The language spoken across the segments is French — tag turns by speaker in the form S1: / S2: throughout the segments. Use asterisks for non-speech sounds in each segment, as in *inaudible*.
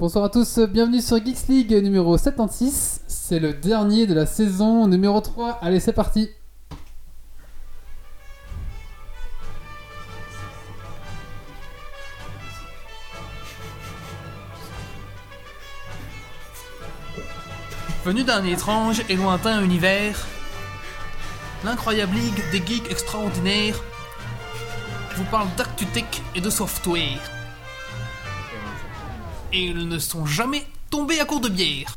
S1: Bonsoir à tous, bienvenue sur Geeks League numéro 76. C'est le dernier de la saison numéro 3. Allez, c'est parti.
S2: Venu d'un étrange et lointain univers, l'incroyable ligue des geeks extraordinaires vous parle d'actu tech et de software. Et ils ne sont jamais tombés à court de bière.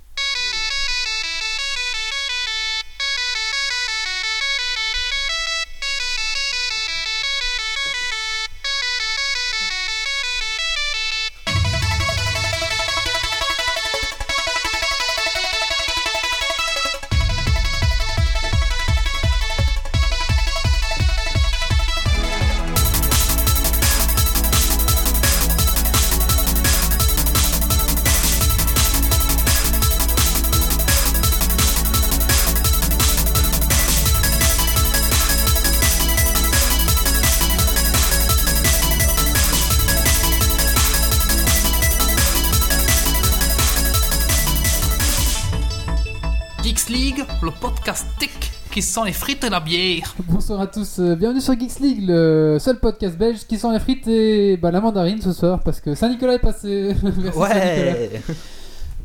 S2: Geeks League, le podcast tech qui sent les frites et la bière.
S1: Bonsoir à tous, euh, bienvenue sur Geeks League, le seul podcast belge qui sent les frites et bah, la mandarine ce soir parce que Saint-Nicolas est passé. *laughs* Merci Saint-Nicolas.
S3: Ouais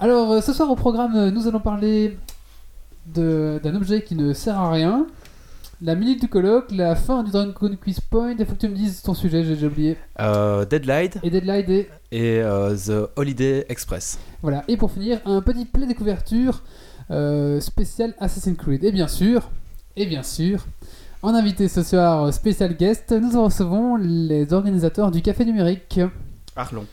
S1: Alors euh, ce soir au programme, euh, nous allons parler de- d'un objet qui ne sert à rien. La minute du colloque, la fin du Dragon Quiz Point, il faut que tu me dises ton sujet, j'ai déjà oublié.
S3: Euh, Deadlight
S1: Et Deadline et
S3: et euh, The Holiday Express.
S1: Voilà, et pour finir, un petit play de couverture euh, spécial Assassin's Creed. Et bien sûr, et bien sûr, en invité ce soir euh, spécial guest, nous recevons les organisateurs du café numérique
S3: Arlon.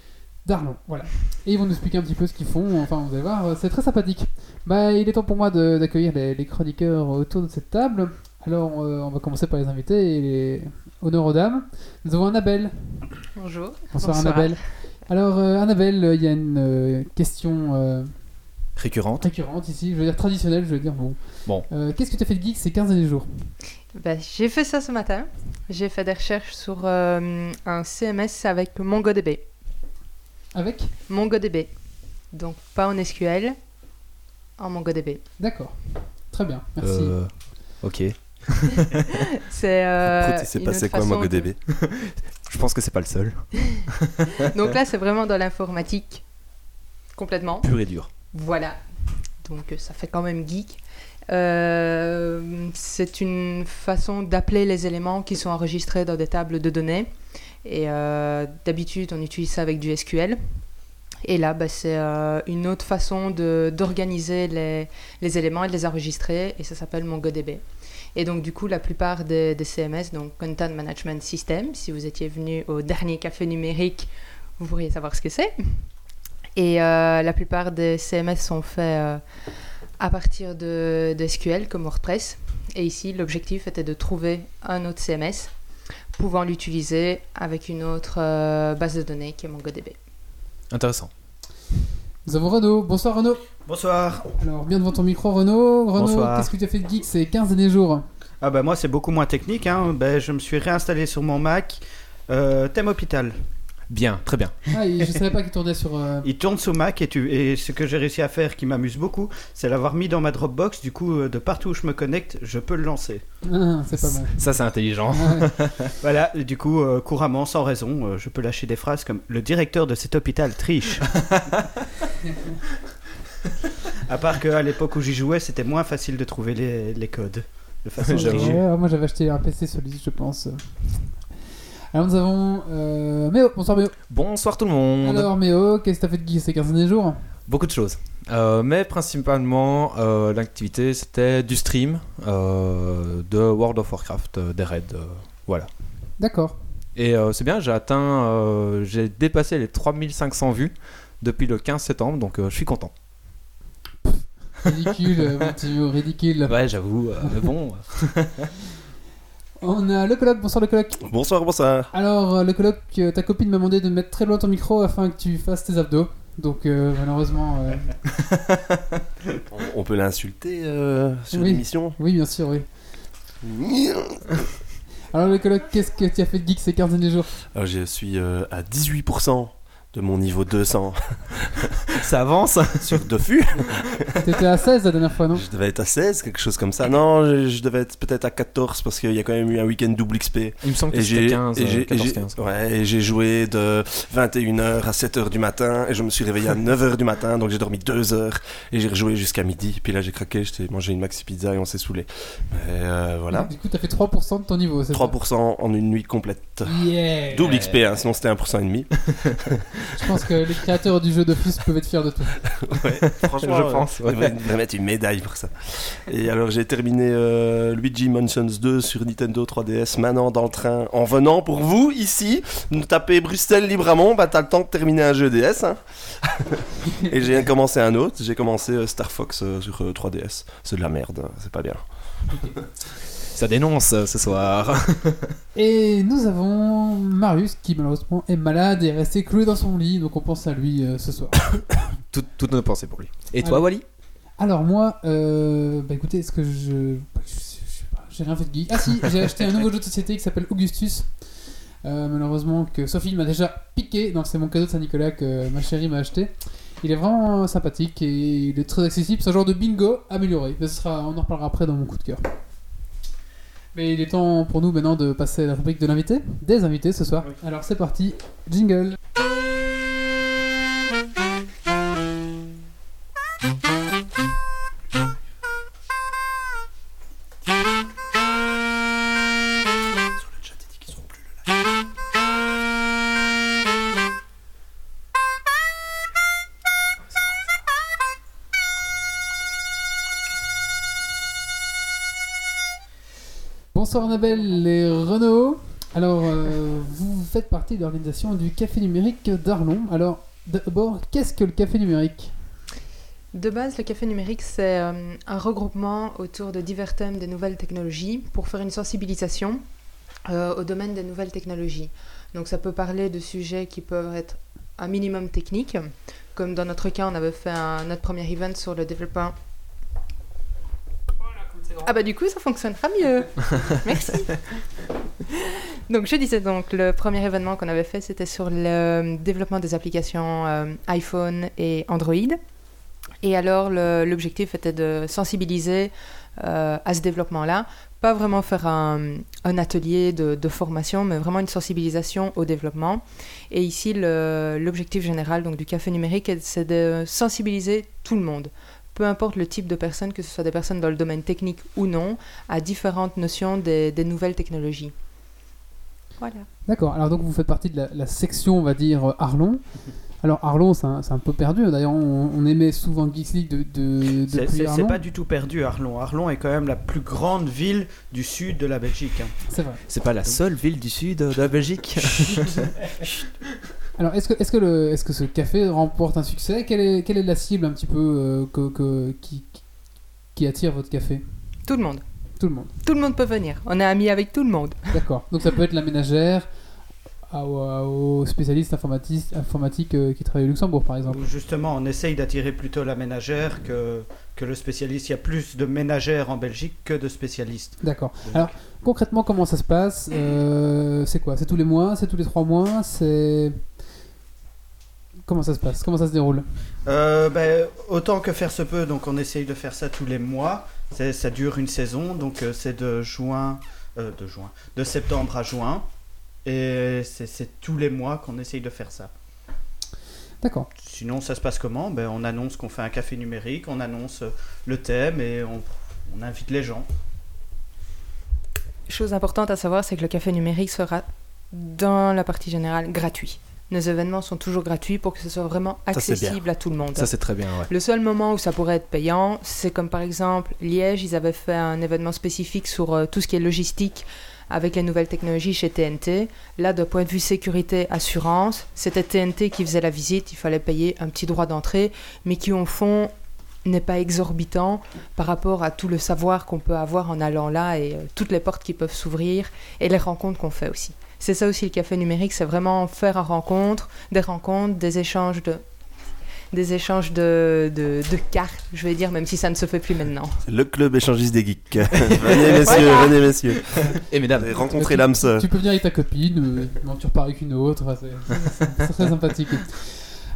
S1: d'Arlon. Voilà. Et ils vont nous expliquer un petit peu ce qu'ils font. Enfin, vous allez voir, euh, c'est très sympathique. Bah, il est temps pour moi de- d'accueillir les, les chroniqueurs autour de cette table. Alors, euh, on va commencer par les invités et les honneurs aux dames. Nous avons Annabelle.
S4: Bonjour.
S1: Bonsoir, Annabelle. Alors, euh, Annabelle, euh, il y a une euh, question. euh,
S3: Récurrente.
S1: récurrente ici, je veux dire traditionnelle, je veux dire bon.
S3: Bon.
S1: Euh, Qu'est-ce que tu as fait de geek ces 15 derniers jours
S4: Bah, j'ai fait ça ce matin. J'ai fait des recherches sur euh, un CMS avec MongoDB.
S1: Avec
S4: MongoDB. Donc pas en SQL, en MongoDB.
S1: D'accord. Très bien, merci.
S3: Euh, ok.
S4: C'est euh,
S5: Écoute, il s'est
S4: une
S5: passé
S4: autre
S5: quoi,
S4: façon
S5: MongoDB
S3: *laughs* Je pense que c'est pas le seul.
S4: de- Donc là, c'est vraiment dans l'informatique. Complètement.
S3: Pur et dur.
S4: Voilà. Donc euh, ça fait quand même geek. Euh, c'est une façon d'appeler les éléments qui sont enregistrés dans des tables de données. Et euh, d'habitude, on utilise ça avec du SQL. Et là, bah, c'est euh, une autre façon de- d'organiser les, les éléments et de les enregistrer. Et ça s'appelle MongoDB. Et donc, du coup, la plupart des, des CMS, donc Content Management System, si vous étiez venu au dernier café numérique, vous pourriez savoir ce que c'est. Et euh, la plupart des CMS sont faits euh, à partir de, de SQL comme WordPress. Et ici, l'objectif était de trouver un autre CMS pouvant l'utiliser avec une autre euh, base de données qui est MongoDB.
S3: Intéressant.
S1: Nous avons Renaud. Bonsoir Renaud.
S6: Bonsoir.
S1: Alors, bien devant ton micro Renaud. Renaud,
S6: Bonsoir.
S1: qu'est-ce que tu as fait de geek ces 15 derniers jours
S6: Ah bah moi c'est beaucoup moins technique. Hein. Ben, je me suis réinstallé sur mon Mac. Euh, thème hôpital.
S3: Bien, très bien.
S1: Ah, et je savais pas qu'il tournait sur.
S3: *laughs*
S1: euh,
S6: Il tourne sous Mac et, tu, et ce que j'ai réussi à faire qui m'amuse beaucoup, c'est l'avoir mis dans ma Dropbox. Du coup, euh, de partout où je me connecte, je peux le lancer.
S1: ah, c'est pas mal.
S3: Ça, c'est
S4: *laughs*
S3: intelligent.
S1: Ah ouais.
S6: Voilà, et du coup, euh, couramment, sans raison, euh, je peux lâcher des phrases comme Le directeur de cet hôpital triche. à part qu'à l'époque où j'y jouais, c'était moins facile de trouver les, les codes. De façon
S3: J'avoue.
S6: trichée.
S1: Ouais, moi j'avais acheté un PC solide, je pense. Alors, nous avons euh, Méo. Bonsoir Méo.
S3: Bonsoir tout le monde.
S1: Alors, Méo, qu'est-ce que tu as fait de geek ces 15 derniers jours
S3: Beaucoup de choses. Euh, mais principalement, euh, l'activité, c'était du stream euh, de World of Warcraft, euh, des raids. euh, voilà.
S1: D'accord.
S3: Et euh, c'est bien, j'ai atteint, euh, j'ai dépassé les 3500 vues depuis le 15 septembre, donc euh, je suis content.
S1: Ridicule,
S3: *laughs*
S1: euh, mon petit Méo, ridicule.
S3: Ouais, j'avoue, euh, mais *laughs* bon.
S1: On a le colloque. Bonsoir le colloque.
S5: Bonsoir, bonsoir.
S1: Alors, euh, le colloque, euh, ta copine m'a demandé de mettre très loin ton micro afin que tu fasses tes abdos. Donc, euh, malheureusement, euh,
S5: On, on peut l'insulter euh, sur
S1: Oui.
S5: l'émission
S1: oui, bien sûr, oui.
S5: Ah,
S1: Alors, le colloque, qu'est-ce que tu as fait de geek ces 15 derniers jours
S5: Alors, Je suis euh, à 18% de mon niveau 200
S3: Ça avance.
S5: sur Dofu.
S1: T'étais à 16 la dernière fois, non
S5: Je devais être à 16, quelque chose comme ça. Non, je, je devais être peut-être à 14 parce qu'il y a quand même eu un week-end double XP.
S3: Il me semble que
S5: Et j'ai
S3: c'était 15,
S5: et j'ai-
S3: euh,
S5: et j'ai-
S3: 14-15.
S5: ouais, et j'ai joué de 21h à 7h du matin et je me suis réveillé à 9h du matin donc j'ai dormi 2 heures et j'ai rejoué jusqu'à midi puis là j'ai craqué, j'ai mangé une maxi pizza et on s'est saoulé. Mais euh, voilà,
S1: Du coup, t'as fait 3% de ton niveau, c'est ça
S5: 3% en une nuit complète.
S1: Yeah
S5: Double XP, hein, sinon c'était 1% et demi.
S1: Je pense que les créateurs du jeu d'office peuvent être fiers de toi.
S5: Franchement,
S3: *laughs* je
S5: *laughs* ouais.
S3: pense.
S5: On
S3: ouais.
S5: devrait devrait mettre une médaille pour ça. Et alors j'ai terminé euh, Luigi Mansions 2 sur Nintendo 3DS maintenant dans le train en venant pour vous ici nous taper Bruxelles Libramont bah t'as le temps de terminer un jeu DS hein. *laughs* Et j'ai commencé un autre, j'ai commencé euh, Star Fox euh, sur euh, 3DS. C'est de la merde, hein, c'est pas bien.
S3: Ça dénonce euh, ce soir.
S1: Et nous avons Marius qui malheureusement est malade et est resté cloué dans son lit, donc on pense à lui euh, ce soir.
S3: *laughs* Tout- toutes nos pensées pour lui. Et toi,
S1: Ouais.
S3: Wally
S1: Alors moi, euh, bah écoutez, est-ce que je... je sais pas, J'ai rien fait de geek. Ah si, j'ai acheté un nouveau jeu de société qui s'appelle Augustus. Euh, malheureusement que Sophie m'a déjà piqué, donc c'est mon cadeau de Saint-Nicolas que ma chérie m'a acheté. Il est vraiment sympathique et il est très accessible. C'est un genre de bingo amélioré. Ce sera, on en reparlera après dans mon coup de cœur. Mais il est temps pour nous maintenant de passer à la rubrique de l'invité, des invités ce soir. Alors c'est parti, jingle. Bonsoir Annabelle et Renaud. Alors, euh, vous faites partie de l'organisation du Café Numérique d'Arlon. Alors, d'abord, qu'est-ce que le Café Numérique
S4: De base, le café numérique, c'est euh, un regroupement autour de divers thèmes des nouvelles technologies pour faire une sensibilisation euh, au domaine des nouvelles technologies. Donc ça peut parler de sujets qui peuvent être un minimum techniques, comme dans notre cas, on avait fait un- notre premier event sur le développement. Ah bah du coup, ça fonctionnera mieux. Merci. Donc je disais donc le premier événement qu'on avait fait, c'était sur le développement des applications euh, iPhone et Android. Et alors, le- l'objectif était de sensibiliser euh, à ce développement-là, pas vraiment faire un, un atelier de, de formation, mais vraiment une sensibilisation au développement. Et ici, le- l'objectif général donc, du café numérique, est- c'est de sensibiliser tout le monde, peu importe le type de personne, que ce soit des personnes dans le domaine technique ou non, à différentes notions des, des nouvelles technologies. Voilà.
S1: D'accord, alors donc vous faites partie de la, la section, on va dire, euh, Arlon. Alors, Arlon, c'est un, c'est un peu perdu. D'ailleurs, on, on aimait souvent Geeks League de, de,
S6: C'est-
S1: depuis
S6: C'est c'est
S1: Arlon.
S6: pas du tout perdu, Arlon. Arlon est quand même la plus grande ville du sud de la Belgique. hein.
S1: C'est vrai.
S3: C'est pas la seule ville du sud euh, de la Belgique.
S1: Alors, est-ce que, est que, le- est-ce que ce café remporte un succès quelle est, quelle est la cible un petit peu euh, que, que- qui, qui attire votre café
S4: Tout le monde.
S1: Tout le monde.
S4: Tout le monde peut venir. On est amis avec tout le monde.
S1: D'accord. Donc ça peut être la ménagère ah, euh, à- aux spécialistes informatistes, informatiques euh, qui travaillent au Luxembourg, par exemple.
S6: Donc, Justement, on essaye d'attirer plutôt la ménagère que, que le spécialiste. Il y a plus de ménagères en Belgique que de spécialistes.
S1: D'accord.
S6: Donc,
S1: Alors, Concrètement, comment ça se passe Euh, C'est quoi C'est tous les mois C'est tous les trois mois C'est... Comment ça se passe Comment ça se déroule
S6: Euh, ben, autant que faire se peut, donc on essaye de faire ça tous les mois. C'est- Ça dure une saison, donc euh, c'est de juin, euh, de juin, de septembre à juin, et c'est c'est tous les mois qu'on essaye de faire ça.
S1: D'accord.
S6: Sinon, ça se passe comment ben, On annonce qu'on fait un café numérique, on annonce euh, le thème et on, on invite les gens.
S4: Chose importante à savoir, c'est que le café numérique sera, dans la partie générale, gratuit. Nos événements sont toujours gratuits pour que ce soit vraiment
S5: Ça, c'est bien.
S4: accessible à tout le
S3: *laughs*
S4: monde.
S3: Ça, c'est très bien, ouais.
S4: le seul moment où ça pourrait être payant, c'est comme par exemple Liège, ils avaient fait un événement spécifique sur euh, tout ce qui est logistique avec les nouvelles technologies chez TNT. Là, d'un point de vue sécurité, assurance, c'était TNT qui faisait la visite, il fallait payer un petit droit d'entrée, mais qui au fond n'est pas exorbitant par rapport à tout le savoir qu'on peut avoir en allant là et euh, toutes les portes qui peuvent s'ouvrir et les rencontres qu'on fait aussi. C'est ça aussi le café numérique, c'est vraiment faire une rencontre, des rencontres, des échanges de des échanges de, de, de cartes, je vais dire, même si ça ne se fait plus maintenant.
S5: Le club échangiste des *laughs* geeks. venez, messieurs, venez, messieurs.
S3: *laughs* Et mesdames,
S5: Allez, rencontrez l'âme sœur.
S1: Tu peux venir avec ta copine, euh, non, tu repars avec une autre, enfin, c'est- c'est c'est très sympathique.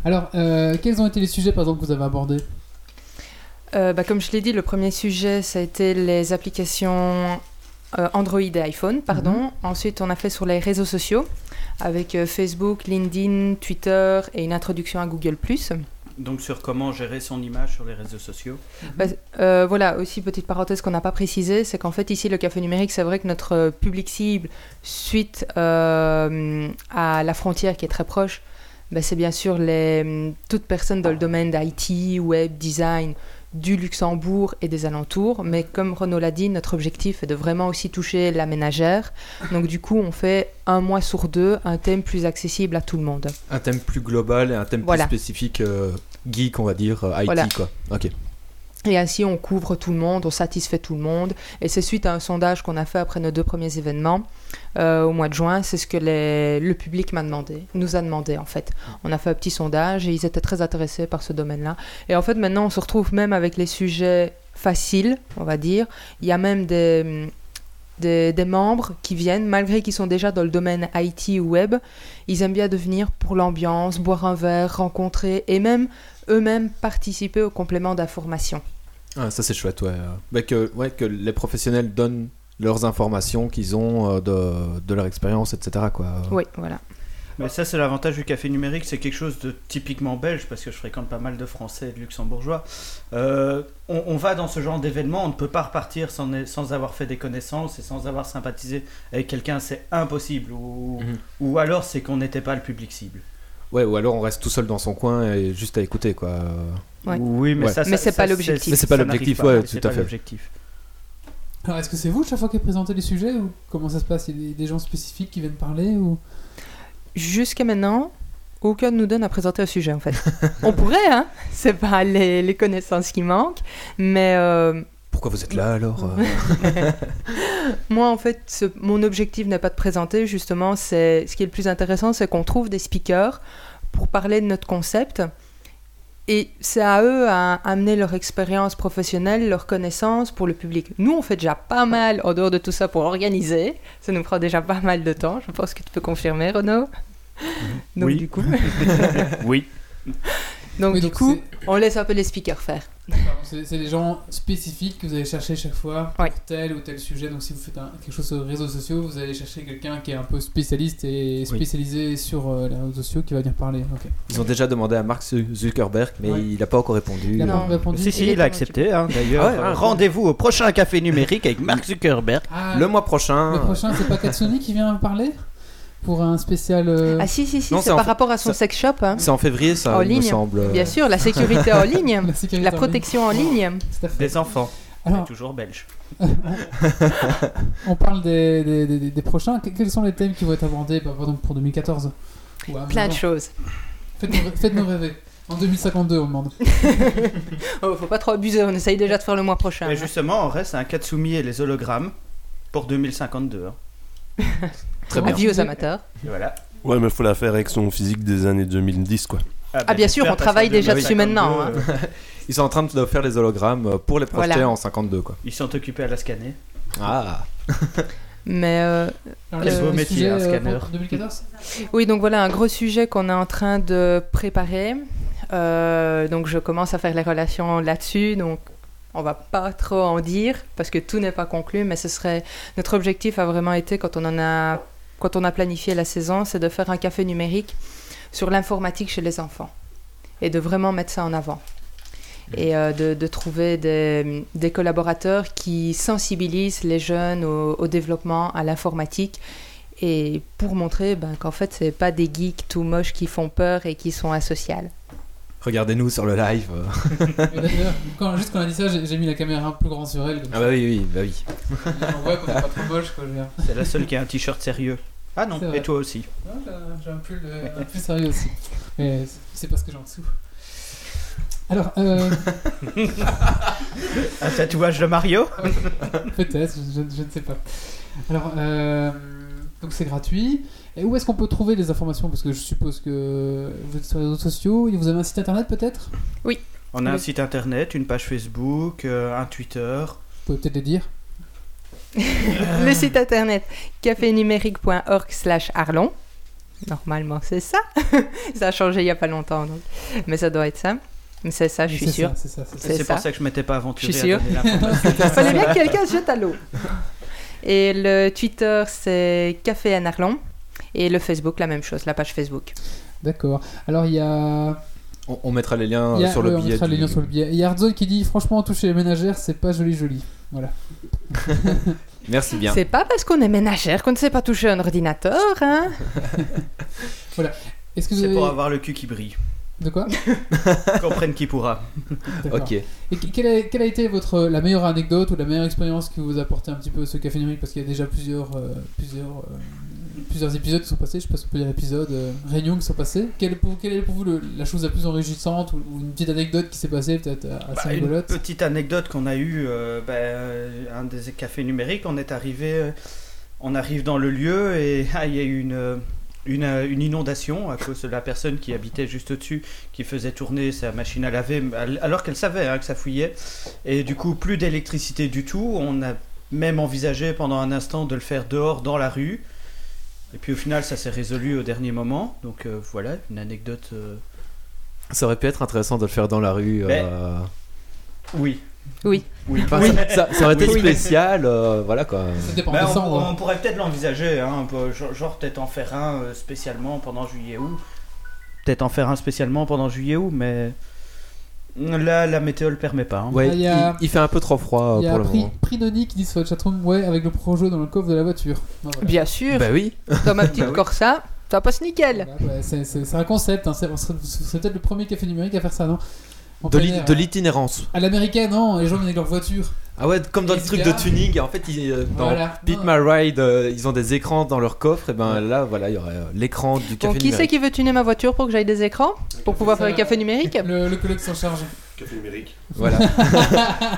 S1: Alors, euh, quels ont été les sujets par exemple que vous avez abordés
S4: Euh, bah, comme je l'ai dit, le premier sujet, ça a été les applications euh, Android et iPhone, pardon. Ensuite, on a fait sur les réseaux sociaux, avec euh, Facebook, LinkedIn, Twitter et une introduction à Google+.
S6: Donc sur comment gérer son image sur les réseaux sociaux.
S4: Bah, euh, voilà, aussi petite parenthèse qu'on n'a pas précisé, c'est qu'en fait ici le café numérique, c'est vrai que notre euh, public cible, suite euh, à la frontière qui est très proche, bah, c'est bien sûr les, hum, toute personne dans le domaine d'IT, web, design, du Luxembourg et des alentours. Mais comme Renaud l'a dit, notre objectif est de vraiment aussi toucher la ménagère. Donc du coup, on fait un mois sur deux un thème plus accessible à tout le monde.
S3: un thème plus global et un thème
S4: Voilà.
S3: plus spécifique euh, geek, on va dire, euh, IT
S4: Voilà.
S3: quoi. Ok.
S4: Et ainsi, on couvre tout le monde, on satisfait tout le monde. Et c'est suite à un sondage qu'on a fait après nos deux premiers événements euh, au mois de juin. C'est ce que les- le public m'a demandé, nous a demandé en fait. On a fait un petit sondage et ils étaient très intéressés par ce domaine-là. Et en fait, maintenant, on se retrouve même avec les sujets faciles, on va dire. Il y a même des, des, des membres qui viennent, malgré qu'ils sont déjà dans le domaine IT ou web, ils aiment bien devenir pour l'ambiance, boire un verre, rencontrer et même eux-mêmes participer au complément d'information.
S3: Ah, ça c'est chouette, ouais. euh. Bah, que, ouais. Que les professionnels donnent leurs informations qu'ils ont euh, de, de leur expérience, etc. Quoi.
S4: Oui, voilà.
S6: Mais ça, c'est l'avantage du café numérique, c'est quelque chose de typiquement belge, parce que je fréquente pas mal de Français et de Luxembourgeois. Euh, on, on va dans ce genre d'événement, on ne peut pas repartir sans, sans avoir fait des connaissances et sans avoir sympathisé avec quelqu'un, c'est impossible. Ou,
S3: Mhm.
S6: ou alors, c'est qu'on n'était pas le public cible.
S3: Ouais, ou alors on reste tout seul dans son coin et juste à écouter, quoi. Euh,
S4: Ouais.
S6: Oui, mais
S3: Ouais.
S6: ça, ça-
S4: Mais c'est
S6: ça-
S4: pas l'objectif.
S3: Mais c'est pas
S6: ça n'arrive
S3: l'objectif,
S6: pas,
S3: ouais,
S6: mais
S3: tout
S6: c'est
S3: à
S6: pas
S3: fait.
S6: l'objectif.
S1: Alors, est-ce que c'est vous chaque fois qui présentez les sujets ou comment ça se passe Il y a des- des gens spécifiques qui viennent parler ou
S4: Jusqu'à maintenant, aucun de nous donne à présenter un sujet, en fait. On pourrait, hein *laughs* C'est pas les, les connaissances qui manquent. Mais euh,
S3: Pourquoi vous êtes là alors *laughs* euh
S4: moi, en fait, ce- mon objectif n'est pas de présenter, justement. c'est Ce qui est le plus intéressant, c'est qu'on trouve des speakers pour parler de notre concept. Et c'est à eux à amener leur expérience professionnelle, leurs connaissances pour le public. Nous, on fait déjà pas mal en dehors de tout ça pour organiser. Ça nous prend déjà pas mal de temps. Je pense que tu peux confirmer, Renaud. Donc,
S5: Oui.
S4: du coup. *laughs*
S5: Oui.
S4: Donc,
S1: Oui,
S4: du
S1: donc
S4: coup,
S1: c'est-
S4: on laisse un peu les speakers faire.
S1: Pardon, C'est c'est des gens spécifiques que vous allez chercher chaque fois pour
S4: Ouais.
S1: tel ou tel sujet. Donc si vous faites un- quelque chose sur les réseaux sociaux, vous allez chercher quelqu'un qui est un peu spécialiste et spécialisé sur euh, les réseaux sociaux qui va venir parler. Ok.
S3: Ils ont déjà demandé à Mark Zu- Zuckerberg, mais
S1: Ouais.
S3: il n'a pas encore répondu.
S1: Il a
S4: Non.
S1: pas répondu.
S6: Si,
S4: Il
S6: si,
S4: est
S6: il a
S4: convaincu.
S6: accepté. hein, D'ailleurs,
S3: Ah ouais,
S6: Euh,
S3: ouais.
S6: rendez-vous au prochain café numérique avec Mark Zuckerberg.
S1: Ah,
S3: Le mois prochain.
S1: le
S3: euh,
S1: prochain, c'est pas Katsuni qui vient parler pour un spécial. euh,
S4: Ah si, si, si,
S3: Non,
S4: c'est
S3: c'est en
S4: par
S3: fait-
S4: rapport à son
S3: ça-
S4: sex shop. hein.
S3: C'est en février, ça,
S4: En
S3: il me
S4: ligne.
S3: semble.
S4: Bien sûr, la sécurité
S1: *laughs*
S4: en ligne,
S1: la sécurité
S4: la
S1: en ligne.
S4: protection en ligne.
S1: Tout à fait.
S6: Des enfants.
S4: Oh.
S1: Alors,
S6: Toujours belge.
S1: on parle des, des, des- des- des prochains. Que- Quels sont les thèmes qui vont être abordés par exemple pour 2014 Ou avant
S4: Plein de choses.
S1: Faites-nous faites-nous rêver. En 2052, on demande.
S4: Oh, faut pas trop abuser, on essaye déjà de faire le mois prochain.
S6: Mais
S4: hein.
S6: justement, on reste à un Katsumi et les hologrammes pour 2052. hein.
S3: Très bien.
S4: Avis aux amateurs.
S6: Et voilà.
S5: Ouais, mais faut la faire avec son physique des années 2010, quoi.
S6: bah,
S4: Ah, bien sûr, on travaille déjà dessus maintenant, hein.
S3: Ils sont en train de faire les hologrammes pour les projeter
S4: Voilà.
S3: en 52, quoi.
S6: euh, Ils sont occupés à la scanner.
S3: Ah
S4: Mais euh,
S1: Alors,
S6: Quel
S1: le-
S6: beau
S1: le
S6: métier,
S1: sujet,
S6: un
S1: euh,
S6: scanner.
S1: pour 2014
S4: oui, donc voilà un gros sujet qu'on est en train de préparer. Euh, donc je commence à faire les relations là-dessus. Donc on va pas trop en dire parce que tout n'est pas conclu. Mais ce serait notre objectif a vraiment été quand on en a quand on a planifié la saison, c'est de faire un café numérique sur l'informatique chez les enfants et de vraiment mettre ça en avant. Et euh, de, de trouver des, des collaborateurs qui sensibilisent les jeunes au, au développement, à l'informatique, et pour montrer ben, qu'en fait, ce pas des geeks tout moches qui font peur et qui sont asociales.
S3: Regardez-nous sur le live.
S1: Et D'ailleurs, quand- juste quand on a dit ça, j'ai j'ai mis la caméra plus grand sur elle.
S3: Ah bah oui, oui, bah oui.
S1: On voit qu'on est pas trop moche, quoi. je veux dire.
S6: C'est la seule qui a un t-shirt sérieux. Ah non,
S1: C'est vrai.
S6: et toi aussi.
S1: Non, j'ai- J'ai un pull euh, un pull sérieux aussi. Mais c'est- c'est parce que j'ai en dessous. Alors, euh, *laughs*
S6: Un tatouage de Mario
S1: peut-être, je, je- je ne sais pas. Alors, euh, Donc c'est gratuit. Et où est-ce qu'on peut trouver les informations Parce que je suppose que vous êtes sur les réseaux sociaux. Vous avez un site internet peut-être Vous
S6: On a un
S4: Oui.
S6: site internet, une page Facebook, euh, un Twitter.
S1: pouvez peut-être les dire.
S4: Le site internet cafénumérique.org slash Arlon. Normalement, c'est ça. *laughs* ça a changé il n'y a pas longtemps, donc. mais ça doit être ça. Mais c'est ça, je
S1: Oui,
S4: suis
S1: c'est
S4: sûre.
S1: ça, C'est ça, c'est ça.
S4: C'est
S6: C'est
S4: ça.
S6: pour ça que je m'étais pas aventuré
S4: *laughs* Je suis
S6: à donner l'information.
S4: Il fallait bien que quelqu'un se jette à l'eau. Et le Twitter, c'est Café Anne Arlon. Et le Facebook, la même chose, la page Facebook.
S1: D'accord. Alors il y a,
S3: On, on mettra les liens
S1: il y a-
S3: euh, Ah, sur le
S1: ouais, on
S3: billet.
S1: mettra les
S3: du-
S1: liens sur le billet. Il y a Hardzone qui dit franchement toucher les ménagères c'est pas joli joli. Voilà.
S3: Merci bien.
S4: C'est pas parce qu'on est ménagère qu'on ne sait pas toucher un ordinateur, hein
S1: Est-ce que vous
S6: C'est
S1: avez...
S6: pour avoir le cul qui brille.
S1: de
S3: *laughs*
S1: quoi
S6: Comprenne qui pourra.
S1: D'accord.
S3: Ok.
S1: Et que- quelle a, quelle a été votre euh, la meilleure anecdote ou la meilleure expérience que vous apportez un petit peu ce café numérique parce qu'il y a déjà plusieurs euh, plusieurs euh, plusieurs épisodes qui sont passés. Je sais pas si on peut dire épisodes euh, réunions qui sont passées. Quelle, pour- quelle est pour vous le- la chose la plus enrichissante ou, ou une petite anecdote qui s'est passée peut-être euh, assez
S6: Bah, une
S1: rigolote
S6: petite anecdote qu'on a eue, euh, bah, euh, un des cafés numériques, on est arrivé, euh, on arrive dans le lieu et *laughs* ah, il y a eu une, euh, une, euh, une inondation à cause de la personne qui habitait juste au-dessus, qui faisait tourner sa machine à laver, al- alors qu'elle savait hein, que ça fouillait. Et du coup, plus d'électricité du tout. On a même envisagé pendant un instant de le faire dehors, dans la rue. Et puis au final, ça s'est résolu au dernier moment. Donc euh, voilà, une anecdote. euh,
S3: Ça aurait pu être intéressant de le faire dans la rue.
S6: Mais-
S3: euh,
S6: Oui.
S4: Oui.
S6: Oui.
S3: enfin, ça- ça, ça aurait été
S6: Oui.
S3: spécial. euh, voilà quoi.
S1: Ça dépend
S6: Bah, on,
S1: décembre.
S6: on pourrait peut-être l'envisager, hein, un peu, genre, genre peut-être en faire un euh, spécialement pendant juillet-août. Peut-être en faire un spécialement pendant juillet-août, mais là, la météo le permet pas. hein.
S3: Ouais,
S1: Ah, il y a-
S3: il, il fait un peu trop froid euh,
S1: Il y a
S3: pour le
S1: Pri-
S3: moment.
S1: Prinoni qui dit sur le chatroom ouais avec le projo dans le coffre de la voiture. Non, voilà.
S4: Bien sûr,
S3: Bah oui.
S4: dans ma petite
S6: Bah oui.
S4: Corsa, ça passe nickel.
S1: Voilà, ouais, c'est- c'est c'est un concept. Hein. C'est on serait- ce serait peut-être le premier café numérique à faire ça, non En
S3: De
S1: plein
S3: l'i-
S1: air,
S3: de
S1: hein.
S3: l'itinérance.
S1: À l'américaine, non Les gens viennent avec leur voiture.
S3: Ah ouais, comme dans
S1: Et
S3: le
S1: ce
S3: truc
S1: gars-
S3: de tuning. En fait, ils, euh, dans
S1: voilà.
S3: Beat
S1: Non.
S3: My Ride, euh, ils ont des écrans dans leur coffre. Et ben là, voilà, il y aurait euh, l'écran du
S4: Bon,
S3: café
S4: qui c'est
S3: numérique.
S4: qui veut tuner ma voiture pour que j'aille des écrans Pour pouvoir
S1: ça,
S4: faire le café
S1: euh,
S4: numérique
S1: Le, le collègue s'en charge.
S5: Café numérique.
S4: *laughs*
S3: Voilà.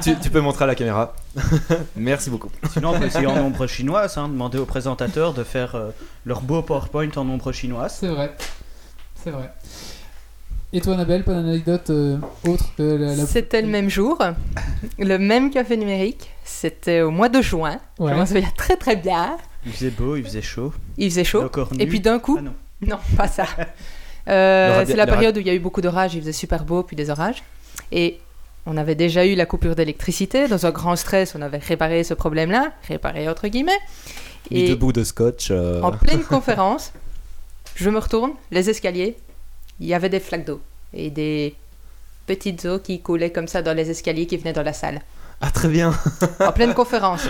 S3: tu, tu peux montrer à la caméra. *laughs* Merci beaucoup.
S6: Sinon, on peut essayer en ombre chinoise, hein, demander aux présentateurs de faire euh, leur beau PowerPoint en ombre chinoise.
S1: C'est vrai. C'est vrai. Et toi, Annabelle, pas d'anecdote euh, autre que la. la-
S4: C'était le même jour, le même café numérique. C'était au mois de juin.
S1: Ouais.
S4: Je m'en souviens très très bien.
S6: Il faisait beau, il faisait chaud.
S4: Il faisait chaud.
S6: Encore
S4: Et puis d'un coup,
S6: Ah non.
S4: non, pas *laughs* ça. Euh,
S3: Le radia-
S4: c'est la
S3: le rad-
S4: période où il y a eu beaucoup d'orages, il faisait super beau, puis des orages. Et on avait déjà eu la coupure d'électricité. Dans un grand stress, on avait réparé ce problème-là, réparé entre guillemets.
S3: Mis
S4: Et
S3: debout de scotch. euh,
S4: en pleine conférence, je me retourne, les escaliers, il y avait des flaques d'eau et des petites eaux qui coulaient comme ça dans les escaliers qui venaient dans la salle.
S3: Ah très bien.
S4: En pleine
S6: *laughs*
S4: conférence.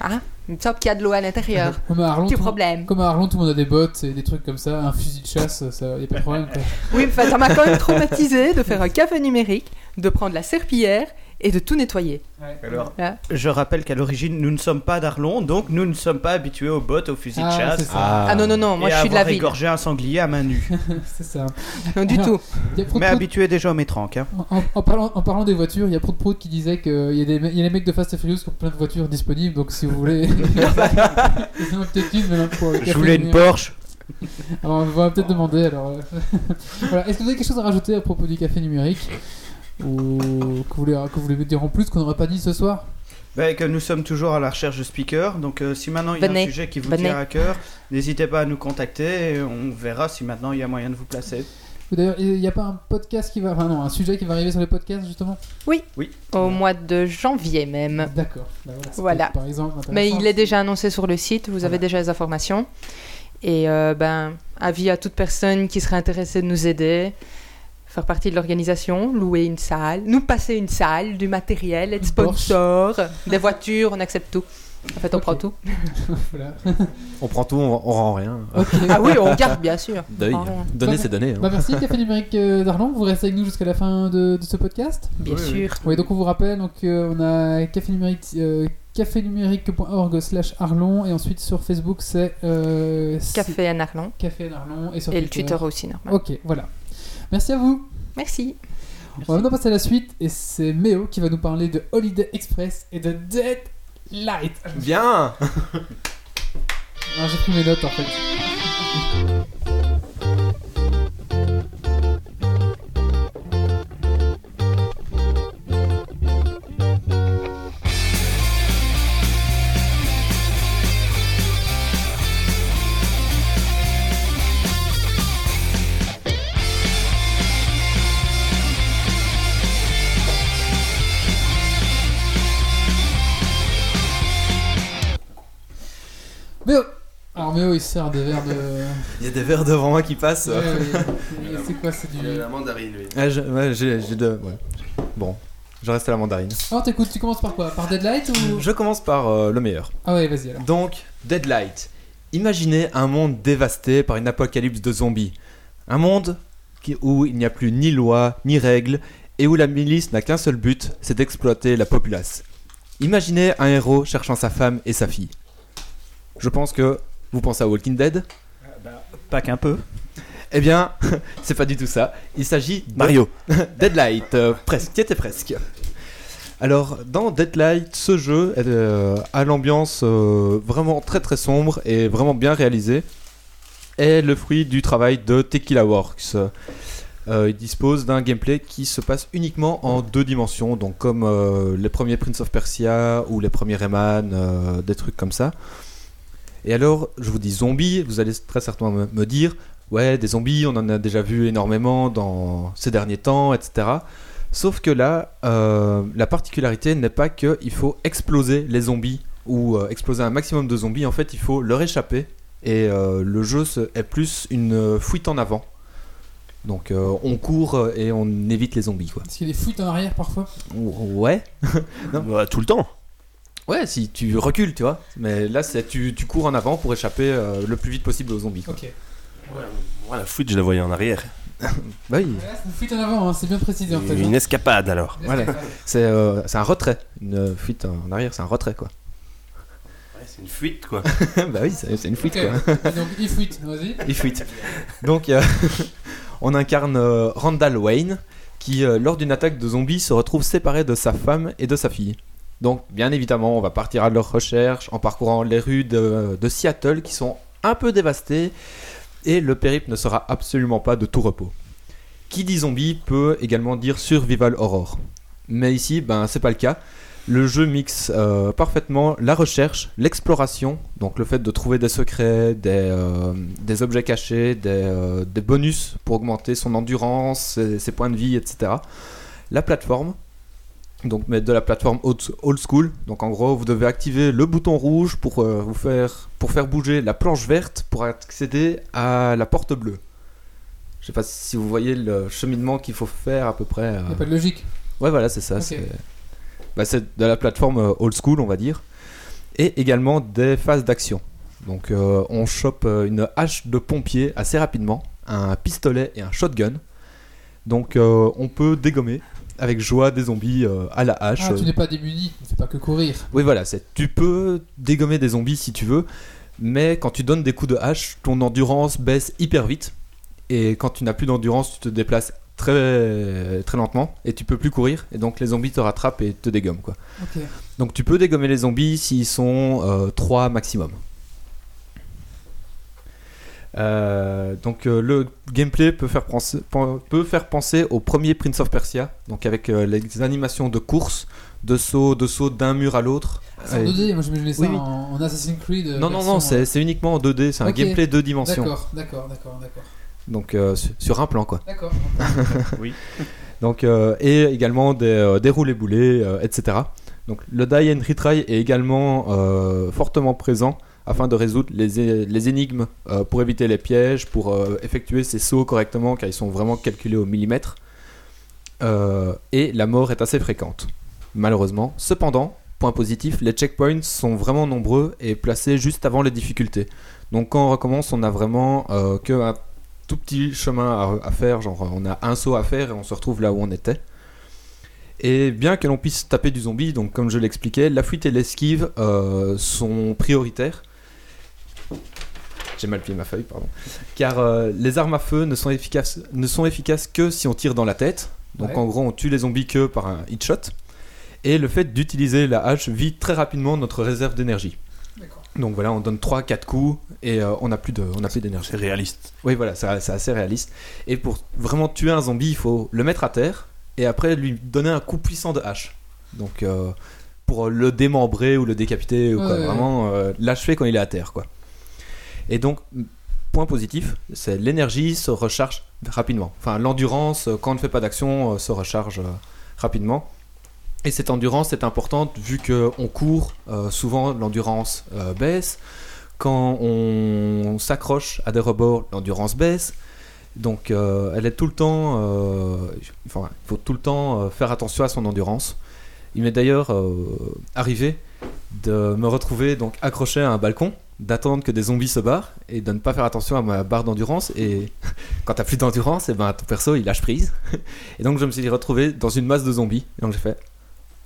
S4: Ah, une sorte qu'il y a de l'eau
S1: *laughs*
S4: à l'intérieur.
S1: Comme à Arlon,
S4: Petit
S1: tout-
S4: problème.
S1: Comme à Arlon, tout le monde a des bottes et des trucs comme ça, un fusil de chasse, ça y a pas de problème.
S4: *laughs*
S1: quoi.
S4: Oui, enfin, ça m'a quand même traumatisé de faire un café numérique, de prendre la serpillière et de tout nettoyer.
S6: Alors,
S4: Là.
S6: je rappelle qu'à l'origine, nous ne sommes pas d'Arlon, donc nous ne sommes pas habitués aux bottes, aux fusils de
S1: Ah,
S6: chasse.
S1: c'est ça.
S4: Ah, non, non, non, moi
S6: et
S4: je
S6: à
S4: suis de la
S6: avoir
S4: ville.
S6: égorgé un sanglier à main nue.
S1: c'est ça.
S4: Non, du
S1: Alors,
S4: tout.
S1: Il y a
S4: *laughs*
S1: Prout
S6: Mais
S1: Prout-
S6: habitué déjà aux métranques. Hein.
S1: en, en parlant, en parlant des voitures, il y a Prout Prout qui disait qu'il y, a des- il y a les mecs de Fast and Furious qui ont plein de voitures disponibles, donc si vous
S6: *laughs*
S1: voulez. *laughs* Ils en ont peut-être une, mais non, pour le
S6: Je
S1: café
S6: voulais
S1: numérique.
S6: une Porsche.
S1: Alors, on va peut-être demander alors. euh, *laughs* voilà. Est-ce que vous avez quelque chose à rajouter à propos du café numérique Ou que vous voulez, que vous voulez dire en plus qu'on n'aurait pas dit ce soir
S6: Ouais, Ben, que nous sommes toujours à la recherche de speakers, donc euh, si maintenant il y a un
S4: Venez.
S6: sujet qui vous
S4: Venez.
S6: tient à cœur, n'hésitez pas à nous contacter et on verra si maintenant il y a moyen de vous placer.
S1: Ou D'ailleurs, il n'y a pas un podcast qui va. Enfin, non, un sujet qui va arriver sur les podcasts justement
S4: Au mois de janvier même.
S1: D'accord. Bah voilà. c'est
S4: Voilà.
S1: peut-être, Par exemple,
S4: Mais
S1: intéressant.
S4: il est déjà annoncé sur le site, vous avez
S1: Voilà.
S4: déjà les informations. Et euh, ben, avis à toute personne qui serait intéressée de nous aider, faire partie de l'organisation, louer une salle, nous passer une salle, du matériel, être
S1: Une Porsche.
S4: sponsor, des voitures, on accepte tout. En fait, on
S1: Ok.
S4: prend tout.
S1: Voilà.
S3: On prend tout, on, on rend rien. Euh,
S1: Ok.
S4: *laughs* Ah oui, on garde, bien sûr.
S3: Deuil.
S4: On rend,
S3: Donner,
S1: Bah,
S3: c'est donner. hein.
S1: Bah, merci, Café Numérique euh, d'Arlon. Vous restez avec nous jusqu'à la fin de, de ce podcast.
S4: bien
S6: Oui, oui.
S4: sûr.
S1: Oui, donc on vous rappelle, donc, euh, on a Café Numérique. euh, cafénumérique.org slash Arlon et ensuite sur Facebook c'est euh,
S4: Café Anne Arlon.
S1: Café Arlon et sur
S4: Et le tuteur aussi, normal.
S1: Ok, voilà. Merci à vous.
S4: Merci.
S1: On va maintenant passer à la suite et c'est Méo qui va nous parler de Holiday Express et de Dead Light.
S3: Bien.
S1: Non, Ah, j'ai pris mes notes en fait. Méo Alors Méo il sert des verres de.
S3: *laughs* Il y a des verres devant moi qui passent.
S1: Ouais, ouais, ouais. c'est quoi C'est du.
S5: La mandarine, lui.
S3: Ah, je- ouais, j'ai j'ai deux. ouais. Bon, je reste à la mandarine.
S1: Alors t'écoutes, tu commences par quoi Par Deadlight
S4: Mmh.
S1: ou.
S3: Je commence par euh, le meilleur.
S1: Ah ouais, vas-y alors.
S3: Donc, Deadlight. Imaginez un monde dévasté par une apocalypse de zombies. Un monde qui- où il n'y a plus ni loi, ni règles, et où la milice n'a qu'un seul but, c'est d'exploiter la populace. Imaginez un héros cherchant sa femme et sa fille. Je pense que vous pensez à Walking Dead.
S7: Pas qu'un peu.
S3: Eh bien, *laughs* c'est pas du tout ça. Il s'agit de
S5: Mario.
S3: Deadlight, euh, presque, qui était presque. Alors, dans Deadlight, ce jeu euh, a l'ambiance euh, vraiment très très sombre et vraiment bien réalisée. Est le fruit du travail de Tequila Works. Euh, il dispose d'un gameplay qui se passe uniquement en deux dimensions, donc comme euh, les premiers Prince of Persia ou les premiers Rayman, euh, des trucs comme ça. Et alors, je vous dis zombie, vous allez très certainement me- me dire, Ouais, des zombies, on en a déjà vu énormément dans ces derniers temps, etc. Sauf que là, euh, la particularité n'est pas qu'il faut exploser les zombies ou euh, exploser un maximum de zombies, en fait, il faut leur échapper. Et euh, le jeu se- est plus une euh, fuite en avant. Donc euh, on court et on évite les zombies, quoi.
S1: Parce qu'il est foot en arrière parfois.
S3: Ouais. Non.
S5: Bah, tout le temps.
S3: Ouais, si tu recules, tu vois. Mais là, c'est tu, tu cours en avant pour échapper euh, le plus vite possible aux zombies. Quoi.
S1: Ok.
S5: Moi, la fuite, je la voyais en arrière.
S3: Bah oui.
S1: Là, c'est une fuite en avant, hein, c'est bien précisé en fait.
S5: Une escapade, alors.
S3: Voilà. C'est euh, c'est un retrait. Une fuite en arrière, c'est un retrait, quoi.
S5: c'est une fuite, *laughs* quoi.
S3: *laughs* bah oui, c'est c'est une fuite quoi.
S1: Ok, Donc il fuite, vas-y.
S3: Il fuite. Donc euh, *laughs* on incarne euh, Randall Wayne qui, euh, lors d'une attaque de zombies, se retrouve séparé de sa femme et de sa fille. Donc bien évidemment, on va partir à leur recherche en parcourant les rues de, de Seattle qui sont un peu dévastées et le périple ne sera absolument pas de tout repos. Qui dit zombie peut également dire survival horror. Mais ici, ben c'est pas le cas. Le jeu mixe euh, parfaitement la recherche, l'exploration, donc le fait de trouver des secrets, des, euh, des objets cachés, des, euh, des bonus pour augmenter son endurance, ses, ses points de vie, etc. La plateforme, donc mais de la plateforme old, old school, donc en gros vous devez activer le bouton rouge pour, euh, vous faire, pour faire bouger la planche verte pour accéder à la porte bleue. Je sais pas si vous voyez le cheminement qu'il faut faire à peu près. euh,
S1: Il n'y a pas de logique.
S3: Ouais, voilà, c'est ça.
S1: Ok.
S3: C'est bah, c'est de la plateforme euh, old school, on va dire. Et également des phases d'action. Donc, euh, on chope euh, une hache de pompier assez rapidement, un pistolet et un shotgun. Donc, euh, on peut dégommer avec joie des zombies euh, à la hache.
S1: Ah, tu n'es pas démuni, tu ne fais pas que courir.
S3: Oui, voilà, c'est tu peux dégommer des zombies si tu veux, mais quand tu donnes des coups de hache, ton endurance baisse hyper vite. Et quand tu n'as plus d'endurance, tu te déplaces très très lentement et tu peux plus courir. Et donc les zombies te rattrapent et te dégomment quoi.
S1: Ok.
S3: Donc tu peux dégommer les zombies s'ils sont 3 maximum. Euh, donc euh, le gameplay peut faire, penser, pen- peut faire penser au premier Prince of Persia, donc avec euh, les animations de course, de saut, de saut d'un mur à l'autre.
S1: Ah, C'est en
S3: Et-
S1: 2D, moi j'imaginais ça
S3: Ah, Oui, oui.
S1: En, en Assassin's Creed. euh,
S3: non, non,
S1: version,
S3: non,
S1: euh,
S3: c'est c'est uniquement en 2D, c'est un
S1: Ok.
S3: gameplay deux dimensions,
S1: D'accord, d'accord, d'accord, d'accord.
S3: donc euh, sur- sur un plan quoi.
S1: D'accord.
S3: Donc, euh, et également des, euh, des roulés boulets, euh, etc. Donc, le die and retry est également euh, fortement présent afin de résoudre les, é- les énigmes euh, pour éviter les pièges, pour euh, effectuer ses sauts correctement car ils sont vraiment calculés au millimètre. Euh, et la mort est assez fréquente, malheureusement. Cependant, point positif, les checkpoints sont vraiment nombreux et placés juste avant les difficultés. Donc quand on recommence, on a vraiment euh, que un tout petit chemin à, à faire, genre on a un saut à faire et on se retrouve là où on était. Et bien que l'on puisse taper du zombie, donc comme je l'expliquais, la fuite et l'esquive euh, sont prioritaires. J'ai mal plié ma feuille, pardon. Car euh, les armes à feu ne sont, efficaces, ne sont efficaces que si on tire dans la tête. Donc
S1: Ouais.
S3: en gros, on tue les zombies que par un hit shot. Et le fait d'utiliser la hache vide très rapidement notre réserve d'énergie.
S1: D'accord.
S3: Donc voilà, on donne 3-4 coups et euh, on n'a plus de- on n'a plus d'énergie.
S5: C'est réaliste.
S3: Oui, voilà, c'est c'est assez réaliste. Et pour vraiment tuer un zombie, il faut le mettre à terre et après lui donner un coup puissant de hache. Donc, euh, pour le démembrer ou le décapiter ou quoi,
S1: Ouais.
S3: vraiment euh, l'achever quand il est à terre, quoi. Et donc, point positif, c'est l'énergie se recharge rapidement. Enfin, l'endurance, euh, quand on ne fait pas d'action, euh, se recharge euh, rapidement. Et cette endurance est importante vu qu'on court, euh, souvent l'endurance euh, baisse quand on s'accroche à des rebords, l'endurance baisse. Donc, euh, elle est tout le temps. euh, enfin, il faut tout le temps euh, faire attention à son endurance. Il m'est d'ailleurs euh, arrivé de me retrouver donc accroché à un balcon, d'attendre que des zombies se barrent et de ne pas faire attention à ma barre d'endurance. Et *laughs* quand t'as plus d'endurance, et ben ton perso il lâche prise. *laughs* Et donc, je me suis retrouvé dans une masse de zombies. Et donc, j'ai fait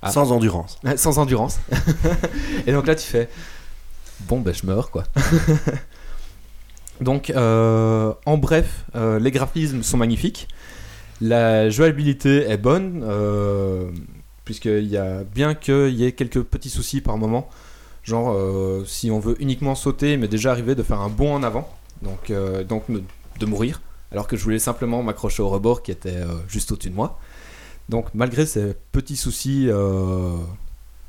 S3: Ah.
S5: Sans endurance.
S3: Ouais, Sans endurance. *laughs* et donc là, tu fais Bon, ben je meurs, quoi. *laughs* donc, euh, en bref, euh, les graphismes sont magnifiques. La jouabilité est bonne, euh, puisqu'il y a, bien qu'il y ait quelques petits soucis par moment, genre euh, si on veut uniquement sauter, mais déjà arrivé de faire un bond en avant, donc, euh, donc me- de mourir, alors que je voulais simplement m'accrocher au rebord qui était euh, juste au-dessus de moi. Donc, malgré ces petits soucis euh,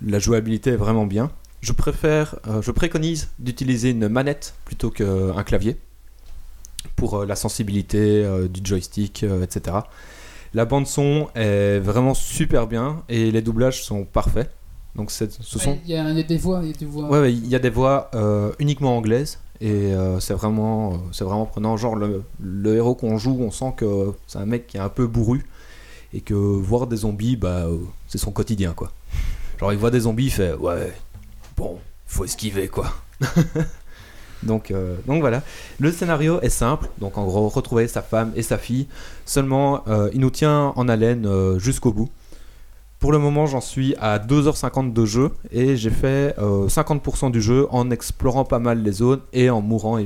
S3: la jouabilité est vraiment bien. Je préfère, euh, je préconise d'utiliser une manette plutôt qu'un clavier pour euh, la sensibilité euh, du joystick, euh, etc. La bande son est vraiment super bien et les doublages sont parfaits. Donc c'est- ce
S1: Ouais,
S3: sont,
S1: Ah, Il y, a il y a des voix, il y a des voix.
S3: ouais, ouais, il y a des voix euh, uniquement anglaises et euh, c'est vraiment, euh, c'est vraiment prenant. Genre le, le héros qu'on joue, on sent que c'est un mec qui est un peu bourru et que voir des zombies, bah, euh, c'est son quotidien quoi. Genre il voit des zombies, il fait ouais, bon, faut esquiver quoi. *laughs* donc, euh, donc voilà. Le scénario est simple, donc en gros retrouver sa femme et sa fille. Seulement, euh, il nous tient en haleine euh, jusqu'au bout. Pour le moment, j'en suis à 2h50 de jeu et j'ai fait euh, 50% du jeu en explorant pas mal les zones et en mourant euh,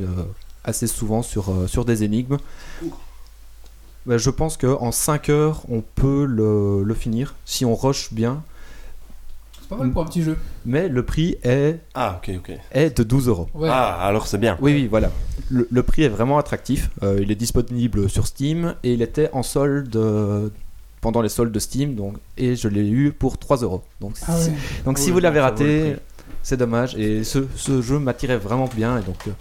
S3: assez souvent sur, euh, sur des énigmes. Bah, je pense qu'en 5 heures, on peut le, le finir si on rush bien,
S1: C'est pas mal pour un petit jeu.
S3: mais le prix est,
S5: Ah, ok, ok.
S3: est de 12 euros.
S1: Ouais.
S5: Ah, alors c'est bien.
S3: Oui, oui, voilà. Le, le prix est vraiment attractif. Euh, il est disponible sur Steam et il était en solde euh, pendant les soldes de Steam. Donc, et je l'ai eu pour 3 euros. Donc,
S1: Ah
S3: si,
S1: ouais.
S3: donc si
S5: Oui,
S3: vous l'avez
S5: ça vaut le
S3: raté,
S5: prix.
S3: c'est dommage. Et ce, ce jeu m'attirait vraiment bien. Et donc, euh,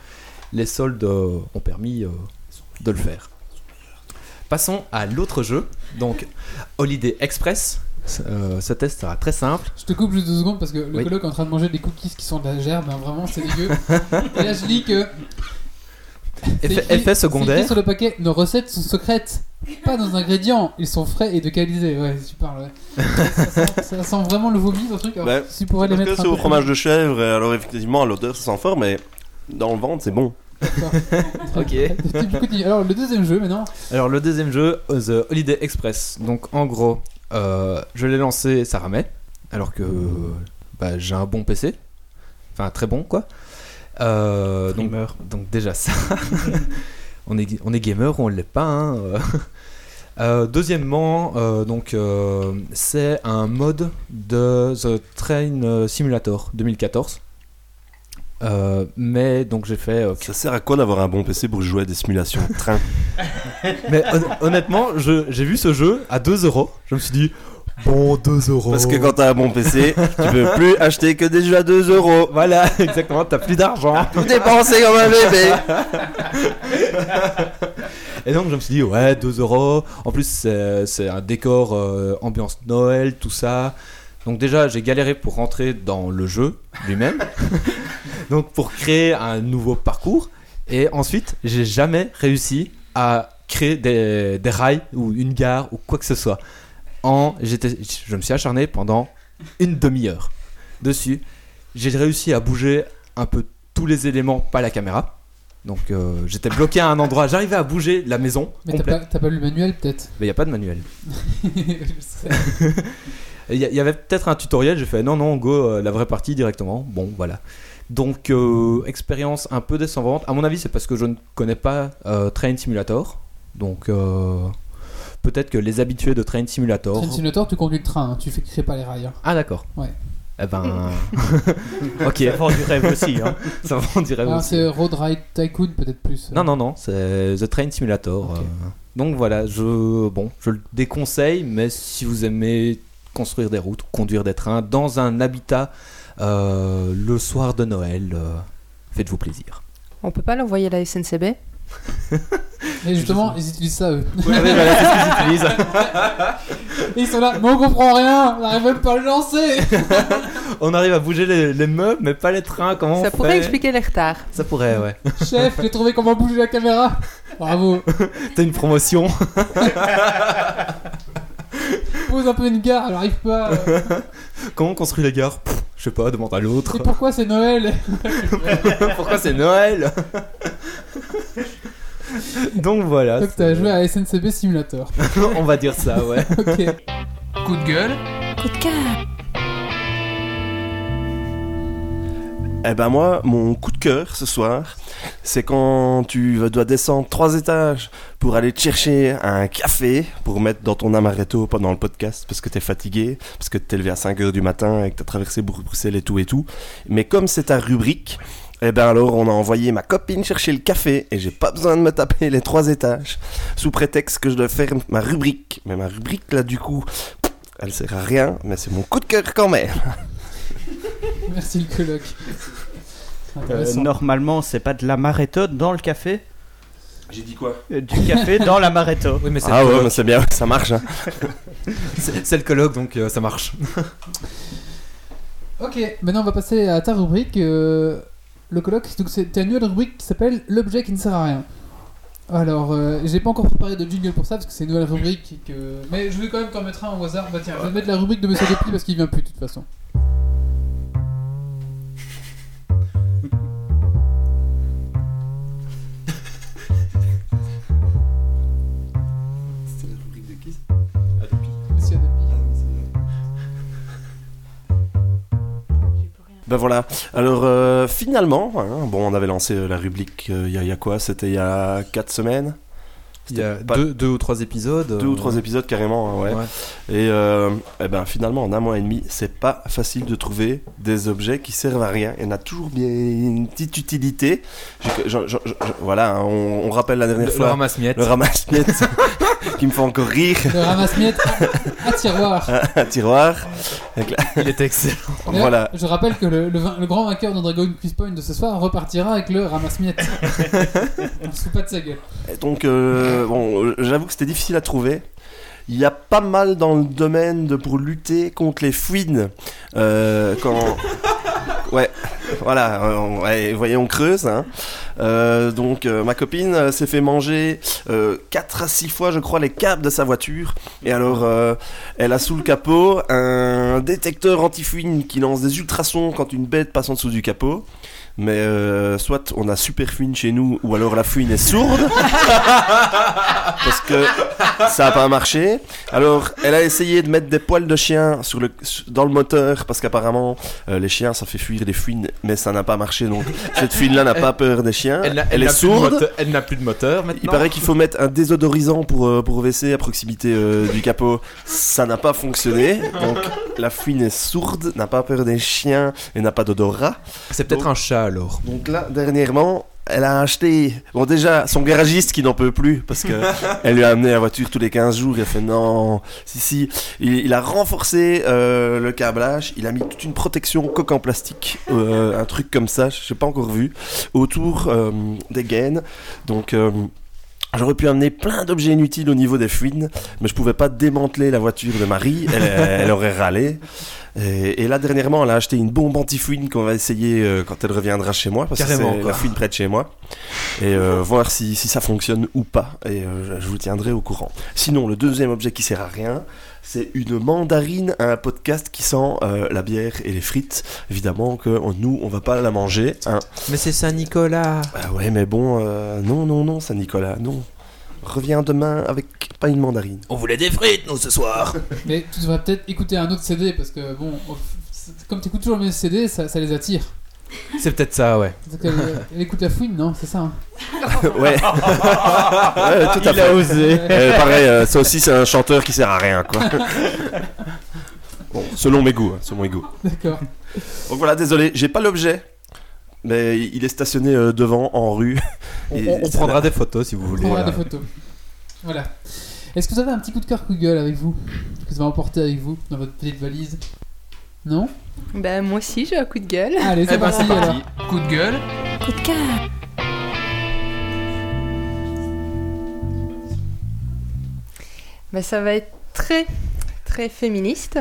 S3: les soldes euh, ont permis euh, de le faire. Passons à l'autre jeu. Donc, Holiday Express. Euh, ce test sera très simple.
S1: Je te coupe juste deux secondes parce que le
S3: Oui.
S1: coloc est en train de manger des cookies qui sont de la gerbe, hein, vraiment c'est
S3: *laughs*
S1: dégueu. Et là je lis que. c'est
S3: Effet,
S1: écrit-
S3: effet
S1: c'est écrit
S3: secondaire.
S1: sur le paquet, nos recettes sont secrètes, pas nos ingrédients, ils sont frais et de qualité. Ouais, tu parles, ouais. ça, sent, ça sent vraiment le vomi, ce truc. Alors,
S5: Ouais.
S1: Si tu pourrais les
S5: Parce que
S1: mettre.
S5: c'est
S1: un
S5: au
S1: peu-
S5: fromage de chèvre, et alors effectivement, à l'odeur, ça sent fort, mais dans le ventre, c'est bon.
S1: *laughs* Tu- du coup, tu- Alors le deuxième jeu maintenant.
S3: Alors le deuxième jeu, euh, The Holiday Express. Donc en gros, euh, je l'ai lancé, ça ramait, alors que bah, j'ai un bon PC, enfin très bon quoi. Euh, donc,
S7: Dreamer.
S3: donc déjà ça, *laughs* on est on est gamer ou on l'est pas. hein, euh. *laughs* Euh, deuxièmement, euh, donc euh, c'est un mode de The Train Simulator 2014. Euh, mais donc j'ai fait euh,
S5: Ça sert à quoi d'avoir un bon PC pour jouer à des simulations de train
S3: Mais hon- honnêtement, je- j'ai vu ce jeu à 2 euros. Je me suis dit, bon, 2 euros.
S5: Parce que quand t'as un bon PC, tu peux plus acheter que des jeux à 2 euros.
S3: Voilà, *laughs* exactement, t'as plus d'argent.
S5: *laughs* Tout dépenser comme un bébé
S3: Et donc, je me suis dit, ouais, 2 euros. En plus, c'est c'est un décor euh, ambiance Noël, tout ça. Donc, déjà, j'ai galéré pour rentrer dans le jeu lui-même. *laughs* donc, pour créer un nouveau parcours. Et ensuite, j'ai jamais réussi à créer des, des rails ou une gare ou quoi que ce soit. En, j'étais- je me suis acharné pendant une demi-heure dessus. J'ai réussi à bouger un peu tous les éléments, pas la caméra. Donc euh, j'étais bloqué à un endroit, j'arrivais à bouger la maison
S1: Mais t'as
S3: complète.
S1: pas, t'as pas lu le manuel peut-être *laughs*
S3: Mais il n'y a pas de manuel.
S1: Je sais.
S3: Il y, a- y avait peut-être un tutoriel, j'ai fait non, non, go, euh, la vraie partie directement. Bon, voilà. Donc, euh, expérience un peu décevante. À mon avis, c'est parce que je ne connais pas euh, Train Simulator. Donc, euh, peut-être que les habitués de Train Simulator.
S1: Train Simulator, tu conduis le train, hein, tu fais créer pas les rails. hein.
S3: Ah, d'accord.
S1: Ouais.
S3: Eh ben. ok.
S7: Ça vend du rêve aussi. Hein.
S3: *laughs* Ça vend du rêve
S1: Alors,
S3: aussi.
S1: Ah, c'est Road Ride Tycoon, peut-être plus. euh.
S3: Non, non, non, c'est The Train Simulator.
S1: Ok.
S3: euh. Donc voilà, je, bon, je le déconseille, mais si vous aimez construire des routes, conduire des trains dans un habitat euh, le soir de Noël, euh, faites-vous plaisir.
S4: On peut pas l'envoyer à la SNCB
S1: Et justement, ils utilisent ça, eux.
S3: Please.
S1: Ils sont là, mais on comprend rien, on n'arrive même pas à le lancer.
S3: *laughs* on arrive à bouger les, les meubles, mais pas les trains. Comment
S4: Ça
S3: on
S4: pourrait
S3: fait
S4: expliquer les retards.
S3: Ça pourrait, ouais.
S1: Chef, j'ai trouvé comment bouger la caméra. Bravo.
S3: T'as une promotion. *laughs*
S1: Pose un peu une gare, elle arrive pas. euh,
S3: Comment on construit les gares Pff, Je sais pas, demande à l'autre.
S1: *laughs* Et pourquoi c'est Noël
S3: *laughs* Pourquoi c'est Noël Donc voilà,
S1: Donc t'as joué à SNCB Simulator.
S3: *laughs* on va dire ça, ouais.
S1: Ok.
S2: Coup de gueule.
S4: Coup de cœur.
S5: Eh ben moi, mon coup de cœur ce soir, c'est quand tu dois descendre trois étages pour aller te chercher un café pour mettre dans ton amaretto pendant le podcast parce que t'es fatigué, parce que t'es levé à 5h du matin et que t'as traversé Brou- Bruxelles et tout et tout. Mais comme c'est ta rubrique, eh ben alors on a envoyé ma copine chercher le café et j'ai pas besoin de me taper les trois étages sous prétexte que je dois faire ma rubrique. Mais ma rubrique là du coup, elle sert à rien, mais c'est mon coup de cœur quand même.
S1: Merci le coloc. C'est
S7: Euh,
S1: intéressant.
S7: normalement, c'est pas de l'amaretto dans le café,
S5: J'ai dit quoi
S7: euh, du café dans
S4: *laughs*
S7: l'amaretto.
S3: *laughs* Oui, mais c'est
S5: Ah
S3: le
S5: ouais,
S3: colloque.
S5: mais c'est bien, ça marche. hein.
S3: C'est c'est le colloque, donc euh, ça marche.
S1: Ok, maintenant on va passer à ta rubrique. euh, le colloque, donc c'est t'as une nouvelle rubrique qui s'appelle L'objet qui ne sert à rien. Alors, euh, j'ai pas encore préparé de jingle pour ça parce que c'est une nouvelle rubrique. et que... Mais je vais quand même t'en mettre un au hasard. Bah tiens, je vais mettre la rubrique de Monsieur Dépli parce qu'il vient plus de toute façon. Monsieur Dépli.
S5: Ben voilà. Alors euh, finalement, hein, bon, on avait lancé euh, la rubrique euh, il y, a- il y a quoi C'était il y a 4 semaines
S3: Il y a
S5: C'était pas-
S3: deux, deux ou trois épisodes. euh,
S5: deux ou trois épisodes carrément, hein, ouais. Et euh, eh ben finalement, en un mois et demi, c'est pas facile de trouver des objets qui servent à rien. Il y en a toujours bien une petite utilité. J'ai- j'en- j'en- j'en- voilà, hein, on, on rappelle la dernière
S3: Le,
S5: fois
S3: ramasse-miettes.
S5: le ramasse-miettes *laughs* qui me fait encore rire,
S1: Le ramasse-miettes à, à tiroir.
S5: un tiroir. Avec la-
S3: Il était excellent.
S1: D'ailleurs,
S5: Voilà.
S1: Je rappelle que le, le vin- le grand vainqueur de Dragon Quiz Point de ce soir repartira avec le ramasse-miettes. On se fout pas de sa gueule.
S5: Et donc, euh, bon, euh, j'avoue que c'était difficile à trouver. Il y a pas mal dans le domaine de pour lutter contre les fouines. Euh, quand. Ouais, voilà, euh, on- ouais, vous voyez, on creuse. hein. Euh, donc, euh, ma copine euh, s'est fait manger 4 Euh, à 6 fois, je crois, les câbles de sa voiture. Et alors, euh, elle a sous le capot un détecteur anti-fouine qui lance des ultrasons quand une bête passe en dessous du capot. Mais euh, soit on a super fouine chez nous, ou alors la fouine est sourde. *laughs* parce que ça a pas marché. Alors, elle a essayé de mettre des poils de chien sur le, sur- dans le moteur, parce qu'apparemment, euh, les chiens, ça fait fuir les fouines, mais ça n'a pas marché. Donc, cette fouine-là n'a pas peur des chiens.
S3: Elle, n'a- elle
S5: elle est
S3: n'a plus de
S5: sourde.
S3: moteur- Elle n'a plus de moteur maintenant.
S5: Il paraît qu'il faut mettre un désodorisant pour, euh, pour WC à proximité euh, du capot. Ça n'a pas fonctionné. Donc la fouine est sourde, n'a pas peur des chiens et n'a pas d'odorat.
S3: C'est peut-être un chat alors.
S5: Donc là, dernièrement, elle a acheté. Bon, déjà, son garagiste qui n'en peut plus parce que elle lui a amené la voiture tous les 15 jours. Il a fait non, si, si. Il, il a renforcé euh, le câblage. Il a mis toute une protection coque en plastique, euh, un truc comme ça, je n'ai pas encore vu, autour euh, des gaines. Donc. euh, J'aurais pu amener plein d'objets inutiles au niveau des fouines, mais je pouvais pas démanteler la voiture de Marie, elle, elle aurait râlé. Et, et là, dernièrement, elle a acheté une bombe anti-fouine qu'on va essayer euh, quand elle reviendra chez moi, parce
S3: Carrément,
S5: que c'est
S3: quoi.
S5: la fouine près de chez moi, et euh, voir si, si ça fonctionne ou pas, et euh, je- je vous tiendrai au courant. Sinon, le deuxième objet qui sert à rien, c'est une mandarine à un podcast qui sent euh, la bière et les frites. Évidemment que on- nous, on va pas la manger. hein.
S3: Mais c'est Saint-Nicolas.
S5: Ah ouais, mais bon, euh, non, non, non, Saint-Nicolas, non. Reviens demain avec pas une mandarine.
S3: On voulait des frites nous ce soir.
S1: Mais tu devrais peut-être écouter un autre CD parce que, bon, oh, c'est- comme tu écoutes toujours les mêmes CD, ça, ça les attire.
S3: C'est peut-être ça, ouais.
S1: Donc, elle, elle écoute la fouine, non C'est ça hein
S5: *laughs* ouais. *laughs* Ouais, tout à
S1: *laughs*
S5: fait.
S1: Ouais.
S5: *laughs* Euh, pareil, euh, ça aussi, c'est un chanteur qui sert à rien, quoi. Bon, selon mes goûts, hein, selon mes goûts.
S1: D'accord.
S5: Donc voilà, désolé, j'ai pas l'objet, mais il est stationné euh, devant, en rue.
S3: On,
S5: Et
S3: on- on
S5: c'est
S3: prendra des photos si vous
S1: On
S3: voulez.
S1: prendra
S3: Voilà.
S1: des photos. Voilà. Est-ce que vous avez un petit coup de cœur Google avec vous Que vous avez emporté avec vous dans votre petite valise Non
S4: Ben, moi aussi, j'ai un coup de gueule.
S1: Allez, c'est
S2: Eh ben,
S1: parti,
S2: c'est parti.
S1: alors.
S2: Coup de gueule.
S8: Coup de cœur.
S4: Ben, ça va être très, très féministe.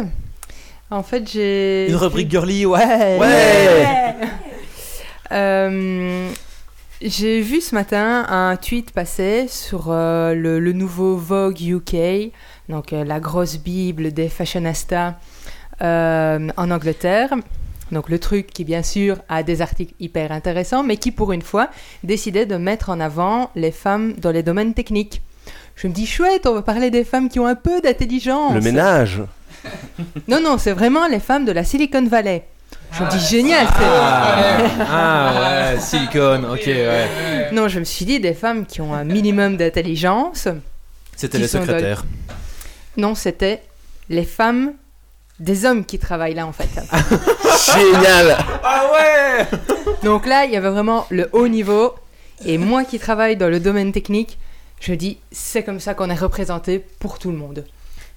S4: En fait, j'ai.
S7: Une rubrique girly, ouais.
S4: Ouais Euh, J'ai vu ce matin un tweet passer sur euh, le, le nouveau Vogue UK, donc euh, la grosse bible des fashionistas euh, en Angleterre. Donc le truc qui bien sûr a des articles hyper intéressants, mais qui pour une fois décidait de mettre en avant les femmes dans les domaines techniques. Je me dis chouette, on va parler des femmes qui ont un peu d'intelligence.
S5: Le ménage.
S4: Non non, c'est vraiment les femmes de la Silicon Valley. Je me dis génial, c'est
S3: Ah, ouais, silicone, ok, ouais.
S4: Non, je me suis dit des femmes qui ont un minimum d'intelligence.
S3: C'était
S4: Qui
S3: les
S4: sont
S3: secrétaires.
S4: Non, c'était les femmes des hommes qui travaillent là en fait.
S5: Génial
S4: Donc là, il y avait vraiment le haut niveau. Et moi qui travaille dans le domaine technique, je dis c'est comme ça qu'on est représenté pour tout le monde.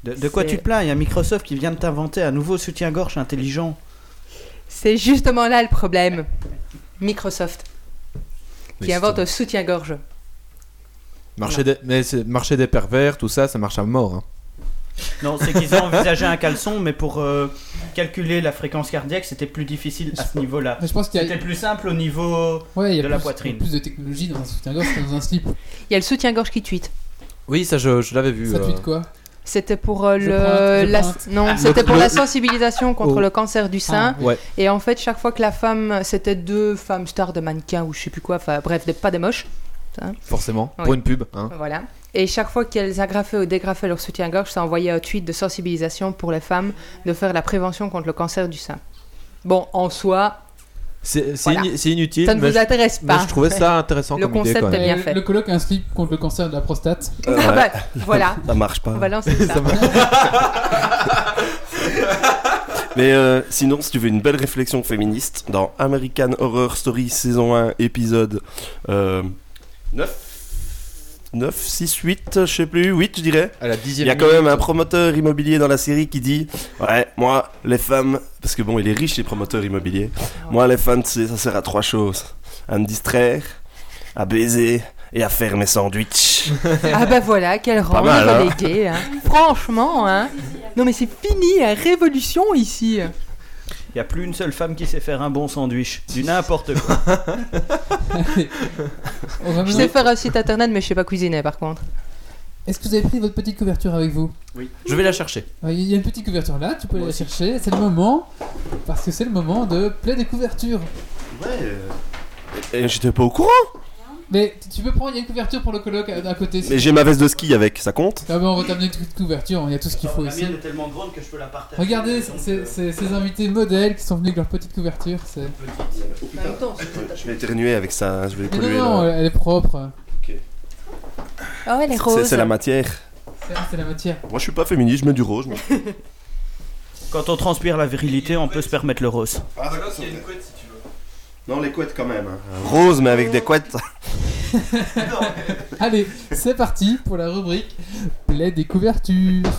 S7: De, de quoi
S4: C'est-
S7: tu te plains Il y a Microsoft qui vient de t'inventer un nouveau soutien-gorge intelligent.
S4: C'est justement là le problème. Microsoft qui invente un soutien-gorge.
S3: Marché des, mais c'est- marché des pervers, tout ça, ça marche à mort. hein.
S7: Non, c'est qu'ils ont envisagé un caleçon, mais pour euh, calculer la fréquence cardiaque, c'était plus difficile à ce niveau-là.
S1: Mais je pense qu'il y a,
S7: C'était plus simple au niveau.
S1: ouais, il y a
S7: de
S1: plus,
S7: la poitrine.
S1: plus de technologie dans un soutien-gorge que dans un slip.
S4: Il y a le soutien-gorge qui tweet.
S3: Oui, ça, je, je l'avais vu.
S1: Ça
S3: euh,
S1: tweet quoi
S4: C'était pour euh,
S1: Je
S4: le
S1: pointe, je
S4: la-
S1: pointe.
S4: non,
S3: Ah.
S4: c'était
S3: Le-
S4: pour
S3: le-
S4: la sensibilisation contre
S3: Oh.
S4: le cancer du
S1: Ah,
S4: sein.
S3: Ouais.
S4: Et en fait, chaque fois que la femme, c'était deux femmes stars de mannequins ou je sais plus quoi, enfin bref, des- pas des moches,
S3: Forcément,
S4: Ouais.
S3: pour une pub. Hein.
S4: voilà. Et chaque fois qu'elles agrafaient ou dégrafaient leur soutien-gorge, ça envoyait un tweet de sensibilisation pour les femmes de faire la prévention contre le cancer du sein. Bon, en soi,
S3: C'est c'est
S4: Voilà.
S3: ini- c'est inutile,
S4: ça ne
S3: mais,
S4: vous
S3: je,
S4: intéresse
S3: mais
S4: pas.
S3: je trouvais ça intéressant
S4: Le
S3: comme idée
S4: concept
S3: quand
S4: T'as
S3: même. *laughs*
S4: est- bien
S1: Euh,
S4: fait.
S1: Le colloque un slip contre le cancer de la prostate.
S4: Ah bah, *laughs* voilà, Ah
S5: Ça marche pas.
S4: on va lancer ça.
S5: Mais euh, sinon, si tu veux une belle réflexion féministe, dans American Horror Story saison 1, épisode euh, 9, 9, 6, 8, je sais plus, 8 je dirais.
S3: À la
S5: Il
S3: dixième
S5: y a quand
S3: minute.
S5: même un promoteur immobilier dans la série qui dit Ouais, moi, les femmes, parce que bon, il est riche, les promoteurs immobiliers. Moi, les femmes, tu sais, ça sert à trois choses à me distraire, à baiser et à faire mes sandwichs.
S4: Ah bah voilà, quel rang
S5: mal,
S4: les
S5: hein.
S4: relégués, hein. Franchement, hein. Non mais c'est fini, la révolution ici.
S7: Il n'y a plus une seule femme qui sait faire un bon sandwich. Du n'importe quoi.
S1: On va
S4: Je
S1: maintenant-
S4: sais faire un site internet, mais je sais pas cuisiner par contre.
S1: Est-ce que vous avez pris votre petite couverture avec vous
S3: Je vais la chercher.
S1: Alors, Il y a une petite couverture là, tu peux aller la chercher. C'est le moment, parce que c'est le moment de play des couvertures.
S5: Et j'étais pas au courant,
S1: Mais tu- tu peux prendre, il y a une couverture pour le colloque à, à côté. si-
S5: mais j'ai ma veste de ski avec, ça compte
S1: Ah bah, on va t'amener une petite couverture, il y a tout ce
S3: Ah,
S1: qu'il faut ici.
S7: tellement grande que je peux la partager. euh,
S1: Regardez c- c- c- ces invités modèles qui sont venus avec leur petite couverture. c'est-
S4: Oh,
S5: Je vais éternuer avec ça, hein, je vais
S1: Mais non,
S5: polluer.
S1: non,
S5: là.
S1: elle est propre.
S4: Oh, elle est
S5: C'est-
S4: rose.
S5: C'est la matière.
S1: C'est c'est la matière.
S5: Moi, je suis pas féministe, je mets du rose. moi.
S7: Quand on transpire la virilité, on peut se permettre le rose.
S3: Ah, bah
S5: Non, les couettes quand même. hein. Rose, mais avec des couettes. *laughs*
S1: Allez, c'est parti pour la rubrique play des couvertures.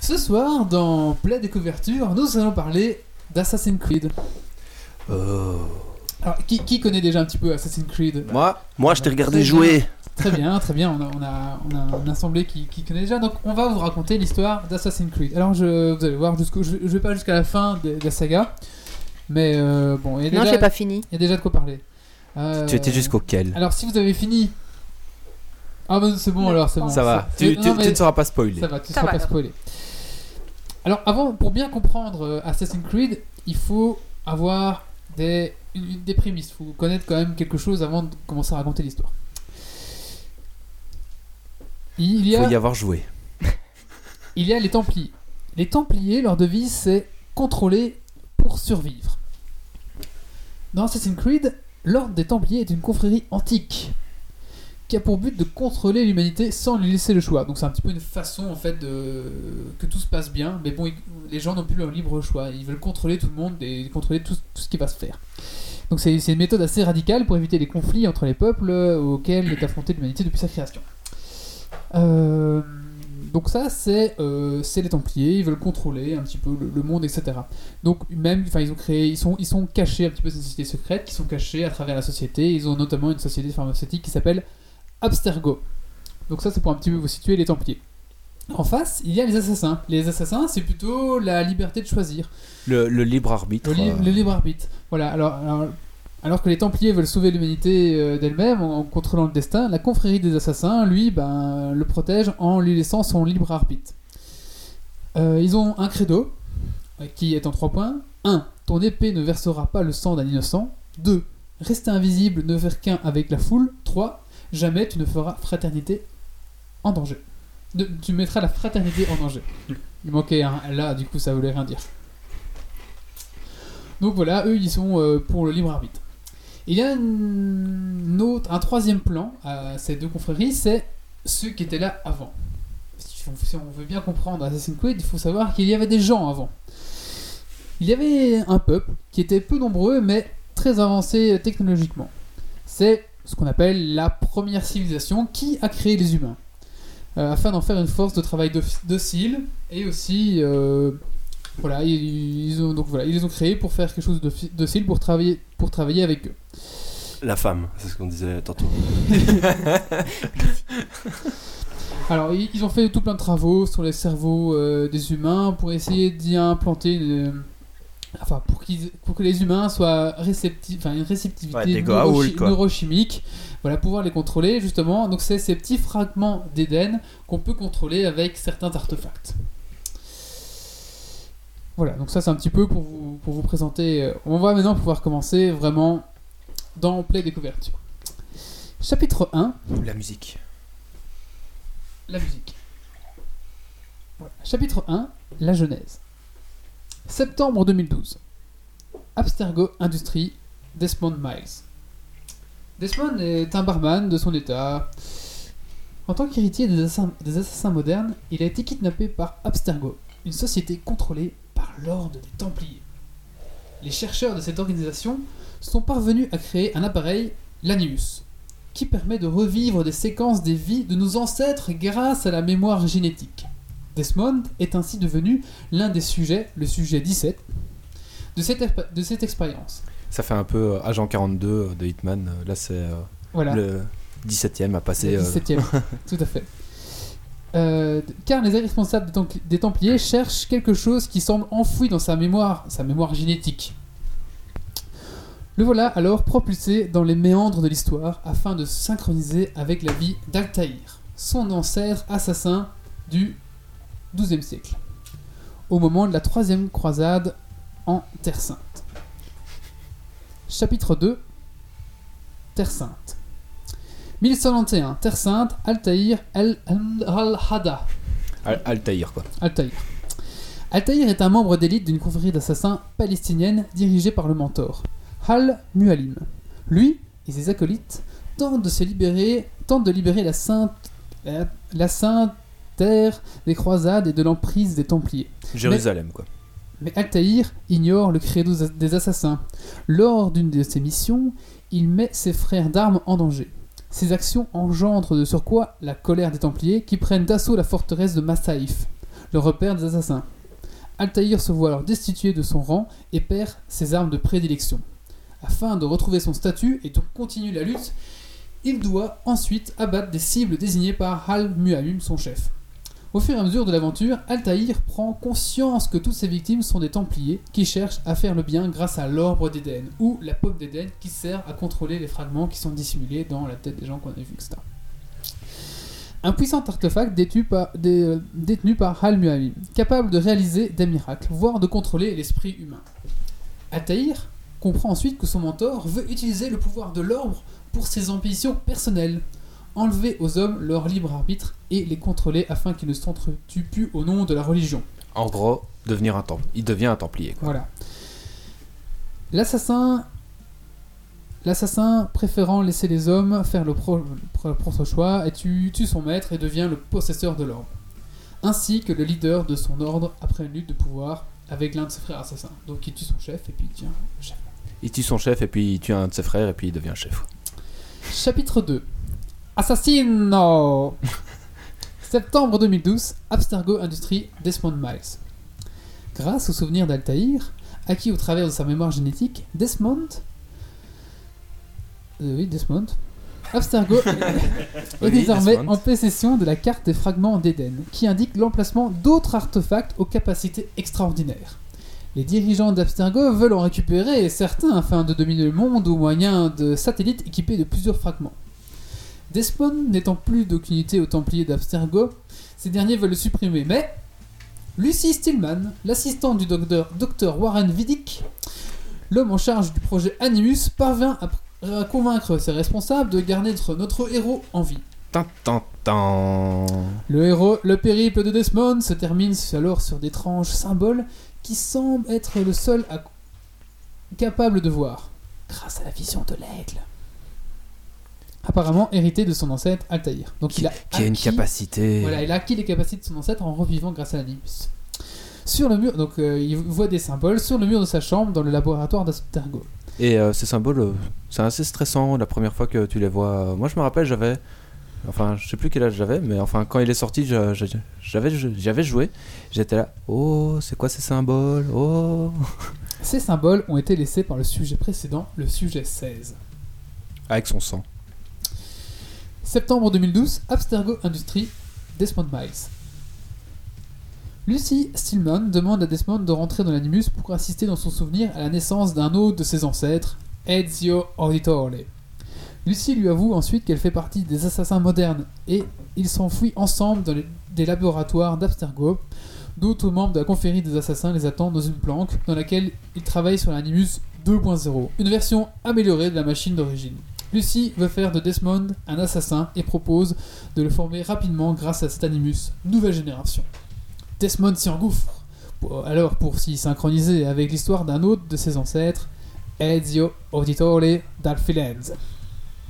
S1: Ce soir, dans Play des couvertures, nous allons parler d'Assassin's Creed. Alors, qui, qui connaît déjà un petit peu Assassin's Creed
S3: Euh. Moi,
S5: Moi, je t'ai regardé
S1: C'est
S5: jouer.
S1: Très bien, très bien. On a, on a, on a un assemblée qui, qui connaît déjà. Donc, on va vous raconter l'histoire d'Assassin's Creed. Alors, je, vous allez voir, jusqu'au, je, je vais pas jusqu'à la fin de, de la saga. Mais euh, bon, il y, a
S4: Non,
S1: déjà-
S4: j'ai pas fini.
S1: il y a déjà de quoi parler. Euh,
S3: tu étais jusqu'au quel
S1: Alors, si vous avez fini. Ah, ben c'est bon, alors, c'est bon.
S3: Ça va.
S1: c'est-
S3: Tu,
S1: non,
S3: tu-
S1: mais-
S3: tu ne seras pas spoilé.
S1: Ça va, tu ne
S4: Ça
S1: seras
S4: va,
S1: pas
S4: alors.
S1: spoilé. Alors, avant, pour bien comprendre euh, Assassin's Creed, il faut avoir des, une- une des prémices. faut connaître quand même quelque chose avant de commencer à raconter l'histoire. Il y
S3: Faut
S1: a
S3: y avoir joué.
S1: il y a les Templiers. Les Templiers, leur devise, c'est contrôler pour survivre. Dans Assassin's Creed, l'ordre des Templiers est une confrérie antique qui a pour but de contrôler l'humanité sans lui laisser le choix. Donc c'est un petit peu une façon en fait de que tout se passe bien, mais bon, ils- les gens n'ont plus leur libre choix. Ils veulent contrôler tout le monde et contrôler tout, tout ce qui va se faire. Donc c'est c'est une méthode assez radicale pour éviter les conflits entre les peuples euh, auxquels est affrontée l'humanité depuis sa création. Euh, donc ça, c'est euh, c'est les Templiers, ils veulent contrôler un petit peu le, le monde, etc. Donc même, enfin ils ont créé, ils sont, ils sont cachés un petit peu ces sociétés secrètes qui sont cachées à travers la société. Ils ont notamment une société pharmaceutique qui s'appelle Abstergo. Donc ça, c'est pour un petit peu vous situer les Templiers. En face, il y a les assassins. Les assassins, c'est plutôt la liberté de choisir.
S3: Le, le libre arbitre.
S1: Le, li-
S3: euh,
S1: le libre arbitre. Voilà, alors, alors, alors que les Templiers veulent sauver l'humanité euh, d'elle-même en, en contrôlant le destin, la confrérie des assassins, lui, ben, le protège en lui laissant son libre arbitre. Euh, ils ont un credo euh, qui est en trois points. 1. Ton épée ne versera pas le sang d'un innocent. 2. Rester invisible, ne faire qu'un avec la foule. 3. Jamais tu ne feras fraternité en danger. Ne- tu mettras la fraternité en danger.
S3: Mm.
S1: Il manquait un là, du coup ça voulait rien dire. Donc voilà, eux ils sont euh, pour le libre arbitre. Il y a un, autre, un troisième plan à ces deux confréries, c'est ceux qui étaient là avant. Si on, si on veut bien comprendre Assassin's Creed, il faut savoir qu'il y avait des gens avant. Il y avait un peuple qui était peu nombreux mais très avancé technologiquement. C'est ce qu'on appelle la première civilisation qui a créé les humains, euh, afin d'en faire une force de travail do- docile et aussi euh, voilà, ils, ils ont, donc voilà, ils les ont créés pour faire quelque chose de fi- docile pour travailler, pour travailler avec eux.
S5: La femme, c'est ce qu'on disait tantôt.
S1: Alors, ils, ils ont fait tout plein de travaux sur les cerveaux euh, des humains pour essayer d'y implanter une- Enfin, pour, qu'ils- pour que les humains soient réceptifs, enfin une réceptivité
S3: Ouais, des Goa'uld,
S1: neurochi-
S3: quoi.
S1: neurochimique, voilà, pouvoir les contrôler justement. Donc c'est ces petits fragments d'Éden qu'on peut contrôler avec certains artefacts. Voilà, donc ça c'est un petit peu pour vous, pour vous présenter. On va maintenant pouvoir commencer vraiment dans Play Découverte. Chapitre 1,
S3: euh, La musique.
S1: la musique. Voilà. Chapitre 1, la Genèse. Septembre 2012. Abstergo Industries, Desmond Miles. Desmond est un barman de son état. En tant qu'héritier des assassins, des assassins modernes, il a été kidnappé par Abstergo, une société contrôlée par l'ordre des Templiers. Les chercheurs de cette organisation sont parvenus à créer un appareil, l'Animus, qui permet de revivre des séquences des vies de nos ancêtres grâce à la mémoire génétique. Desmond est ainsi devenu l'un des sujets, le sujet 17, de cette, exp- de cette expérience.
S3: Ça fait un peu euh, Agent 42 euh, de Hitman. euh, Là, c'est euh,
S1: Voilà.
S3: le 17ème à passer.
S1: Le
S3: euh, *laughs*
S1: 17e, tout à fait. Euh, car les responsables des, Templi- des Templiers cherchent quelque chose qui semble enfoui dans sa mémoire, sa mémoire génétique. Le voilà alors propulsé dans les méandres de l'histoire afin de se synchroniser avec la vie d'Altaïr, son ancêtre assassin du XIIe siècle, au moment de la troisième croisade en Terre Sainte. Chapitre 2 Terre Sainte. 1191, Terre Sainte, Altaïr el-Al-Hada.
S3: Al- Altaïr, quoi.
S1: Altaïr. Altaïr est un membre d'élite d'une confrérie d'assassins palestinienne dirigée par le mentor, Hal Mualim. Lui et ses acolytes tentent de se libérer, tentent de libérer la sainte, la, la sainte terre des croisades et de l'emprise des Templiers.
S3: Jérusalem, quoi.
S1: Mais Altaïr ignore le credo des assassins. Lors d'une de ses missions, il met ses frères d'armes en danger. Ses actions engendrent de surcroît la colère des Templiers qui prennent d'assaut la forteresse de Massaïf, le repère des assassins. Altaïr se voit alors destitué de son rang et perd ses armes de prédilection. Afin de retrouver son statut et de continuer la lutte, il doit ensuite abattre des cibles désignées par Hal Mualim, son chef. Au fur et à mesure de l'aventure, Altaïr prend conscience que toutes ses victimes sont des Templiers qui cherchent à faire le bien grâce à l'orbre d'Éden, ou la pomme d'Éden qui sert à contrôler les fragments qui sont dissimulés dans la tête des gens qu'on a vus, etc. Un puissant artefact détenu par, dé- euh, détenu par Hal Mualim, capable de réaliser des miracles, voire de contrôler l'esprit humain. Altaïr comprend ensuite que son mentor veut utiliser le pouvoir de l'ordre pour ses ambitions personnelles, enlever aux hommes leur libre arbitre et les contrôler afin qu'ils ne s'entretuent plus au nom de la religion.
S3: En gros, devenir un temple. Il devient un templier. quoi.
S1: Voilà. L'assassin. L'assassin, préférant laisser les hommes faire le pro- pro- propre choix, et tue, tue son maître et devient le possesseur de l'ordre. Ainsi que le leader de son ordre après une lutte de pouvoir avec l'un de ses frères assassins. Donc il tue son chef et puis il tient le chef.
S3: Il tue son chef et puis il tue un de ses frères et puis il devient chef.
S1: Chapitre 2 Assassino Septembre 2012, Abstergo Industries Desmond Miles. Grâce aux souvenirs d'Altaïr, acquis au travers de sa mémoire génétique, Desmond. Euh, oui, Desmond. Abstergo est
S3: Oui,
S1: désormais
S3: Desmond.
S1: en possession de la carte des fragments d'Éden, qui indique l'emplacement d'autres artefacts aux capacités extraordinaires. Les dirigeants d'Abstergo veulent en récupérer certains afin de dominer le monde au moyen de satellites équipés de plusieurs fragments. Desmond n'étant plus d'aucune unité aux Templiers d'Abstergo, ces derniers veulent le supprimer, mais Lucy Stillman, l'assistante du docteur, docteur Warren Vidic, l'homme en charge du projet Animus, parvient à, pr- à convaincre ses responsables de garder notre, notre héros en vie.
S3: Tan, tan, tan.
S1: Le héros, le périple de Desmond se termine alors sur d'étranges symboles qui semblent être le seul à- capable de voir, grâce à la vision de l'aigle. Apparemment hérité de son ancêtre Altaïr. Donc il a
S3: Qui a une
S1: acquis-
S3: capacité.
S1: voilà, il a acquis les capacités de son ancêtre en revivant grâce à l'animus. Sur le mur, donc euh, il voit des symboles sur le mur de sa chambre dans le laboratoire d'Astergo.
S3: Et euh, ces symboles, euh, c'est assez stressant la première fois que tu les vois. Moi, je me rappelle, j'avais. Enfin, je sais plus quel âge j'avais, mais enfin, quand il est sorti, je- je- j'avais j'avais joué. J'étais là, oh, c'est quoi ces symboles Oh
S1: Ces symboles ont été laissés par le sujet précédent, le sujet 16.
S3: Avec son sang.
S1: Septembre 2012, Abstergo Industries, Desmond Miles. Lucy Stillman demande à Desmond de rentrer dans l'animus pour assister dans son souvenir à la naissance d'un autre de ses ancêtres, Ezio Auditore. Lucy lui avoue ensuite qu'elle fait partie des assassins modernes et ils s'enfuient ensemble dans les- des laboratoires d'Abstergo. D'autres membres de la confrérie des assassins les attendent dans une planque dans laquelle ils travaillent sur l'animus 2.0, une version améliorée de la machine d'origine. Lucy veut faire de Desmond un assassin et propose de le former rapidement grâce à cet animus, nouvelle génération. Desmond s'y engouffre, pour- alors pour s'y synchroniser avec l'histoire d'un autre de ses ancêtres, Ezio Auditore d'Alfilenz.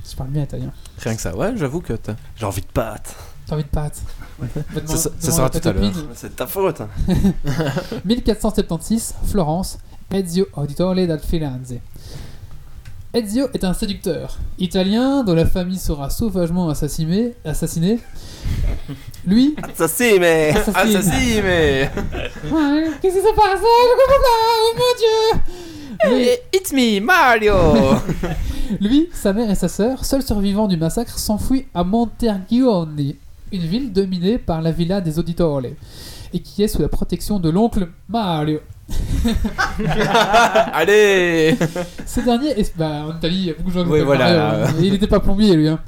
S1: Je parle bien italien.
S3: Rien que ça, ouais, j'avoue que t'as.
S5: J'ai envie de pâte.
S1: T'as envie de pâtes Va demander-
S3: Ça- ça
S1: demander
S3: sera
S1: ta
S3: tout à l'heure.
S1: copine.
S5: Ah, C'est de ta faute. hein.
S1: 1476, Florence, Ezio Auditore dal Firenze. Ezio est un séducteur italien dont la famille sera sauvagement assassinée. assassinée. Lui,
S3: Ah,
S5: Ça c'est, mais.
S1: assassiné.
S3: si, mais.
S1: *laughs*
S3: *laughs*
S1: Ouais, Qu'est-ce qui se passe Je comprends pas, oh mon dieu Lui-
S3: It's me, Mario
S1: Lui, sa mère et sa sœur, seuls survivants du massacre, s'enfuient à Montergioni, une ville dominée par la villa des Auditore, et qui est sous la protection de l'oncle Mario.
S3: *laughs* Allez
S1: Ce dernier, es- bah, en Italie, il y a beaucoup de gens qui
S3: Oui,
S1: s'appellent
S3: voilà.
S1: Mario, hein. Et il n'était pas plombier, lui. Hein.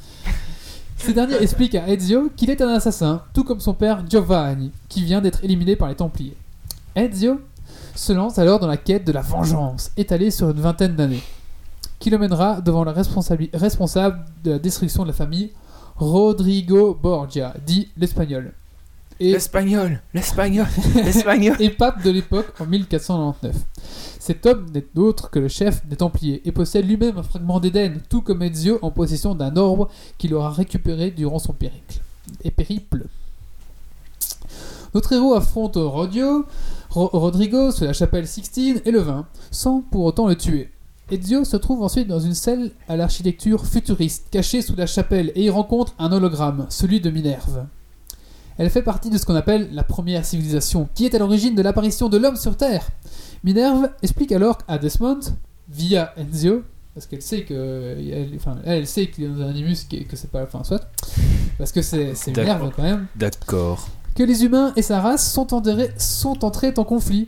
S1: Ce dernier explique à Ezio qu'il est un assassin, tout comme son père Giovanni, qui vient d'être éliminé par les Templiers. Ezio se lance alors dans la quête de la vengeance, étalée sur une vingtaine d'années, qui le mènera devant le responsabli- responsable de la destruction de la famille, Rodrigo Borgia, dit l'espagnol. Et
S3: L'espagnol L'espagnol L'espagnol
S1: et pape de l'époque en 1499. Cet homme n'est autre que le chef des Templiers et possède lui-même un fragment d'Éden, tout comme Ezio en possession d'un orbe qu'il aura récupéré durant son périple. Et périple. Notre héros affronte Rodio, Ro- Rodrigo sous la chapelle Sixtine et le vin, sans pour autant le tuer. Ezio se trouve ensuite dans une salle à l'architecture futuriste, cachée sous la chapelle, et y rencontre un hologramme, celui de Minerve. Elle fait partie de ce qu'on appelle la première civilisation, qui est à l'origine de l'apparition de l'homme sur Terre. Minerve explique alors à Desmond, via Enzio, parce qu'elle sait que, elle, enfin, elle, elle sait qu'il est dans un animus, que, que c'est pas, enfin, soit, parce que c'est c'est Minerve quand même,
S3: D'accord.
S1: que les humains et sa race sont, endérés- sont entrés en conflit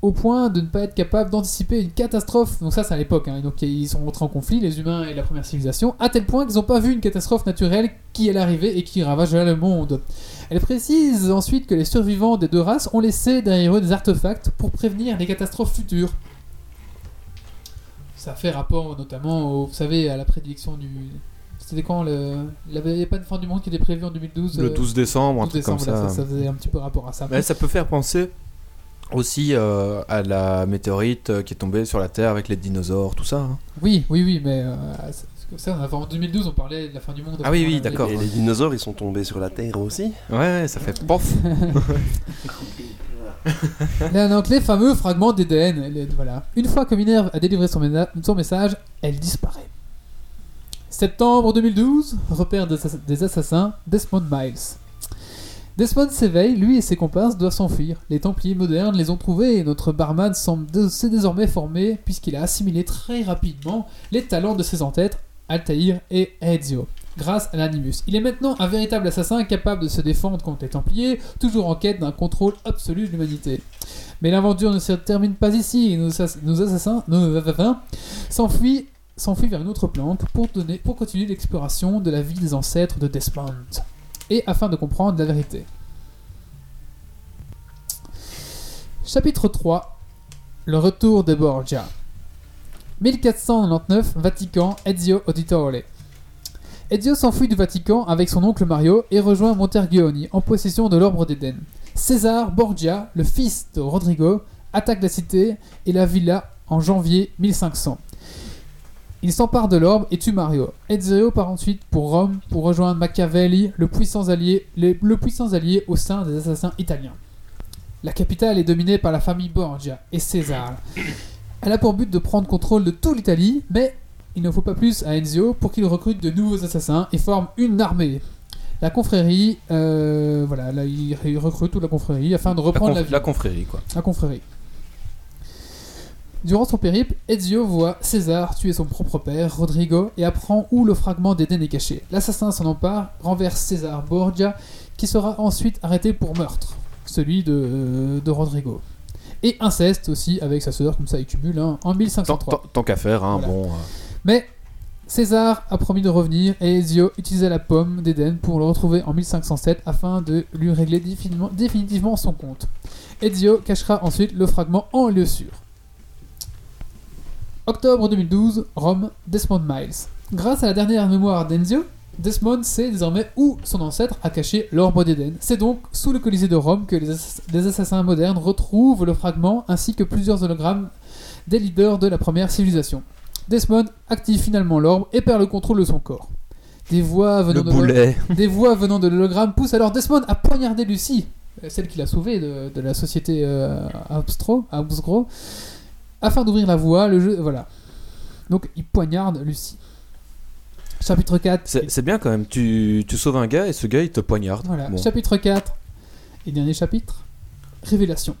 S1: au point de ne pas être capables d'anticiper une catastrophe. Donc ça, c'est à l'époque. hein. Donc ils sont rentrés en conflit, les humains et la première civilisation, à tel point qu'ils n'ont pas vu une catastrophe naturelle qui est l'arrivée et qui ravage le monde. Elle précise ensuite que les survivants des deux races ont laissé derrière eux des artefacts pour prévenir les catastrophes futures. ça fait rapport notamment, au- vous savez, à la prédilection du. C'était quand le... Il n'y avait pas de fin du monde qui était prévue en 2012
S3: Le
S1: euh,
S3: 12 décembre, un
S1: 12
S3: truc
S1: décembre,
S3: comme
S1: là,
S3: ça.
S1: ça. faisait un petit peu rapport à ça.
S3: Mais ça peut faire penser aussi euh, à la météorite euh, qui est tombée sur la Terre avec les dinosaures, tout ça. hein.
S1: Oui, oui, oui, mais euh, c'est- parce que ça, en 2012, on parlait de la fin du monde.
S3: Ah oui, oui,
S1: On avait-
S3: d'accord.
S5: Et les dinosaures, ils sont tombés sur la Terre aussi.
S3: Ouais, ouais, ça fait pof.
S1: Là, donc, les fameux fragments d'Éden. les- Voilà. Une fois que Minerve a délivré son, ména- son message, elle disparaît. Septembre 2012, repère des, ass- des assassins, Desmond Miles. Desmond s'éveille, lui et ses comparses doivent s'enfuir. Les Templiers modernes les ont trouvés et notre barman semble dé- s'est désormais formé puisqu'il a assimilé très rapidement les talents de ses entêtes, Altaïr et Ezio, grâce à l'animus. Il est maintenant un véritable assassin capable de se défendre contre les Templiers, toujours en quête d'un contrôle absolu de l'humanité. Mais l'aventure ne se termine pas ici. et Nos, assass- nos assassins nos assassins s'enfuient s'enfuient vers une autre plante pour, donner, pour continuer l'exploration de la vie des ancêtres de Desmond et afin de comprendre la vérité. Chapitre 3 Le retour des Borgia 1499 Vatican Ezio Auditore Ezio s'enfuit du Vatican avec son oncle Mario et rejoint Montergioni en possession de l'Orbre d'Éden. César Borgia, le fils de Rodrigo, attaque la cité et la villa en janvier 1500. Il s'empare de l'orbe et tue Mario. Ezio part ensuite pour Rome pour rejoindre Machiavelli, le puissant allié, les- le puissant allié au sein des assassins italiens. La capitale est dominée par la famille Borgia et César. Elle a pour but de prendre contrôle de toute l'Italie, mais il ne faut pas plus à Ezio pour qu'il recrute de nouveaux assassins et forme une armée. La confrérie, euh, voilà, là, il il recrute toute la confrérie afin de
S3: La,
S1: reprendre
S3: conf-
S1: la ville
S3: la confrérie, quoi.
S1: la confrérie. Durant son périple, Ezio voit César tuer son propre père, Rodrigo, et apprend où le fragment d'Éden est caché. L'assassin s'en empare, renverse César Borgia, qui sera ensuite arrêté pour meurtre, celui de, euh, de Rodrigo. Et inceste aussi avec sa sœur, comme ça il cumule, hein, en
S3: Tant,
S1: 1503.
S3: tant- tant qu'à faire, hein,
S1: Voilà.
S3: bon. euh,
S1: Mais César a promis de revenir et Ezio utilisa la pomme d'Éden pour le retrouver en 1507 afin de lui régler définitivement, définitivement son compte. Ezio cachera ensuite le fragment en lieu sûr. Octobre 2012, Rome, Desmond Miles. Grâce à la dernière mémoire d'Enzio, Desmond sait désormais où son ancêtre a caché l'orbe d'Éden. C'est donc sous le Colisée de Rome que les, ass- les assassins modernes retrouvent le fragment ainsi que plusieurs hologrammes des leaders de la première civilisation. Desmond active finalement l'orbe et perd le contrôle de son corps. Des voix
S3: Le
S1: venant de
S3: boulet.
S1: *laughs* des voix venant de l'hologramme poussent alors Desmond à poignarder Lucie, euh, celle qui l'a sauvée de, de la société euh, Abstro, Absgro, afin d'ouvrir la voie. Le jeu, voilà. Donc il poignarde Lucie. Chapitre 4.
S3: C'est c'est bien quand même. Tu, tu sauves un gars et ce gars, il te poignarde.
S1: Voilà,
S3: Bon.
S1: chapitre 4 et dernier chapitre, Révélation.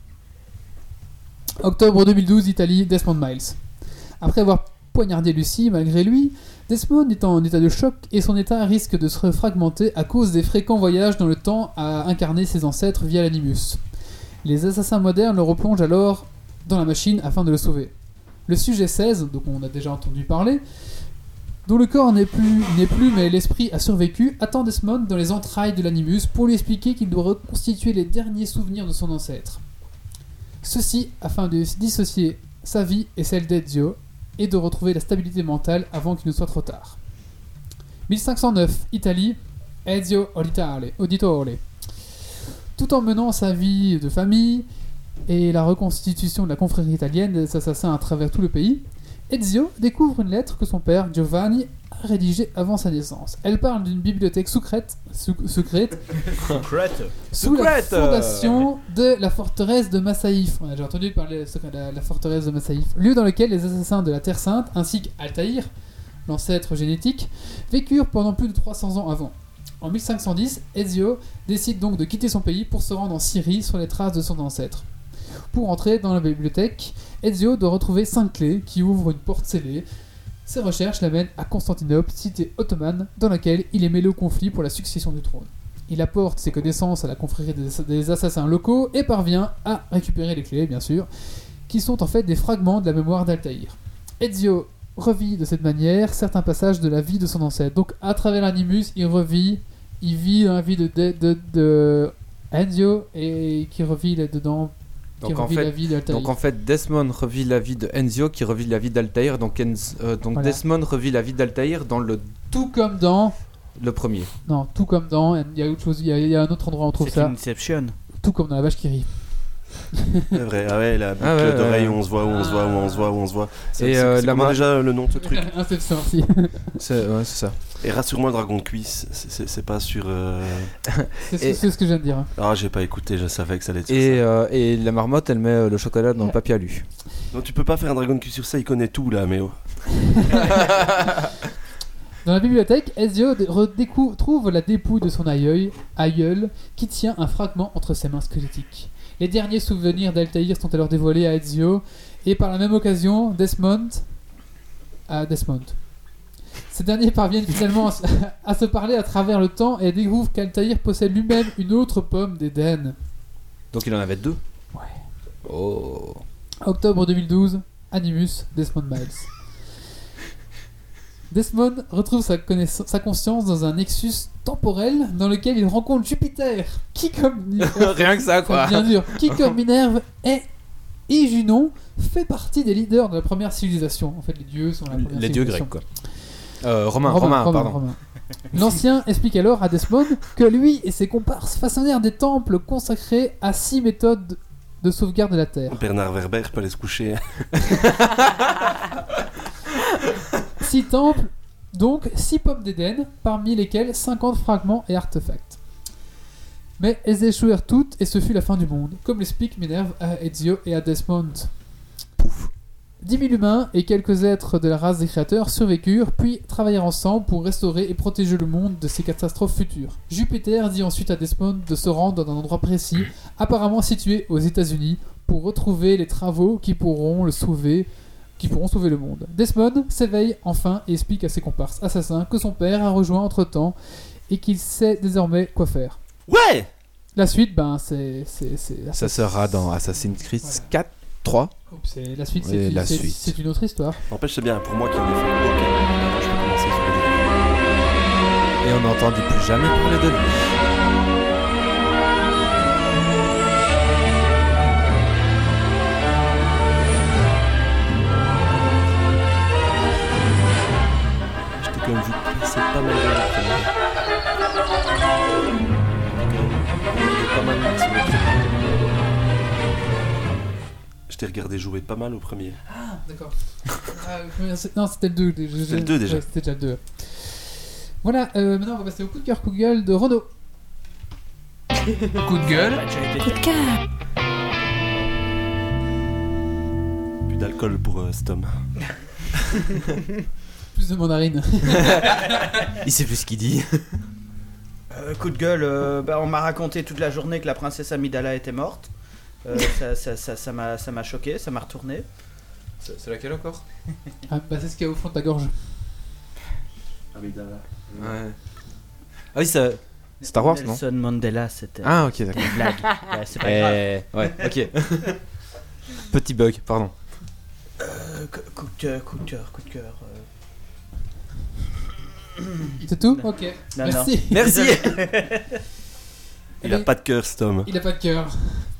S1: Octobre 2012, Italie, Desmond Miles. Après avoir poignardé Lucie, malgré lui, Desmond est en état de choc et son état risque de se fragmenter à cause des fréquents voyages dans le temps à incarner ses ancêtres via l'animus. Les assassins modernes le replongent alors dans la machine afin de le sauver. Le sujet 16, dont on a déjà entendu parler, dont le corps n'est plus, n'est plus mais l'esprit a survécu, attend Desmond dans les entrailles de l'animus pour lui expliquer qu'il doit reconstituer les derniers souvenirs de son ancêtre. Ceci afin de dissocier sa vie et celle d'Ezio et de retrouver la stabilité mentale avant qu'il ne soit trop tard. 1509, Italie, Ezio Auditore. Auditore. Tout en menant sa vie de famille et la reconstitution de la confrérie italienne des assassins à travers tout le pays, Ezio découvre une lettre que son père, Giovanni, a rédigée avant sa naissance. Elle parle d'une bibliothèque secrète, sou- secrète
S7: Secret.
S1: sous la
S3: Secrète, euh.
S1: fondation de la forteresse de Massaïf. On a déjà entendu parler de secret- la, la forteresse de Massaïf, lieu dans lequel les assassins de la Terre Sainte, ainsi qu'Altaïr, l'ancêtre génétique, vécurent pendant plus de 300 ans avant. En 1510, Ezio décide donc de quitter son pays pour se rendre en Syrie sur les traces de son ancêtre. Pour entrer dans la bibliothèque, Ezio doit retrouver cinq clés qui ouvrent une porte scellée. Ses recherches l'amènent à Constantinople, cité ottomane, dans laquelle il est mêlé au conflit pour la succession du trône. Il apporte ses connaissances à la confrérie des, des assassins locaux et parvient à récupérer les clés, bien sûr, qui sont en fait des fragments de la mémoire d'Altaïr. Ezio revit de cette manière certains passages de la vie de son ancêtre. Donc, à travers l'animus, il revit, il vit dans la vie de, de, de- de Ezio et qui revit là-dedans qui
S3: Donc en
S1: revit la
S3: fait,
S1: vie d'Altaïr.
S3: donc en fait, Desmond revit la vie de Enzio qui revit la vie d'Altair. Donc, Enz- euh, donc
S1: Voilà.
S3: Desmond revit la vie d'Altair dans le,
S1: Tout comme dans.
S3: le premier.
S1: Non, tout comme dans. Il y a autre chose, il y a, il y a un autre endroit où on trouve
S7: C'est
S1: ça.
S7: une Inception.
S1: Tout comme dans la vache qui rit.
S5: C'est vrai, ah ouais, la boucle
S3: Ah ouais,
S5: d'oreille,
S3: ouais.
S5: on se voit, où on se voit, où on se voit, où on se voit. C'est-
S3: Et,
S5: c'est-
S3: euh,
S5: c'est
S3: la
S5: comment
S3: ma-
S5: déjà le nom de ce truc.
S1: Un c'est aussi.
S3: C'est ouais, c'est ça.
S5: Et rassure-moi, le dragon de cuisse, c'est- c'est c'est pas sur. euh,
S1: C'est ce-
S3: Et-
S1: c'est ce que je viens de dire. hein.
S5: Ah, j'ai pas écouté, je savais que ça allait être sur
S3: Et, euh, et la marmotte, elle met euh, le chocolat dans le papier à lui.
S5: ça. Non, tu peux pas faire un dragon de cuisse sur ça, il connaît tout là, mais oh.
S1: Dans la bibliothèque, Ezio dé- redécou- trouve la dépouille de son aïeul, aïeul qui tient un fragment entre ses mains squelettiques. Les derniers souvenirs d'Altaïr sont alors dévoilés à Ezio, et par la même occasion, Desmond à Desmond. Ces derniers parviennent finalement à se- *laughs* à se parler à travers le temps et découvrent qu'Altaïr possède lui-même une autre pomme d'Éden.
S3: Donc il en avait deux
S1: Ouais.
S3: Oh.
S1: Octobre 2012, Animus, Desmond Miles. Desmond retrouve sa, connaissance- sa conscience dans un nexus temporel dans lequel il rencontre Jupiter, qui comme Minerve,
S3: *laughs* Rien que ça,
S1: ça
S3: quoi.
S1: devient dur, qui comme Minerve est et Junon fait partie des leaders de la première civilisation. En fait, les dieux sont la première
S3: Les dieux
S1: civilisation.
S3: grecs, quoi. Euh, Romain, Romain, pardon.
S1: Romain. L'ancien explique alors à Desmond que lui et ses comparses façonnèrent des temples consacrés à six méthodes de sauvegarde de la Terre.
S5: Bernard Werber peut aller se coucher.
S1: Six temples, donc six pommes d'Éden, parmi lesquelles 50 fragments et artefacts. Mais elles échouèrent toutes et ce fut la fin du monde, comme l'explique Minerve à Ezio et à Desmond. Pouf. 10 000 humains et quelques êtres de la race des créateurs survécurent, puis travaillèrent ensemble pour restaurer et protéger le monde de ces catastrophes futures. Jupiter dit ensuite à Desmond de se rendre dans un endroit précis, apparemment situé aux États-Unis, pour retrouver les travaux qui pourront le sauver qui pourront sauver le monde. Desmond s'éveille enfin et explique à ses comparses assassins que son père a rejoint entre-temps et qu'il sait désormais quoi faire.
S5: Ouais
S1: La suite, ben, c'est... c'est- c'est-
S3: Ça sera dans Assassin's Creed 4, 3.
S1: Oups, c'est- La suite,
S3: Et
S1: c'est
S3: la
S1: c'est-
S3: suite.
S1: c'est une autre histoire.
S5: N'empêche, c'est bien pour moi qui en ai fait. Ok, maintenant je peux commencer sur le début.
S3: Et on n'a entendu plus jamais parler de lui.
S5: Je t'ai quand même vu passer pas mal de J'ai quand même regardé pas mal de Je t'ai regardé jouer pas mal au premier.
S1: D'accord. Euh, non, c'était le 2. C'était
S5: le deux, déjà.
S1: c'était déjà le 2. Voilà, euh, maintenant on va passer au coup de cœur, coup de gueule de Renaud.
S2: Coup de gueule.
S5: Plus d'alcool pour euh, cet homme.
S1: Plus de mandarine.
S3: Il sait plus ce qu'il dit.
S7: Euh,
S6: Euh, coup de gueule, euh, bah, on m'a raconté toute la journée que la princesse Amidala était morte. Euh, ça- ça- ça- ça m'a ça m'a choqué, ça m'a retourné.
S3: C'est laquelle encore
S1: Ah, bah, c'est ce qu'il y a au fond de ta gorge.
S5: Amidala.
S3: Ouais. Ah oui, ça. Star Wars, non
S7: Nelson Mandela, c'était
S3: Ah, ok, d'accord.
S7: une blague. Ouais, c'est pas grave.
S3: Eh, Ouais, *laughs* ok. Petit bug, pardon.
S6: Euh, coup- coup de cœur, coup de cœur, coup de cœur. euh.
S1: C'est tout Ok.
S7: Non, non.
S1: Merci.
S3: Merci
S5: Il a pas de cœur
S1: *laughs*
S5: cet homme.
S1: Il a pas de cœur.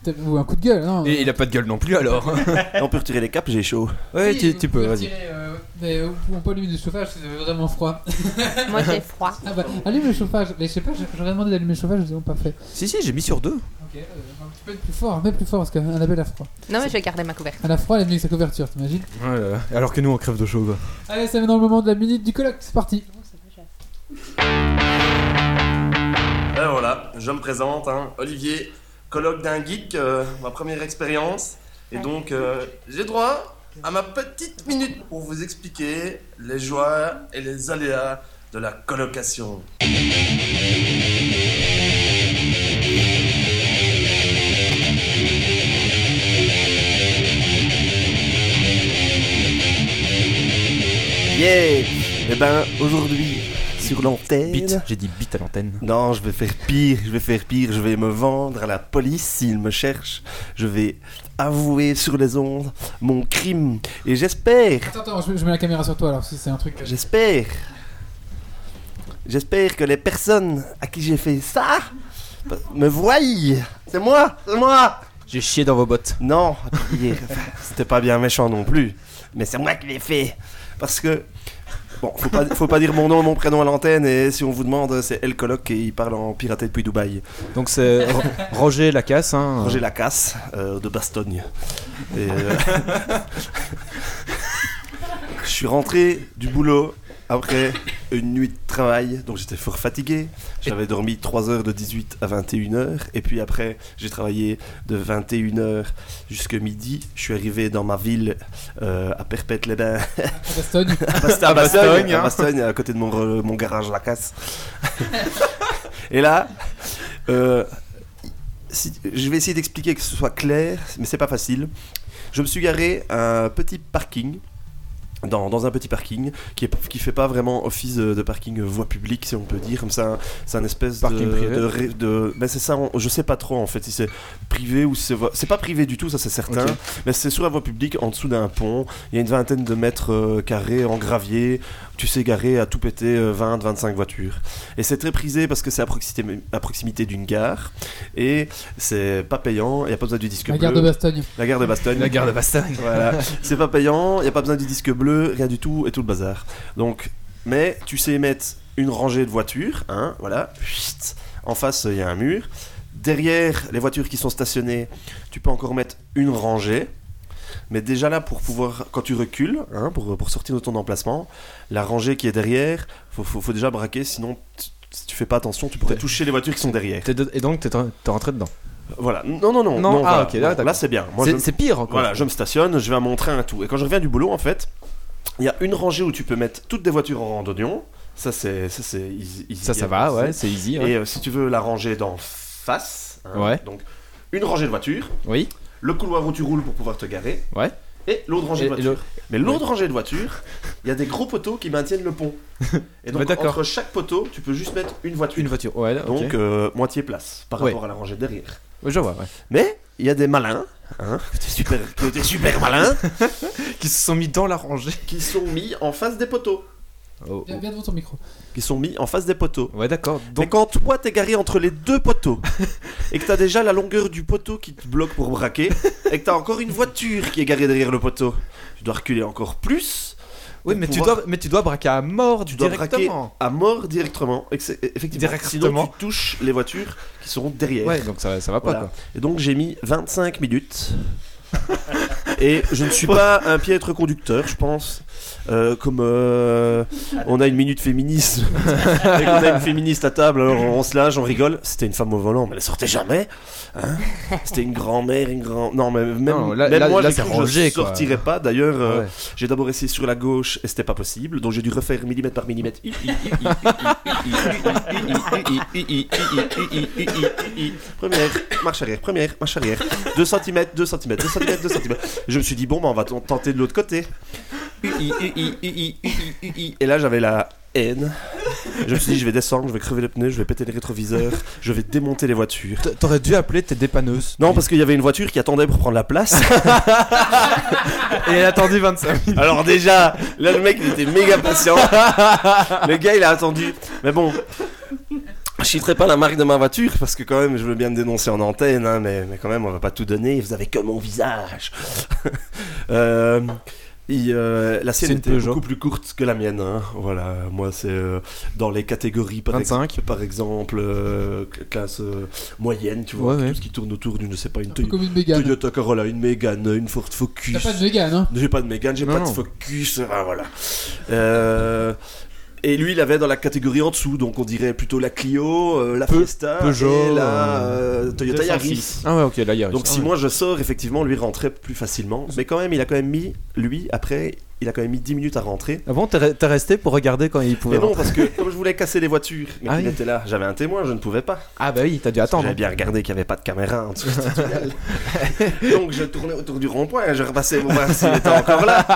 S1: T'as- Ou un coup de gueule, non
S3: Et il a pas de gueule non plus *laughs* alors.
S5: Et on peut retirer les capes, j'ai chaud.
S3: Ouais,
S1: Si,
S3: tu,
S1: vous
S3: tu peux,
S1: pouvez
S3: vas-y.
S1: retirer, euh, mais euh, on peut allumer le chauffage, c'est vraiment froid.
S4: *laughs*
S1: *laughs*
S4: Moi j'ai froid.
S1: Ah bah, allume le chauffage. Mais je sais pas, je- j'aurais demandé d'allumer le chauffage, ils l'ont pas fait.
S3: Si, si, j'ai mis sur deux.
S1: Ok, euh, un petit peu plus fort, mais plus fort parce qu'elle avait la froid.
S4: Non mais je vais garder ma couverture.
S1: Elle a froid, elle a mis sa couverture, t'imagines
S3: euh, alors que nous on crève de chaud quoi.
S1: Allez, c'est maintenant le moment de la minute du colloque, c'est parti.
S5: Alors voilà, je me présente, hein, Olivier, colloque d'un geek, euh, ma première expérience. Et donc, euh, j'ai droit à ma petite minute pour vous expliquer les joies et les aléas de la colocation. Yeah Eh ben, aujourd'hui, sur l'antenne...
S3: Bit, j'ai dit bit à l'antenne.
S5: Non, je vais faire pire, je vais faire pire, je vais me vendre à la police s'ils me cherchent. Je vais avouer sur les ondes mon crime. Et j'espère,
S1: Attends, attends, je, je mets la caméra sur toi alors si c'est un truc. euh,
S5: j'espère, j'espère que les personnes à qui j'ai fait ça me voient. C'est moi, c'est moi.
S3: J'ai chié dans vos bottes.
S5: Non, attendez, enfin, c'était pas bien méchant non plus. Mais c'est moi qui l'ai fait. Parce que. Bon, faut pas, faut pas dire mon nom, mon prénom à l'antenne, et si on vous demande, c'est El Coloc et il parle en piraté depuis Dubaï.
S3: Donc *laughs* c'est Ro- Roger Lacasse. Hein.
S5: Roger Lacasse, euh, de Bastogne. Et, euh, Je suis rentré du boulot après une nuit de travail, donc j'étais fort fatigué. J'avais dormi 3 heures de 18 à 21 heures, et puis après, j'ai travaillé de 21 heures jusqu'à midi. Je suis arrivé dans ma ville, euh, à Perpète-les-Bains,
S1: À Bastogne.
S5: à Bastogne,
S3: Bastogne, hein.
S5: à Bastogne, à côté de mon, re- mon garage la casse. et là, euh, si- je vais essayer d'expliquer que ce soit clair, mais c'est pas facile. Je me suis garé à un petit parking. Dans, dans un petit parking qui, est, qui fait pas vraiment office de, de parking euh, voie publique si on peut dire comme ça c'est un espèce
S3: Parking
S5: de,
S3: privé.
S5: de ré- de- ben c'est ça on- je sais pas trop en fait si c'est privé ou si c'est voie- c'est pas privé du tout ça c'est certain
S3: Ok.
S5: mais c'est sur la voie publique en dessous d'un pont il y a une vingtaine de mètres euh, carrés en gravier tu sais garer à tout péter euh, 20 25 voitures et c'est très prisé parce que c'est à proximité à proximité d'une gare et c'est pas payant, il n'y a pas besoin du disque
S1: La
S5: bleu.
S1: gare de Bastogne.
S5: la gare de Bastogne.
S3: La gare de Bastogne.
S5: *laughs* Voilà. C'est pas payant, il n'y a pas besoin du disque bleu, rien du tout, et tout le bazar. Donc, mais tu sais mettre une rangée de voitures, hein, voilà. Chut. En face, il y a un mur. Derrière les voitures qui sont stationnées, tu peux encore mettre une rangée. Mais déjà là, pour pouvoir, quand tu recules, hein, pour, pour sortir de ton emplacement, la rangée qui est derrière, faut, faut, faut déjà braquer, sinon, tu- si tu fais pas attention, tu pourrais
S3: T'es-
S5: toucher les voitures qui sont derrière.
S3: T'es de- Et donc t'es t'es rentré dedans.
S5: Voilà. Non, non, non.
S3: Non, ah,
S5: voilà.
S3: ok, là, d'accord.
S5: là, c'est bien. Moi, je-
S3: C'est c'est pire encore.
S5: voilà, je me stationne, je vais à mon train et tout. Et quand je reviens du boulot, en fait, il y a une rangée où tu peux mettre toutes des voitures en rang d'oignon. Ça, c'est. Ça, c'est easy- easy.
S3: Ça, ça va, ouais, c'est easy. ouais.
S5: Et euh, si tu veux la ranger d'en face, hein,
S3: Ouais.
S5: donc une rangée de voitures,
S3: Oui,
S5: le couloir où tu roules pour pouvoir te garer,
S3: ouais.
S5: et l'autre rangée de
S3: Et- et
S5: voitures.
S3: l'autre-
S5: Mais l'autre rangée de voitures, il y a des gros poteaux qui maintiennent
S3: *laughs*
S5: le pont. Et donc,
S3: Ouais, d'accord.
S5: entre chaque poteau, tu peux juste mettre une voiture.
S3: Une voiture, ouais, ok.
S5: Donc, euh, moitié place par
S3: Ouais.
S5: rapport à la rangée derrière.
S3: Ouais, je vois, ouais.
S5: Mais il y a des malins, hein, qui étaient super, qui étaient super malins,
S3: Qui se sont mis dans la rangée.
S5: qui sont mis en face des poteaux.
S3: Oh,
S1: Viens, viens devant ton micro.
S5: Qui sont mis en face des poteaux.
S3: oh. Ouais, d'accord.
S5: Donc
S3: Donc,
S5: quand toi t'es garé entre les deux *laughs* poteaux et que t'as déjà la longueur du poteau qui te bloque pour braquer et que t'as encore une voiture qui est garée derrière le poteau, tu dois reculer encore plus,
S3: oui,
S5: pour
S3: mais, tu
S5: pouvoir-
S3: dois, mais tu dois braquer à mort
S5: tu dois braquer
S3: directement.
S5: à mort directement. Et que c'est- effectivement,
S3: Directement.
S5: sinon tu touches les voitures qui seront derrière.
S3: Ouais, donc ça, ça va pas,
S5: Voilà. Et donc j'ai mis
S3: *laughs*
S5: 25 minutes. Et je ne suis pas un piètre conducteur, je pense. Euh, comme euh, on a une
S3: *laughs*
S5: minute féministe et qu'on a une féministe à table, alors on se lâche, on rigole. C'était une femme au volant, mais elle sortait jamais. hein. C'était une grand-mère, une grand. Non, mais même,
S3: Non, là-
S5: même
S3: là-
S5: moi,
S3: là,
S5: j'ai
S3: c'est
S5: cru que
S3: rangé,
S5: je
S3: quoi.
S5: sortirais pas. D'ailleurs,
S3: quoi.
S5: euh,
S3: Ah Ouais.
S5: j'ai d'abord essayé sur la gauche et c'était pas possible, donc j'ai dû refaire millimètre par millimètre. Première, marche arrière, première, marche arrière. 2 cm, 2 cm, 2 cm, 2 cm. Je me suis dit, bon, bah, on va t- tenter de l'autre côté. Et là, j'avais la haine. Je me suis dit, je vais descendre, je vais crever les pneus, je vais péter les rétroviseurs, je vais démonter les voitures.
S3: T- T'aurais dû appeler tes dépanneuses.
S5: Non, parce qu'il y avait une voiture qui attendait pour prendre la place.
S3: Et elle a attendu 25 minutes.
S5: Alors déjà, là le mec il était
S1: *laughs*
S5: méga patient. Le gars il a attendu. Mais bon, je citerai pas la marque de ma voiture parce que quand même je veux bien me dénoncer en antenne, hein, mais, mais quand même on va pas tout donner. Vous avez que mon visage. *laughs* Euh, il, euh, la sienne
S3: C'est une
S5: était
S3: Peugeot.
S5: beaucoup plus courte que la mienne. hein. Voilà, moi c'est euh, dans les catégories par, ex-
S3: 25.
S5: par exemple euh, classe euh, moyenne, tu vois,
S3: Ouais, ouais.
S5: tout ce qui tourne autour d'une, je sais pas, une
S1: Un peu
S5: Toy-
S1: comme une Mégane.
S5: Toyota Corolla, une Mégane, une Ford
S1: T'as
S5: Focus.
S1: pas de Mégane, hein
S5: J'ai pas de Mégane, j'ai
S3: Non,
S5: pas
S3: non.
S5: de Focus, ah, voilà. Euh, et lui, il avait dans la catégorie en dessous, donc on dirait plutôt la Clio, euh, la
S3: Peu-
S5: Fiesta
S3: Peugeot,
S5: et la euh, Toyota
S7: 206.
S5: Yaris.
S3: Ah ouais, ok, là, il y a
S5: Donc si moi je sors, effectivement, lui rentrait plus facilement. Mais quand même, il a quand même mis, lui, après, il a quand même mis 10 minutes à rentrer.
S3: Avant, Ah t'es re- t'es resté pour regarder quand il pouvait.
S5: Mais non,
S3: rentrer.
S5: parce
S3: *laughs*
S5: que comme je voulais casser les voitures, mais
S3: Ah
S5: qu'il
S3: oui.
S5: était là, j'avais un témoin, je ne pouvais pas.
S3: Ah bah oui, t'as dû attendre.
S5: J'avais bien regardé qu'il n'y avait pas de caméra en dessous du tunnel. *laughs* Donc je tournais autour du rond-point, hein, je repassais pour voir s'il était encore là.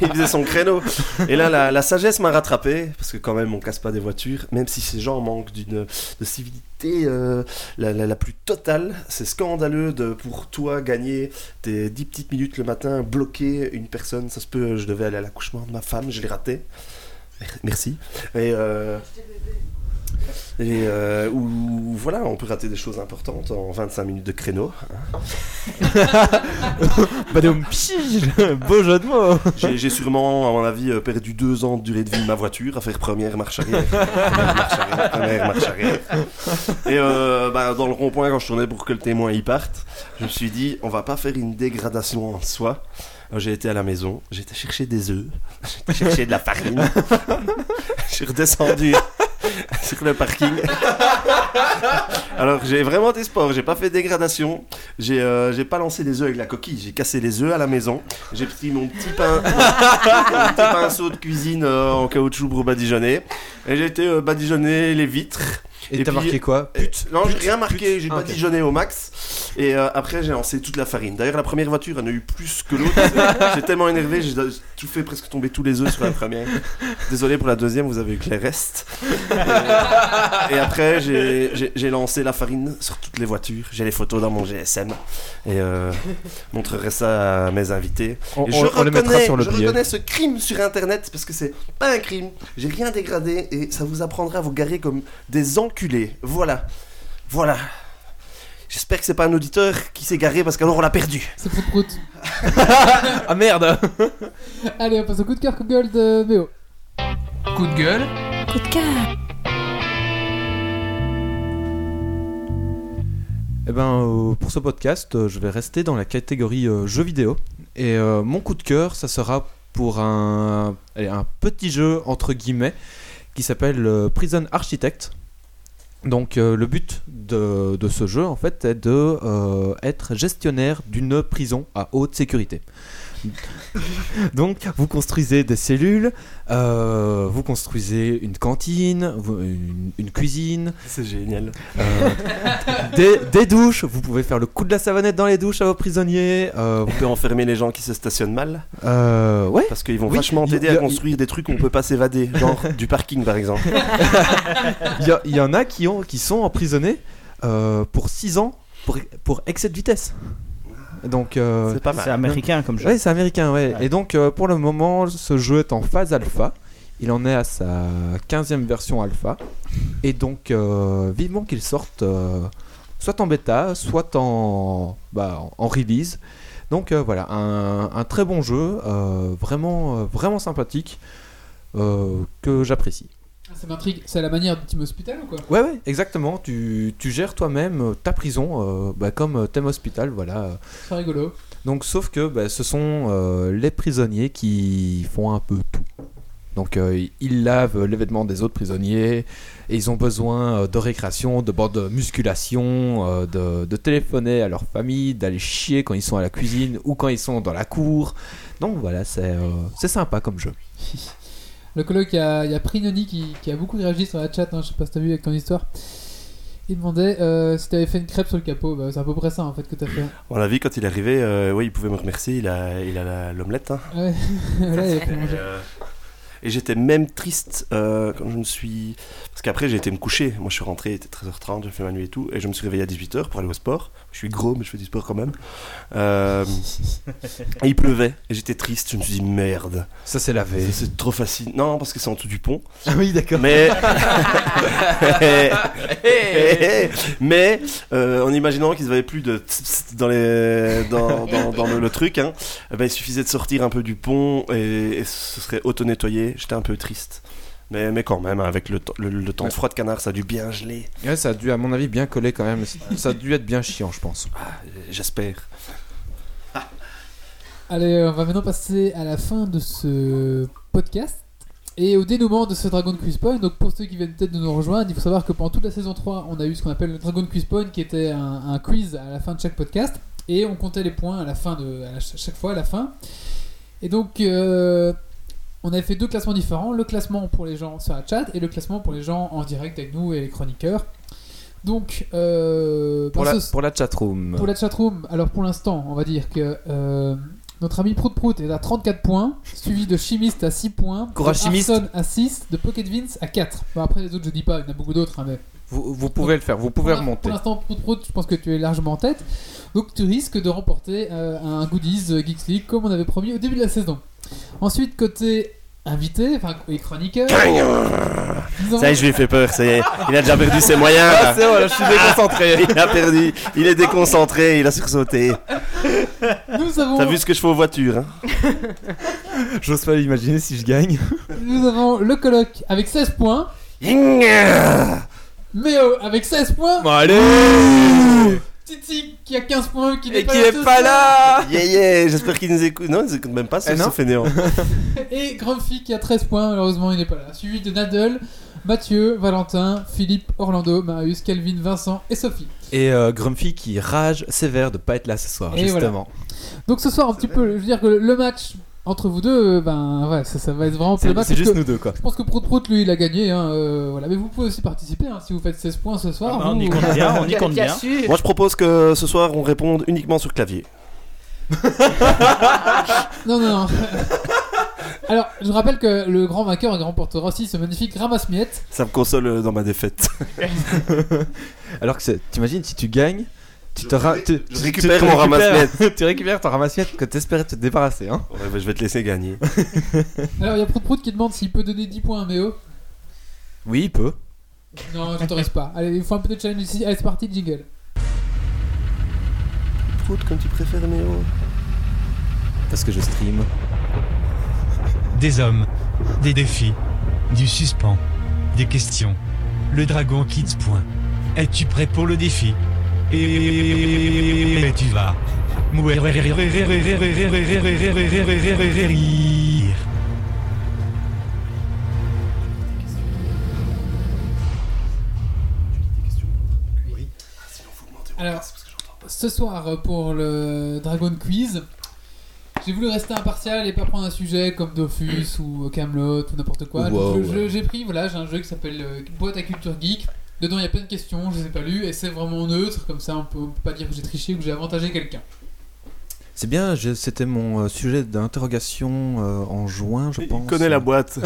S5: Il faisait son créneau. Et là, la, la sagesse m'a rattrapé, parce que quand même, on casse pas des voitures, même si ces gens manquent d'une de civilité euh, la, la- la plus totale. C'est scandaleux de, pour toi, gagner tes 10 petites minutes le matin, bloquer une personne. Ça se peut, euh, je devais aller à l'accouchement de ma femme, je l'ai raté. Mer- Merci. Et euh, Et euh, où, voilà, on peut rater des choses importantes en 25 minutes de créneau.
S3: Badoum, Bah,
S5: *laughs*
S3: pige Beau jeu de mots
S5: J'ai j'ai sûrement, à mon avis, euh, perdu deux ans de durée de vie de ma voiture à faire première marche arrière, première marche arrière, première marche arrière. Et euh, bah, dans le rond-point, quand je tournais pour que le témoin y parte, je me suis dit, on va pas faire une dégradation en soi. Alors, J'ai été à la maison, j'ai été chercher des œufs, j'ai été chercher de la farine. Je suis redescendu sur le parking. Alors j'ai vraiment été sport, j'ai pas fait de dégradation, j'ai euh, j'ai pas lancé les œufs avec la coquille, j'ai cassé les œufs à la maison, j'ai pris mon petit pain, mon petit pinceau de cuisine euh, en caoutchouc pour badigeonner, et j'ai été euh, badigeonner les vitres.
S3: Et
S5: Et
S3: t'as
S5: puis-
S3: marqué quoi
S5: Et- non, j'ai rien marqué, j'ai
S3: Ah, ok.
S5: badigeonné au max, et euh, après j'ai lancé toute la farine. D'ailleurs la première voiture en a eu plus
S3: *laughs*
S5: que l'autre, j'ai tellement énervé, j'ai j'ai tout fait presque tomber tous les œufs sur la première. Désolé pour la deuxième, vous avez eu que les restes. Et après, j'ai- j'ai j'ai lancé la farine sur toutes les voitures. J'ai les photos dans mon GSM. Et euh, montrerai ça à mes invités.
S3: on,
S5: Et
S3: on- on les mettra sur le
S5: je
S3: billet.
S5: reconnais ce crime sur Internet parce que c'est pas un crime. J'ai rien dégradé et ça vous apprendra à vous garer comme des enculés. Voilà. Voilà. J'espère que c'est pas un auditeur qui s'est garé parce qu'alors on l'a perdu.
S1: C'est prout prout. *laughs*
S3: Ah merde
S1: Allez, on passe au coup de cœur, coup de euh, gueule de Méo.
S2: Coup de gueule.
S8: Coup de cœur.
S3: Eh ben, euh, pour ce podcast, euh, je vais rester dans la catégorie euh, jeux vidéo. Et euh, mon coup de cœur, ça sera pour un, allez, un petit jeu, entre guillemets, qui s'appelle euh, Prison Architect. Donc, euh, le but de, de ce jeu, en fait, est de euh, être gestionnaire d'une prison à haute sécurité. *laughs* Donc, vous construisez des cellules, euh, vous construisez une cantine, vous- une- une cuisine,
S5: C'est génial.
S3: euh, des, des douches, vous pouvez faire le coup de la savonnette dans les douches à vos prisonniers. euh,
S5: On peut enfermer les gens qui se stationnent mal
S3: euh, ouais.
S5: parce qu'ils vont
S3: Oui,
S5: vachement
S3: il-
S5: t'aider
S3: il-
S5: à construire des trucs où on peut
S3: *laughs*
S5: pas s'évader, genre du parking par exemple.
S3: Il y, a- il y en a qui, ont, qui sont emprisonnés euh, pour 6 ans pour, pour excès de vitesse. Donc, euh,
S5: C'est pas mal.
S7: C'est américain comme jeu.
S3: ouais, c'est américain, ouais.
S7: Ouais.
S3: Et donc, euh, pour le moment, ce jeu est en phase alpha. Il en est à sa 15e version alpha. Et donc, euh, vivement qu'il sorte euh, soit en bêta, soit en, bah, en- en release. Donc euh, voilà, un, un très bon jeu, euh, vraiment, euh, vraiment sympathique, euh, que j'apprécie.
S1: Ça m'intrigue, c'est à la manière du Team Hospital ou quoi
S3: Ouais, ouais, exactement. Tu, tu gères toi-même euh, ta prison, euh, bah, comme euh, Thème Hospital, voilà. euh,
S1: C'est rigolo.
S3: Donc, sauf que bah, ce sont euh, les prisonniers qui font un peu tout. Donc, euh, ils lavent les vêtements des autres prisonniers et ils ont besoin euh, de récréation, de bandes de musculation, euh, de, de téléphoner à leur famille, d'aller chier quand ils sont à la cuisine ou quand ils sont dans la cour. Donc, voilà, c'est euh, c'est sympa comme jeu.
S1: Le colloque, il y a, il y a Prignoni qui, qui a beaucoup réagi sur la chat, hein, je sais pas si t'as vu avec ton histoire. Il demandait euh, si t'avais fait une crêpe sur le capot, bah, c'est à peu près ça en fait que t'as fait. *laughs*
S5: On l'a vu quand il est arrivé, euh, oui, il pouvait me remercier, il a il a la- l'omelette. hein.
S1: Ouais, voilà, il a
S5: *laughs*
S1: fait
S5: Et,
S1: manger.
S5: euh, et j'étais même triste euh, quand je me suis. Parce qu'après, j'ai été me coucher. Moi, je suis rentré, il était 13h30, j'ai fait ma nuit et tout. Et je me suis réveillé à 18h pour aller au sport. Je suis gros, mais je fais du sport quand même. Euh, et il pleuvait. Et j'étais triste. Je me suis dit, merde.
S3: Ça, c'est lavé.
S5: C'est- C'est trop facile. Non, parce que c'est en dessous du pont.
S3: Ah oui, d'accord. *laughs*
S5: Mais. *laughs* mais euh, en imaginant qu'ils avaient plus de tss, tss dans les dans, dans- dans le, le truc, hein, eh ben, il suffisait de sortir un peu du pont et, et ce serait auto nettoyé. J'étais un peu triste. Mais, mais quand même, hein, avec le, temps- le, le temps de froid de canard, ça a dû bien geler.
S3: Ouais, ça a dû, à mon avis, bien coller quand même. Ça a dû être bien chiant, je pense.
S1: Ah,
S5: J'espère.
S1: Allez, on va maintenant passer à la fin de ce podcast. Et au dénouement de ce Dragon Quiz Point, donc pour ceux qui viennent peut-être de nous rejoindre, il faut savoir que pendant toute la saison 3, on a eu ce qu'on appelle le Dragon Quiz Point, qui était un, un quiz à la fin de chaque podcast. Et on comptait les points à la fin de, à la- chaque fois à la fin. Et donc, euh, on avait fait deux classements différents le classement pour les gens sur la chat et le classement pour les gens en direct avec nous et les chroniqueurs. Donc, euh,
S3: Pour
S1: dans
S3: la,
S1: ce-
S3: pour la chatroom.
S1: pour la chatroom, alors pour l'instant, on va dire que euh, notre ami Prout Prout est à 34 points, suivi de Chimiste à 6 points,
S3: Courage
S1: de
S3: Chimiste.
S1: Arson à 6, de Pocket Vince à 4. Bon, après les autres, je dis pas, il y en a beaucoup d'autres, hein, mais
S3: Vous, vous pouvez le faire, vous
S1: pour
S3: pouvez
S1: l'in-
S3: remonter.
S1: Pour l'instant, Prout Prout, je pense que tu es largement en tête, donc tu risques de remporter euh, un goodies euh, Geeks League comme on avait promis au début de la saison. Ensuite, côté invité, enfin et chroniqueur, Nous avons-
S5: Ça y est, je lui ai fait peur, ça y est. Il a déjà perdu ses moyens. là. Ah,
S3: C'est voilà, je suis déconcentré.
S5: Il a perdu, il est déconcentré, il a sursauté.
S1: Nous avons,
S5: T'as vu ce que je fais aux voitures, hein
S3: J'ose pas l'imaginer si je gagne.
S1: nous avons le coloc avec 16 points,
S5: Ying
S1: Méo avec 16 points,
S3: Bon, allez
S1: Titi qui a 15 points, qui n'est
S3: Et
S1: pas,
S3: qui
S1: là
S3: est
S1: ce
S3: pas
S1: soir,
S3: là
S5: Yeah, yeah, j'espère qu'il nous écoute. Non, ils écoutent même pas,
S3: Eh
S5: c'est
S3: non.
S5: ce fainéant.
S1: Et Grumpy qui a 13 points, malheureusement il n'est pas là. Suivi de Nadel, Mathieu, Valentin, Philippe, Orlando, Marius, Calvin, Vincent et Sophie.
S3: Et euh, Grumpy qui rage sévère de pas être là ce soir,
S1: Et
S3: justement.
S1: Donc ce soir, un petit peu, je veux dire que le match entre vous deux, euh, ben ouais, ça, ça va être vraiment
S3: C'est-
S1: le match.
S3: C'est
S1: parce
S3: juste
S1: que
S3: nous deux, quoi.
S1: Je pense que Prout Prout, lui, il a gagné. hein, euh, voilà. Mais vous pouvez aussi participer hein, si vous faites 16 points ce soir.
S7: Ah bah, on
S1: vous-
S7: y compte bien,
S4: *laughs*
S7: on y compte bien.
S4: sûr.
S5: Moi, je propose que ce soir, on réponde uniquement sur clavier.
S1: Non, non, *laughs* non. Alors, je rappelle que le grand vainqueur il remportera aussi ce magnifique ramasse-miettes.
S5: Ça me console euh, dans ma défaite. *laughs*
S3: Alors que c'est- t'imagines si tu gagnes, tu te ra- tu- tu- tu-
S5: récupère
S3: tu
S5: mon
S3: récupères- *laughs* tu récupères ton ramasse-miettes que t'espérais te débarrasser, hein.
S5: Ouais, bah, je vais te laisser gagner.
S1: Alors, il y a Prout Prout qui demande s'il peut donner 10 points à Méo.
S3: Oui, il peut.
S1: Non, je t'autorise pas. Allez, il faut un peu de challenge ici. Allez, c'est parti, jingle.
S5: Écoute comme tu préfères, Méo.
S3: Parce que je stream.
S8: Des hommes, des défis, du suspens, des questions. Le dragon quitte point. Es-tu prêt pour le défi Et tu vas. Mourir.
S1: Alors, ce soir, euh, pour le Dragon Quiz, j'ai voulu rester impartial et pas prendre un sujet comme Dofus ou Camelot ou n'importe quoi.
S3: Wow,
S1: Donc, le
S3: ouais.
S1: jeu- j'ai pris, voilà, j'ai un jeu qui s'appelle euh, Boîte à culture geek. Dedans, il y a plein de questions, je les ai pas lues, et c'est vraiment neutre, comme ça, on peut, on peut pas dire que j'ai triché ou que j'ai avantagé
S3: *laughs*
S1: quelqu'un.
S3: C'est bien, je- c'était mon euh, sujet d'interrogation euh, en juin, je pense.
S5: Il connaît la boîte.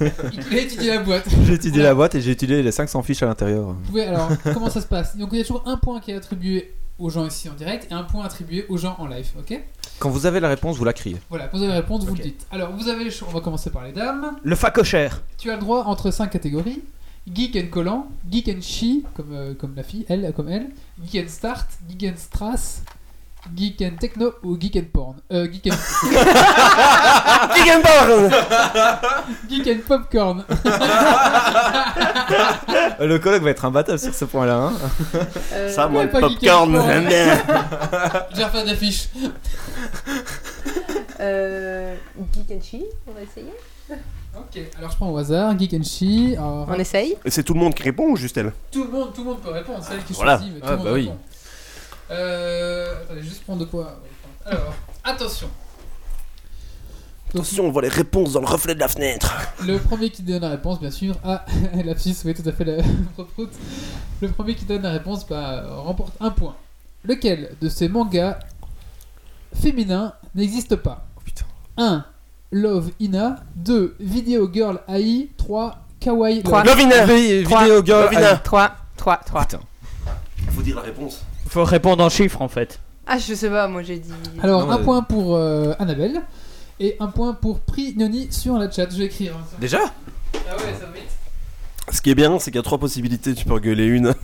S1: Il a étudié la boîte.
S3: J'ai étudié la boîte et j'ai étudié les 500 fiches à l'intérieur.
S1: Vous pouvez- alors, comment ça se passe Donc, il y a toujours un point qui est attribué aux gens ici en direct et un point attribué aux gens en live, ok
S3: Quand vous avez la réponse, vous la criez.
S1: Voilà, quand vous avez la réponse, vous
S7: Ok.
S1: le dites. Alors, vous avez, le choix- on va commencer par les dames.
S7: Le facochère.
S1: Tu as le droit entre cinq catégories geek and collant, geek and she, comme, euh, comme la fille, elle, comme elle, geek and start, geek and strass, geek and techno ou geek and porn. Euh, *laughs* geek, and, geek and popcorn.
S3: Euh, Le colloque va être imbattable sur ce point-là. hein.
S4: Euh,
S5: Ça, moi, le
S1: pas geek
S5: popcorn.
S1: and porn.
S5: j'aime bien.
S1: J'ai refait une affiche.
S4: euh, Geek and Chill, on va essayer.
S1: Ok, alors je prends au hasard, geek and she. alors,
S4: On essaye.
S5: Et *laughs* C'est tout le monde qui répond ou juste elle
S1: tout, le monde, tout le monde peut répondre, celle qui
S5: Voilà.
S1: choisit, mais tout
S3: Ah,
S1: le monde
S3: bah oui.
S1: répond. Euh, attendez, juste prendre de quoi. Alors, attention. Donc,
S5: Attention, on voit les réponses dans le reflet de la fenêtre.
S1: Le premier qui donne la réponse, bien sûr, à *laughs* la fille, oui, tout à fait la *laughs* propre route. Le premier qui donne la réponse bah, remporte un point. Lequel de ces mangas féminins n'existe pas
S3: Oh, putain.
S1: 1. Love Ina. 2. Video Girl AI. 3. Kawaii Love.
S4: Trois.
S5: Lovina
S3: Vi-
S4: Trois.
S3: Vidéo girl.
S5: Lovina.
S3: allez.
S4: 3, 3, 3.
S3: Putain.
S5: Faut dire la réponse.
S7: Faut répondre en chiffres en fait.
S4: Ah, je sais pas, moi j'ai dit.
S1: Alors,
S3: Non,
S1: un
S3: euh,
S1: point pour euh, Annabelle et un point pour Pri Noni sur la chat. Je vais écrire. hein.
S3: Déjà
S1: Ah ouais, ça va vite.
S5: Ce qui est bien, c'est qu'il y a trois possibilités, tu peux en gueuler une.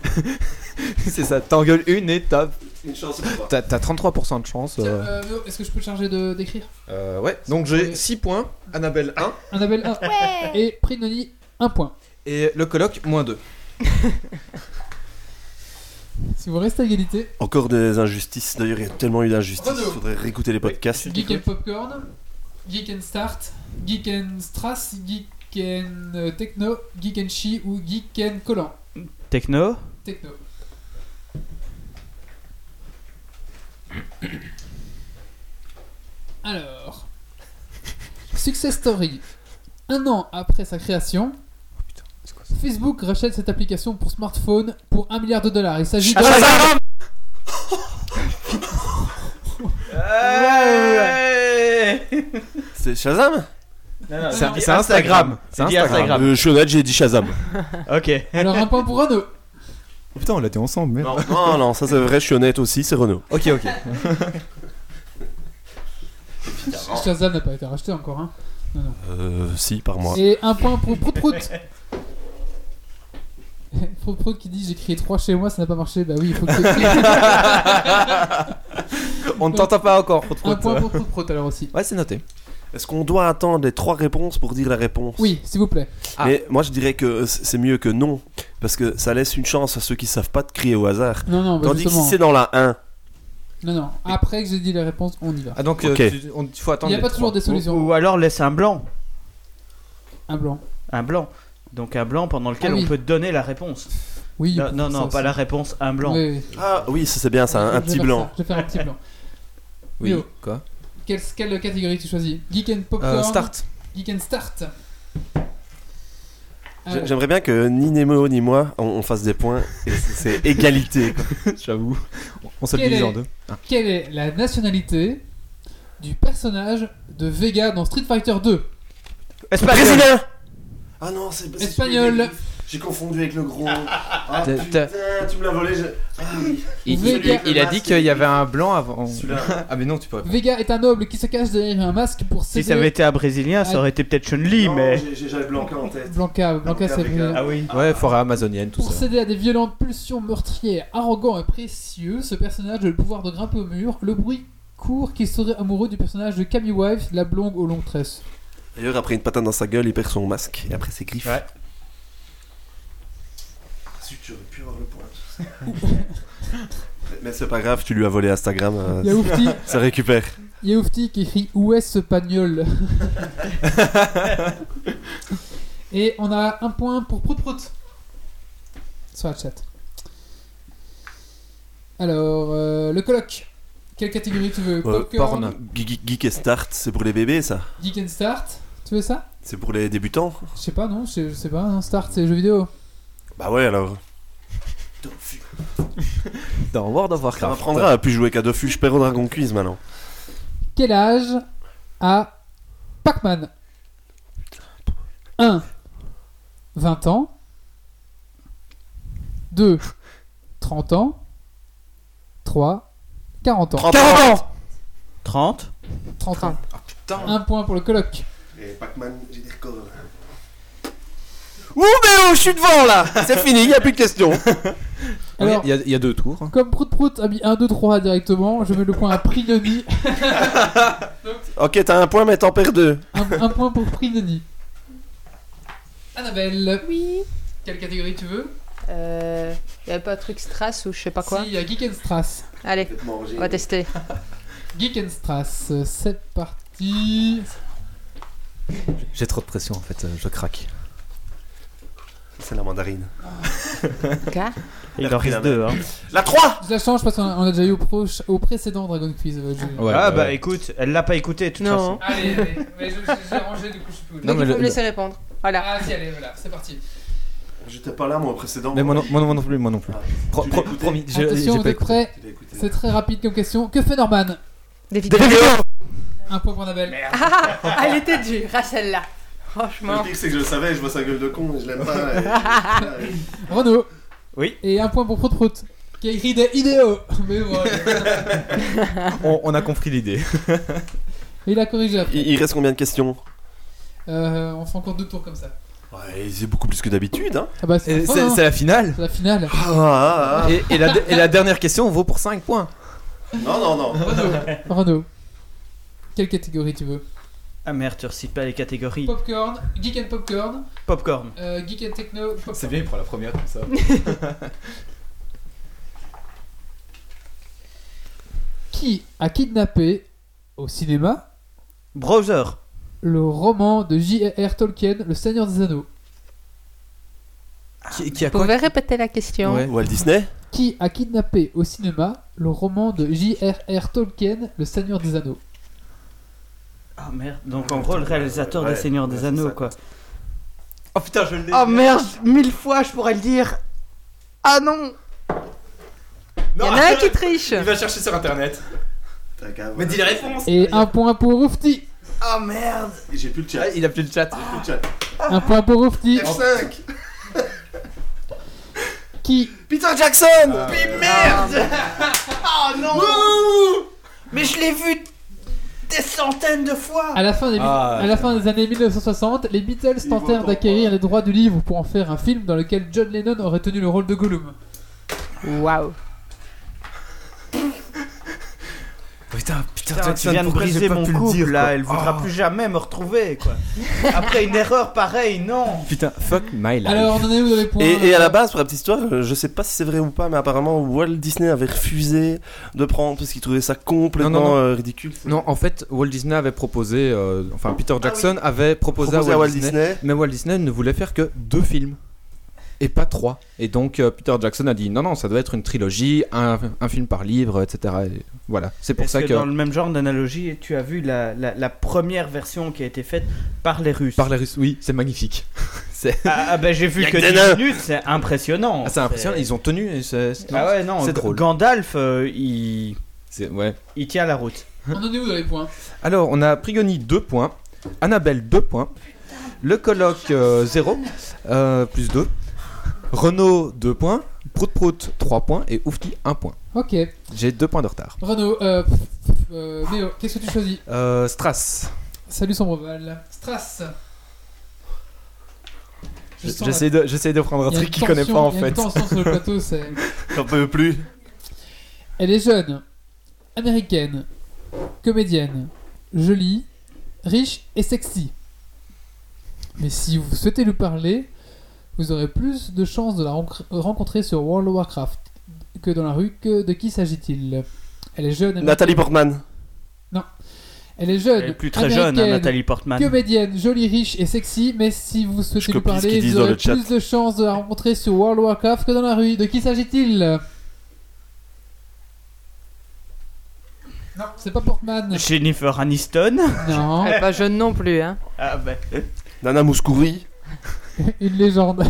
S3: *laughs* C'est ça, t'engueules une et t'as
S5: Une chance ou
S3: t'as- t'as 33% de chance.
S1: Tiens,
S3: euh.
S1: euh, Méo, Est-ce que je peux te charger de- d'écrire
S3: Euh, ouais, donc j'ai 6 points, Annabelle 1
S1: Annabelle 1 et Pri Noni 1 point.
S3: et le colloque moins 2.
S1: Si vous restez à égalité,
S5: Encore des injustices. D'ailleurs, il y a tellement eu d'injustices.
S1: Renaud.
S5: Faudrait réécouter les podcasts.
S1: Geek and Popcorn, Geek and Start, Geek and Strass, Geek and euh, Techno, Geek and Chi ou Geek and Collant.
S7: Techno.
S1: Techno. *coughs* Alors, Success Story. Un an après sa création, Facebook rachète cette application pour smartphone pour 1 milliard de dollars. Il s'agit de...
S5: C'est Shazam
S7: Non, non,
S1: C'est-
S7: il dit
S3: c'est Instagram.
S7: Il dit
S3: C'est Instagram.
S5: Euh, Je suis honnête, j'ai dit Shazam.
S7: Ok.
S1: Alors un point pour Renaud.
S3: Oh putain, on l'a dit ensemble, merde.
S5: Non, *laughs* non, non, ça c'est vrai, je suis honnête aussi, c'est Renault.
S3: Ok, ok.
S1: Shazam n'a pas été racheté encore. Hein. Non, non.
S5: Euh, si, par mois.
S1: Et un point pour Prout Prout. *laughs* Prout Prout qui dit j'ai créé 3 chez moi, ça n'a pas marché. Bah oui, il faut que
S3: On ne t'entend pas encore, Prout
S1: Un
S3: Prout.
S1: point pour Prout Prout alors aussi.
S3: Ouais, c'est noté.
S5: Est-ce qu'on doit attendre les trois réponses pour dire la réponse
S1: Oui, s'il vous plaît.
S3: Ah.
S5: Mais moi je dirais que c- c'est mieux que non, parce que ça laisse une chance à ceux qui savent pas de crier au hasard.
S1: Non, non, bah
S5: Tandis que
S1: justement.
S5: si c'est dans la 1,
S1: Non, non. Après que j'ai dit la réponse, on y va.
S3: Ah, donc,
S5: Ok.
S3: euh, tu- on- il faut
S1: Il
S3: attendre.
S1: n'y a
S3: les
S1: pas toujours
S3: trois.
S1: des
S7: Ou,
S1: solutions.
S7: ou alors laisse un blanc.
S1: Un blanc.
S7: Un blanc. Donc un blanc pendant lequel
S1: Ah oui.
S7: on peut donner la réponse.
S1: Oui.
S7: Non, non, non, pas la réponse, un blanc.
S5: ah oui, ça c'est bien ça, un, un petit blanc.
S1: Je vais faire un petit blanc.
S3: Oui,
S1: Yo.
S3: quoi
S1: Quelle, quelle catégorie tu choisis Geek and Popcorn
S3: Euh, Start.
S1: Geek and Start.
S5: J'ai-
S1: Alors,
S5: J'aimerais bien que ni Nemo ni moi on, on fasse des points et
S3: *laughs*
S5: c'est c'est égalité. quoi.
S3: J'avoue. On se
S1: Quel
S3: divise
S1: est-
S3: en deux.
S1: Quelle est la nationalité du personnage de Vega dans Street Fighter 2
S7: Espagnol.
S5: Brésilien Ah non, c'est c'est-
S1: Espagnol.
S5: J'ai confondu avec le gros. Ah
S3: T'as-
S5: putain, tu me l'as volé. je- Ah oui,
S3: Il,
S1: Vega-
S3: il- il a dit qu'il y avait un blanc avant.
S5: celui-là.
S3: Ah, mais non, tu peux.
S1: Vega est un noble qui se cache derrière un masque pour
S7: Si
S1: céder...
S7: ça avait été un brésilien, ça aurait été peut-être Chun-Li,
S5: Non,
S7: mais.
S5: j'ai- j'ai- J'avais Blanca en tête.
S1: Blanca, Blanca,
S5: Blanca,
S1: c'est
S5: Vega.
S1: vrai.
S7: Ah oui.
S3: Ouais, forêt amazonienne, tout
S1: Pour
S3: ça.
S1: céder à des violentes pulsions meurtrières, arrogant et précieux, ce personnage a le pouvoir de grimper au mur, le bruit court qu'il serait amoureux du personnage de Camille Wives, la blonde aux longues tresses.
S5: D'ailleurs, après une patate dans sa gueule, il perd son masque et après ses griffes.
S7: Ouais.
S5: Zut, j'aurais pu avoir le point. *laughs* Mais c'est pas grave, tu lui as volé Instagram, euh,
S1: Yaoufti,
S5: *laughs* ça récupère.
S1: Yaoufti qui écrit Où est ce pagnol Et on a un point pour Prout Prout sur la chat. Alors, euh, le colloque. Quelle catégorie tu veux
S5: Euh,
S1: Popcorn,
S3: porn.
S5: Geek, Geek et Start, c'est pour les bébés ça
S1: Geek and Start Tu veux ça
S5: C'est pour les débutants
S1: Je sais pas, non, je sais- je sais pas. hein, Start, c'est jeux vidéo.
S5: Bah ouais alors.
S3: Dans World of
S5: Ça
S3: Warcraft.
S5: m'apprendra à plus jouer qu'à Dofus, je perds au Dragon Quiz maintenant.
S1: Quel âge a Pac-Man 1. 20 ans. 2. 30 ans. 3. 40 ans.
S5: 40 ans
S7: 30.
S1: 30 ans.
S3: Ah, putain.
S1: Un point pour le colloque.
S5: Et Pac-Man, j'ai des records Ouh, mais oh, je suis devant là *laughs* C'est fini, y a plus de *laughs* questions
S3: Oui,
S1: Alors,
S3: Il y, a- il y a deux tours.
S1: comme Prout Prout a mis 1, 2, 3 directement, je mets le point à Prinoni.
S5: Ok, t'as un point, mais t'en perds deux.
S1: Un, un point pour Prinoni. Annabelle. Oui. Quelle catégorie tu veux
S4: Il n'y euh, avait pas un truc strass ou je sais pas quoi
S1: Si, il y a Geek and Strass.
S4: Allez, on va tester.
S1: Geek and Strass, euh, c'est parti.
S3: J'ai trop de pression en fait, euh, je craque.
S5: C'est la mandarine.
S4: Quoi
S7: Il en reste deux. Hein.
S5: La 3
S1: Je la change parce qu'on a, on a déjà eu au, proche- au précédent Dragon Quiz. euh, je-
S7: ah bah écoute, elle l'a pas écouté de toute façon.
S4: Non.
S1: Allez, allez, mais je- je- j'ai rangé du coup je suis plus.
S3: Non,
S4: Donc
S3: mais
S4: il faut
S3: le-
S4: me laisser répondre. Voilà.
S1: Ah si, allez, voilà, c'est parti.
S5: J'étais pas là, moi, au précédent.
S3: Mais moi non, moi non- moi non plus, moi non plus. Pro- pro- promis, j'ai- j'ai
S1: Attention, vous
S3: pas
S1: êtes
S3: écouté.
S1: prêts
S5: Bah,
S1: C'est très rapide comme question. Que fait Norman
S4: Des vidéos.
S1: Un point pour Annabelle.
S4: Ah, ah, elle était dure, ah celle-là. Franchement.
S5: pire, c'est que je le savais, je vois sa gueule de con, je l'aime pas.
S1: Renaud.
S7: Oui.
S1: Et un point pour Prout Prout. Qui a écrit des idéaux. *laughs* Mais voilà.
S3: On, on a compris l'idée.
S1: Il a corrigé après.
S5: *laughs* Il, il reste combien de questions
S1: Euh, on fait encore deux tours comme ça.
S5: Ouais, c'est beaucoup plus que d'habitude, hein.
S1: Ah bah c'est
S3: Et
S1: la,
S3: Euh, C'est
S1: fin, hein.
S3: c'est la finale.
S1: C'est la finale.
S5: Ah, ah,
S3: Et, et la, et la dernière question vaut pour 5 points.
S5: ah. Non, non, non.
S3: *laughs*
S1: Renaud. Quelle catégorie tu veux
S7: Ah merde, tu recites pas les catégories.
S1: Popcorn, Geek and Popcorn,
S7: Popcorn.
S1: euh, Geek and Techno, Popcorn.
S3: bien, il prend la première comme ça.
S1: Qui a kidnappé au cinéma
S7: Browser.
S1: le roman de J.R.R. Tolkien, Le Seigneur des Anneaux.
S3: Qui, qui a
S4: Vous
S3: quoi
S4: pouvez répéter la question
S3: Ouais.
S5: Walt Disney
S1: Qui a kidnappé au cinéma le roman de J.R.R. Tolkien, Le Seigneur des Anneaux
S7: Ah merde, donc en gros le réalisateur
S5: Ouais,
S7: des Seigneurs
S5: ouais,
S7: des
S5: c'est
S7: Anneaux
S5: ça.
S7: quoi.
S3: Oh putain, je l'ai.
S7: Oh merde, mille fois je pourrais le dire.
S4: Ah non Il y en a un
S3: *laughs*
S4: qui triche
S3: va chercher sur internet.
S5: Mais dis
S3: la réponse.
S1: Et un point pour Rufti
S7: Oh merde.
S5: J'ai plus le chat.
S3: il a plus le chat.
S5: Ah.
S1: Un point pour Rufti
S5: F5
S1: Qui
S5: Peter Jackson
S7: Merde. Oh non. Mais je l'ai vu
S6: des centaines de fois
S1: À la fin des,
S3: Ah,
S1: à la fin des années 1960, les Beatles tentèrent d'acquérir les droits du livre pour en faire un film dans lequel John Lennon aurait tenu le rôle de Gollum.
S4: Waouh.
S3: Putain, Peter
S7: Putain, tu
S3: Jackson,
S7: viens de
S3: pourquoi j'ai
S7: briser
S3: pas
S7: mon
S3: pu le
S7: couple
S3: dire,
S7: là,
S3: quoi.
S7: elle voudra
S3: Oh,
S7: plus jamais me retrouver quoi. Après une erreur pareille, non.
S3: Putain, fuck my life.
S1: Alors, on en est où dans les points
S5: Et, et à la base, pour la petite histoire, euh, je sais pas si c'est vrai ou pas, mais apparemment Walt Disney avait refusé de prendre parce qu'il trouvait ça complètement
S3: Non, non, non.
S5: euh, ridicule.
S3: Non, en fait, Walt Disney avait proposé, euh, enfin Peter Jackson avait proposé,
S5: Proposé
S3: à Walt Disney, mais Walt Disney ne voulait faire que deux films et pas trois. Et donc euh, Peter Jackson a dit non, non, ça doit être une trilogie, un, un film par livre, etc. Et voilà, c'est pour
S7: Est-ce
S3: ça
S7: que,
S3: que,
S7: dans le même genre d'analogie, tu as vu la, la- la première version qui a été faite par les Russes
S3: par les Russes, oui, c'est magnifique. c'est
S7: Ah, ah, ben j'ai vu
S5: Y a
S7: que
S5: que des nains.
S7: 10 minutes, c'est impressionnant.
S3: ah, c'est impressionnant, ils ont tenu. et c'est- c'est-
S7: Ah ouais, non,
S3: c'est
S7: G-
S3: drôle.
S7: Gandalf, euh, il...
S3: c'est- ouais.
S7: il tient la route.
S1: On en est où dans les points
S3: Alors, on a Prigoni 2 points, Annabelle 2 points, Le Colloque 0, euh, plus 2, Renault 2 points, Prout Prout 3 points et Oufti 1 point.
S1: Ok.
S3: J'ai 2 points de retard.
S1: Renaud, euh, euh, Méo, qu'est-ce que tu choisis
S3: Euh, Strass.
S1: Salut Sombreval. Strass. Je sens la-
S3: J'essaie de, j'essaie de prendre un
S1: il y a
S3: truc
S1: une
S3: qu'il connaît
S1: tension-
S3: pas en
S1: il y a une
S3: fait.
S1: tension sur le plateau, c'est...
S3: *laughs*
S5: J'en peux plus.
S1: Elle est jeune, américaine, comédienne, jolie, riche et sexy. Mais si vous souhaitez lui parler, vous aurez plus de chances de la renc- rencontrer sur World of Warcraft que dans la rue. Que de qui s'agit-il Elle est jeune. américaine-
S5: Nathalie Portman.
S1: Elle est jeune.
S7: Elle est plus très jeune, hein,
S4: euh,
S1: américaine,
S7: Nathalie Portman.
S1: Comédienne, jolie, riche et sexy, mais si vous souhaitez lui
S5: Je copie ce qu'ils
S1: parler,
S5: disent
S1: vous
S5: dans
S1: aurez
S5: le chat.
S1: plus de chances de la rencontrer sur World of Warcraft que dans la rue. De qui s'agit-il Non, c'est pas
S5: *laughs*
S1: Portman.
S7: Jennifer
S4: *laughs*
S7: Aniston.
S1: Non,
S4: Elle est pas jeune non plus, hein.
S7: Ah ben.
S5: Nana Mouskouri.
S1: une
S5: *laughs*
S1: légende.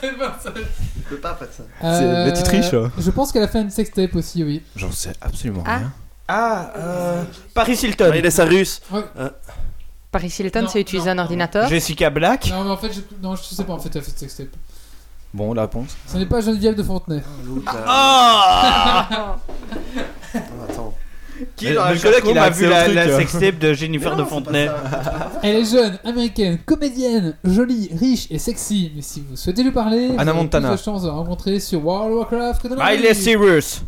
S1: c'est pas ça.
S6: Je peux pas faire ça.
S1: Euh,
S3: la petite riche,
S5: hein.
S3: là.
S1: Je pense qu'elle a fait une sextape aussi, oui.
S3: J'en sais absolument
S4: Ah.
S3: rien.
S7: Ah, euh, Paris Hilton.
S5: Il est russe.
S4: Paris Hilton,
S1: Non,
S4: c'est utiliser
S1: non,
S4: un
S1: non.
S4: ordinateur.
S7: Jessica Black.
S1: Non, mais en fait, je, non, je sais pas en fait, elle a fait une sextape.
S3: Bon, la réponse.
S1: Ce n'est pas Geneviève de Fontenay.
S5: euh. Ah
S3: *laughs*
S5: Attends.
S7: Qui
S3: Mais-
S7: est dans
S3: mais
S7: la
S3: le collègue,
S7: chatroom
S3: il a
S7: a
S3: accès
S7: vu
S3: au
S7: la, *laughs*
S3: truc,
S7: la
S3: euh.
S7: sextape de Jennifer
S6: Non,
S7: de
S6: c'est pas
S7: Fontenay
S6: ça.
S1: Elle est jeune, américaine, comédienne, jolie, riche et sexy. Mais si vous souhaitez lui parler, vous
S3: Anna
S1: avez
S3: Montana. Bah,
S1: plus de chances de la rencontrer sur World of Warcraft que dans la
S7: Miley
S1: rue.
S7: Cyrus.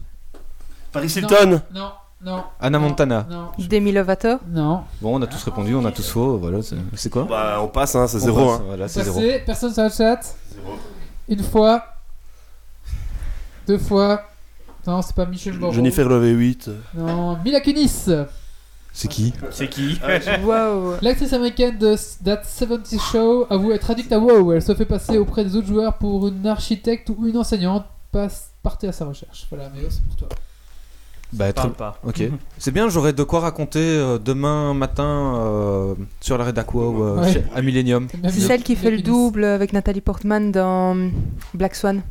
S5: Paris
S1: Non.
S5: Hilton.
S1: Non, non.
S3: Anna
S1: non,
S3: Montana.
S1: Non,
S4: Demi Lovato.
S1: non.
S3: Bon, on a tous répondu, on a tous faux. Voilà, c'est c'est quoi
S5: Bah, on passe, hein, c'est
S3: On
S5: zéro.
S3: passe,
S5: hein.
S3: Voilà, Bah,
S1: Bah,
S3: c'est zéro.
S1: Passez, personne sur le chat. Une fois. Deux fois. Non, c'est pas Michel Moreau.
S5: Jennifer Love 8.
S1: Non, Mila Kunis.
S3: C'est qui
S7: C'est qui
S4: Waouh.
S1: L'actrice américaine de That 70 Show avoue être addict à WoW. Elle se fait passer auprès des autres joueurs pour une architecte ou une enseignante. Passe- partez à sa recherche. Voilà, Méo, c'est pour toi.
S3: Bah, très-
S7: Parle pas.
S3: Ok. C'est bien, j'aurai de quoi raconter euh, demain matin euh, sur la Redacqua euh,
S1: Ouais.
S3: chez- à Millennium.
S1: C'est même
S4: C'est
S1: Mila-
S4: celle qui fait
S1: Mila
S4: le
S1: Kunis.
S4: double avec Nathalie Portman dans Black Swan.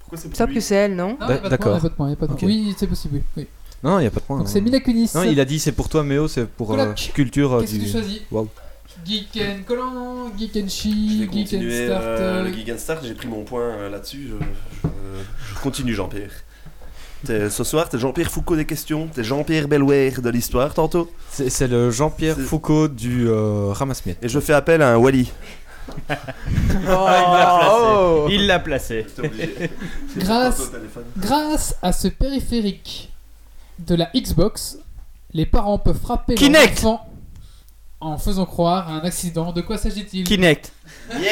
S5: Pourquoi c'est
S4: Ça que c'est elle, non
S1: Non, y a pas de point,
S3: D'accord.
S1: y a pas de point, y a pas de
S3: Ok.
S1: point. Oui, c'est possible. oui, Oui.
S3: Non, il n'y a pas de point.
S1: Donc
S3: hein.
S1: c'est Mila Kunis.
S3: Non, il a dit c'est pour toi, Méo, c'est pour euh,
S1: Coloc.
S3: culture. euh,
S1: Qu'est-ce que
S3: du-
S1: tu choisis
S3: Wow.
S1: Geek and Collant, Geek and
S5: Je
S1: She,
S5: vais
S1: Geek and
S5: continuer
S1: Startle.
S5: euh, le Geek and Start, j'ai pris mon point euh, là-dessus. Je, je- je continue, Jean-Pierre. T'es- Ce soir, t'es Jean-Pierre Foucault des questions, t'es Jean-Pierre Belware de l'histoire tantôt,
S3: C'est c'est le Jean-Pierre
S5: C'est-
S3: Foucault du euh, Ramasse-Miettes.
S5: et je fais appel à un *laughs* Wally.
S7: Ah,
S3: Ah,
S7: Oh, il l'a placé.
S1: Grâce. Grâce à ce périphérique de la Xbox, les parents peuvent frapper leur
S7: Kinect
S1: enfant en faisant croire à un accident. De quoi s'agit-il
S7: Kinect.
S5: Yeah,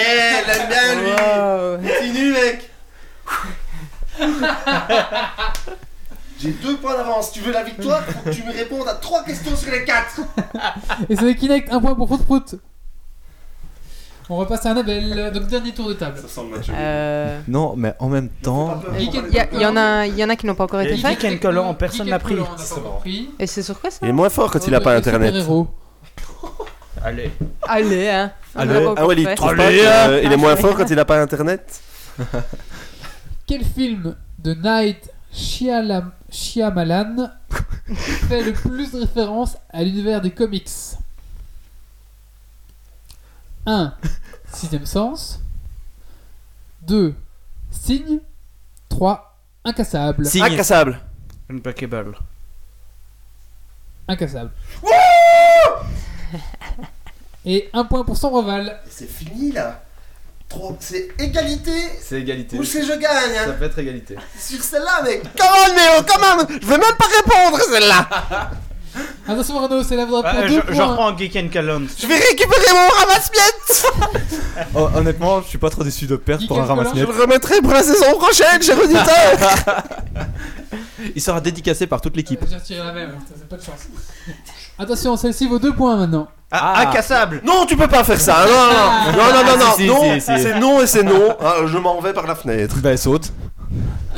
S5: l'aime bien
S4: Waouh.
S5: Continue, *laughs* mec J'ai deux points d'avance, tu veux la victoire Faut que tu me répondes à trois questions sur les quatre
S1: Et c'est Kinect, un point pour Prout Prout. On repasse à Annabelle, donc dernier tour de table.
S5: Ça semble naturel.
S4: Euh,
S3: Non, mais en même temps.
S4: Il y, a- il y en a, il y en a qui n'ont pas encore été
S7: Et-
S4: faits.
S7: Geek and Collant, personne n'a pris.
S4: Et c'est sur quoi ça
S5: Il est moins fort quand il a pas internet.
S1: Super-héros.
S7: Allez.
S4: Allez, hein. On
S3: Allez,
S4: l'a pas encore
S5: Ah ouais, il
S4: fait.
S3: Oh,
S5: trouve pas que, euh, il est
S3: Ah,
S5: moins fort quand il a pas internet
S1: Quel film de Night Shyamalan
S5: *laughs*
S1: Shyamalan fait le plus de référence à l'univers des comics 1. Sixième sens 2. Signe 3. Incassable
S3: Signe.
S5: Incassable
S7: Unbreakable.
S1: incassable. Et un point pour Sandreval.
S9: C'est fini là. Trois- C'est égalité
S3: C'est égalité.
S9: ou c'est je gagne
S3: Ça
S9: hein.
S3: peut être égalité.
S9: Sur celle-là, mec.
S5: Come on, Méo, come on Je vais oh, même pas répondre à celle-là
S1: Attention Renaud, c'est la vraie pour
S7: Euh,
S1: deux
S7: je, je
S1: points.
S7: reprends Geek and Calons.
S5: Je vais récupérer mon ramasse-miettes
S3: Oh, honnêtement, je suis pas trop déçu de perdre
S1: Guy
S3: pour un
S1: Cascola
S5: Je
S3: ramasse-miettes.
S5: le remettrai pour la saison prochaine, j'ai redité
S3: Il sera dédicacé par toute l'équipe.
S1: Euh, J'ai retiré la même, ça, c'est pas de chance. Attention, celle-ci vaut deux points maintenant.
S7: Ah, Incassable
S5: *laughs* Non, tu peux pas faire ça hein. Non, non, non, non, non, non,
S3: Si, si,
S5: non,
S3: si, si.
S5: C'est non et
S3: *laughs*
S5: c'est non Ah, Je m'en vais par la fenêtre
S3: Bah, saute.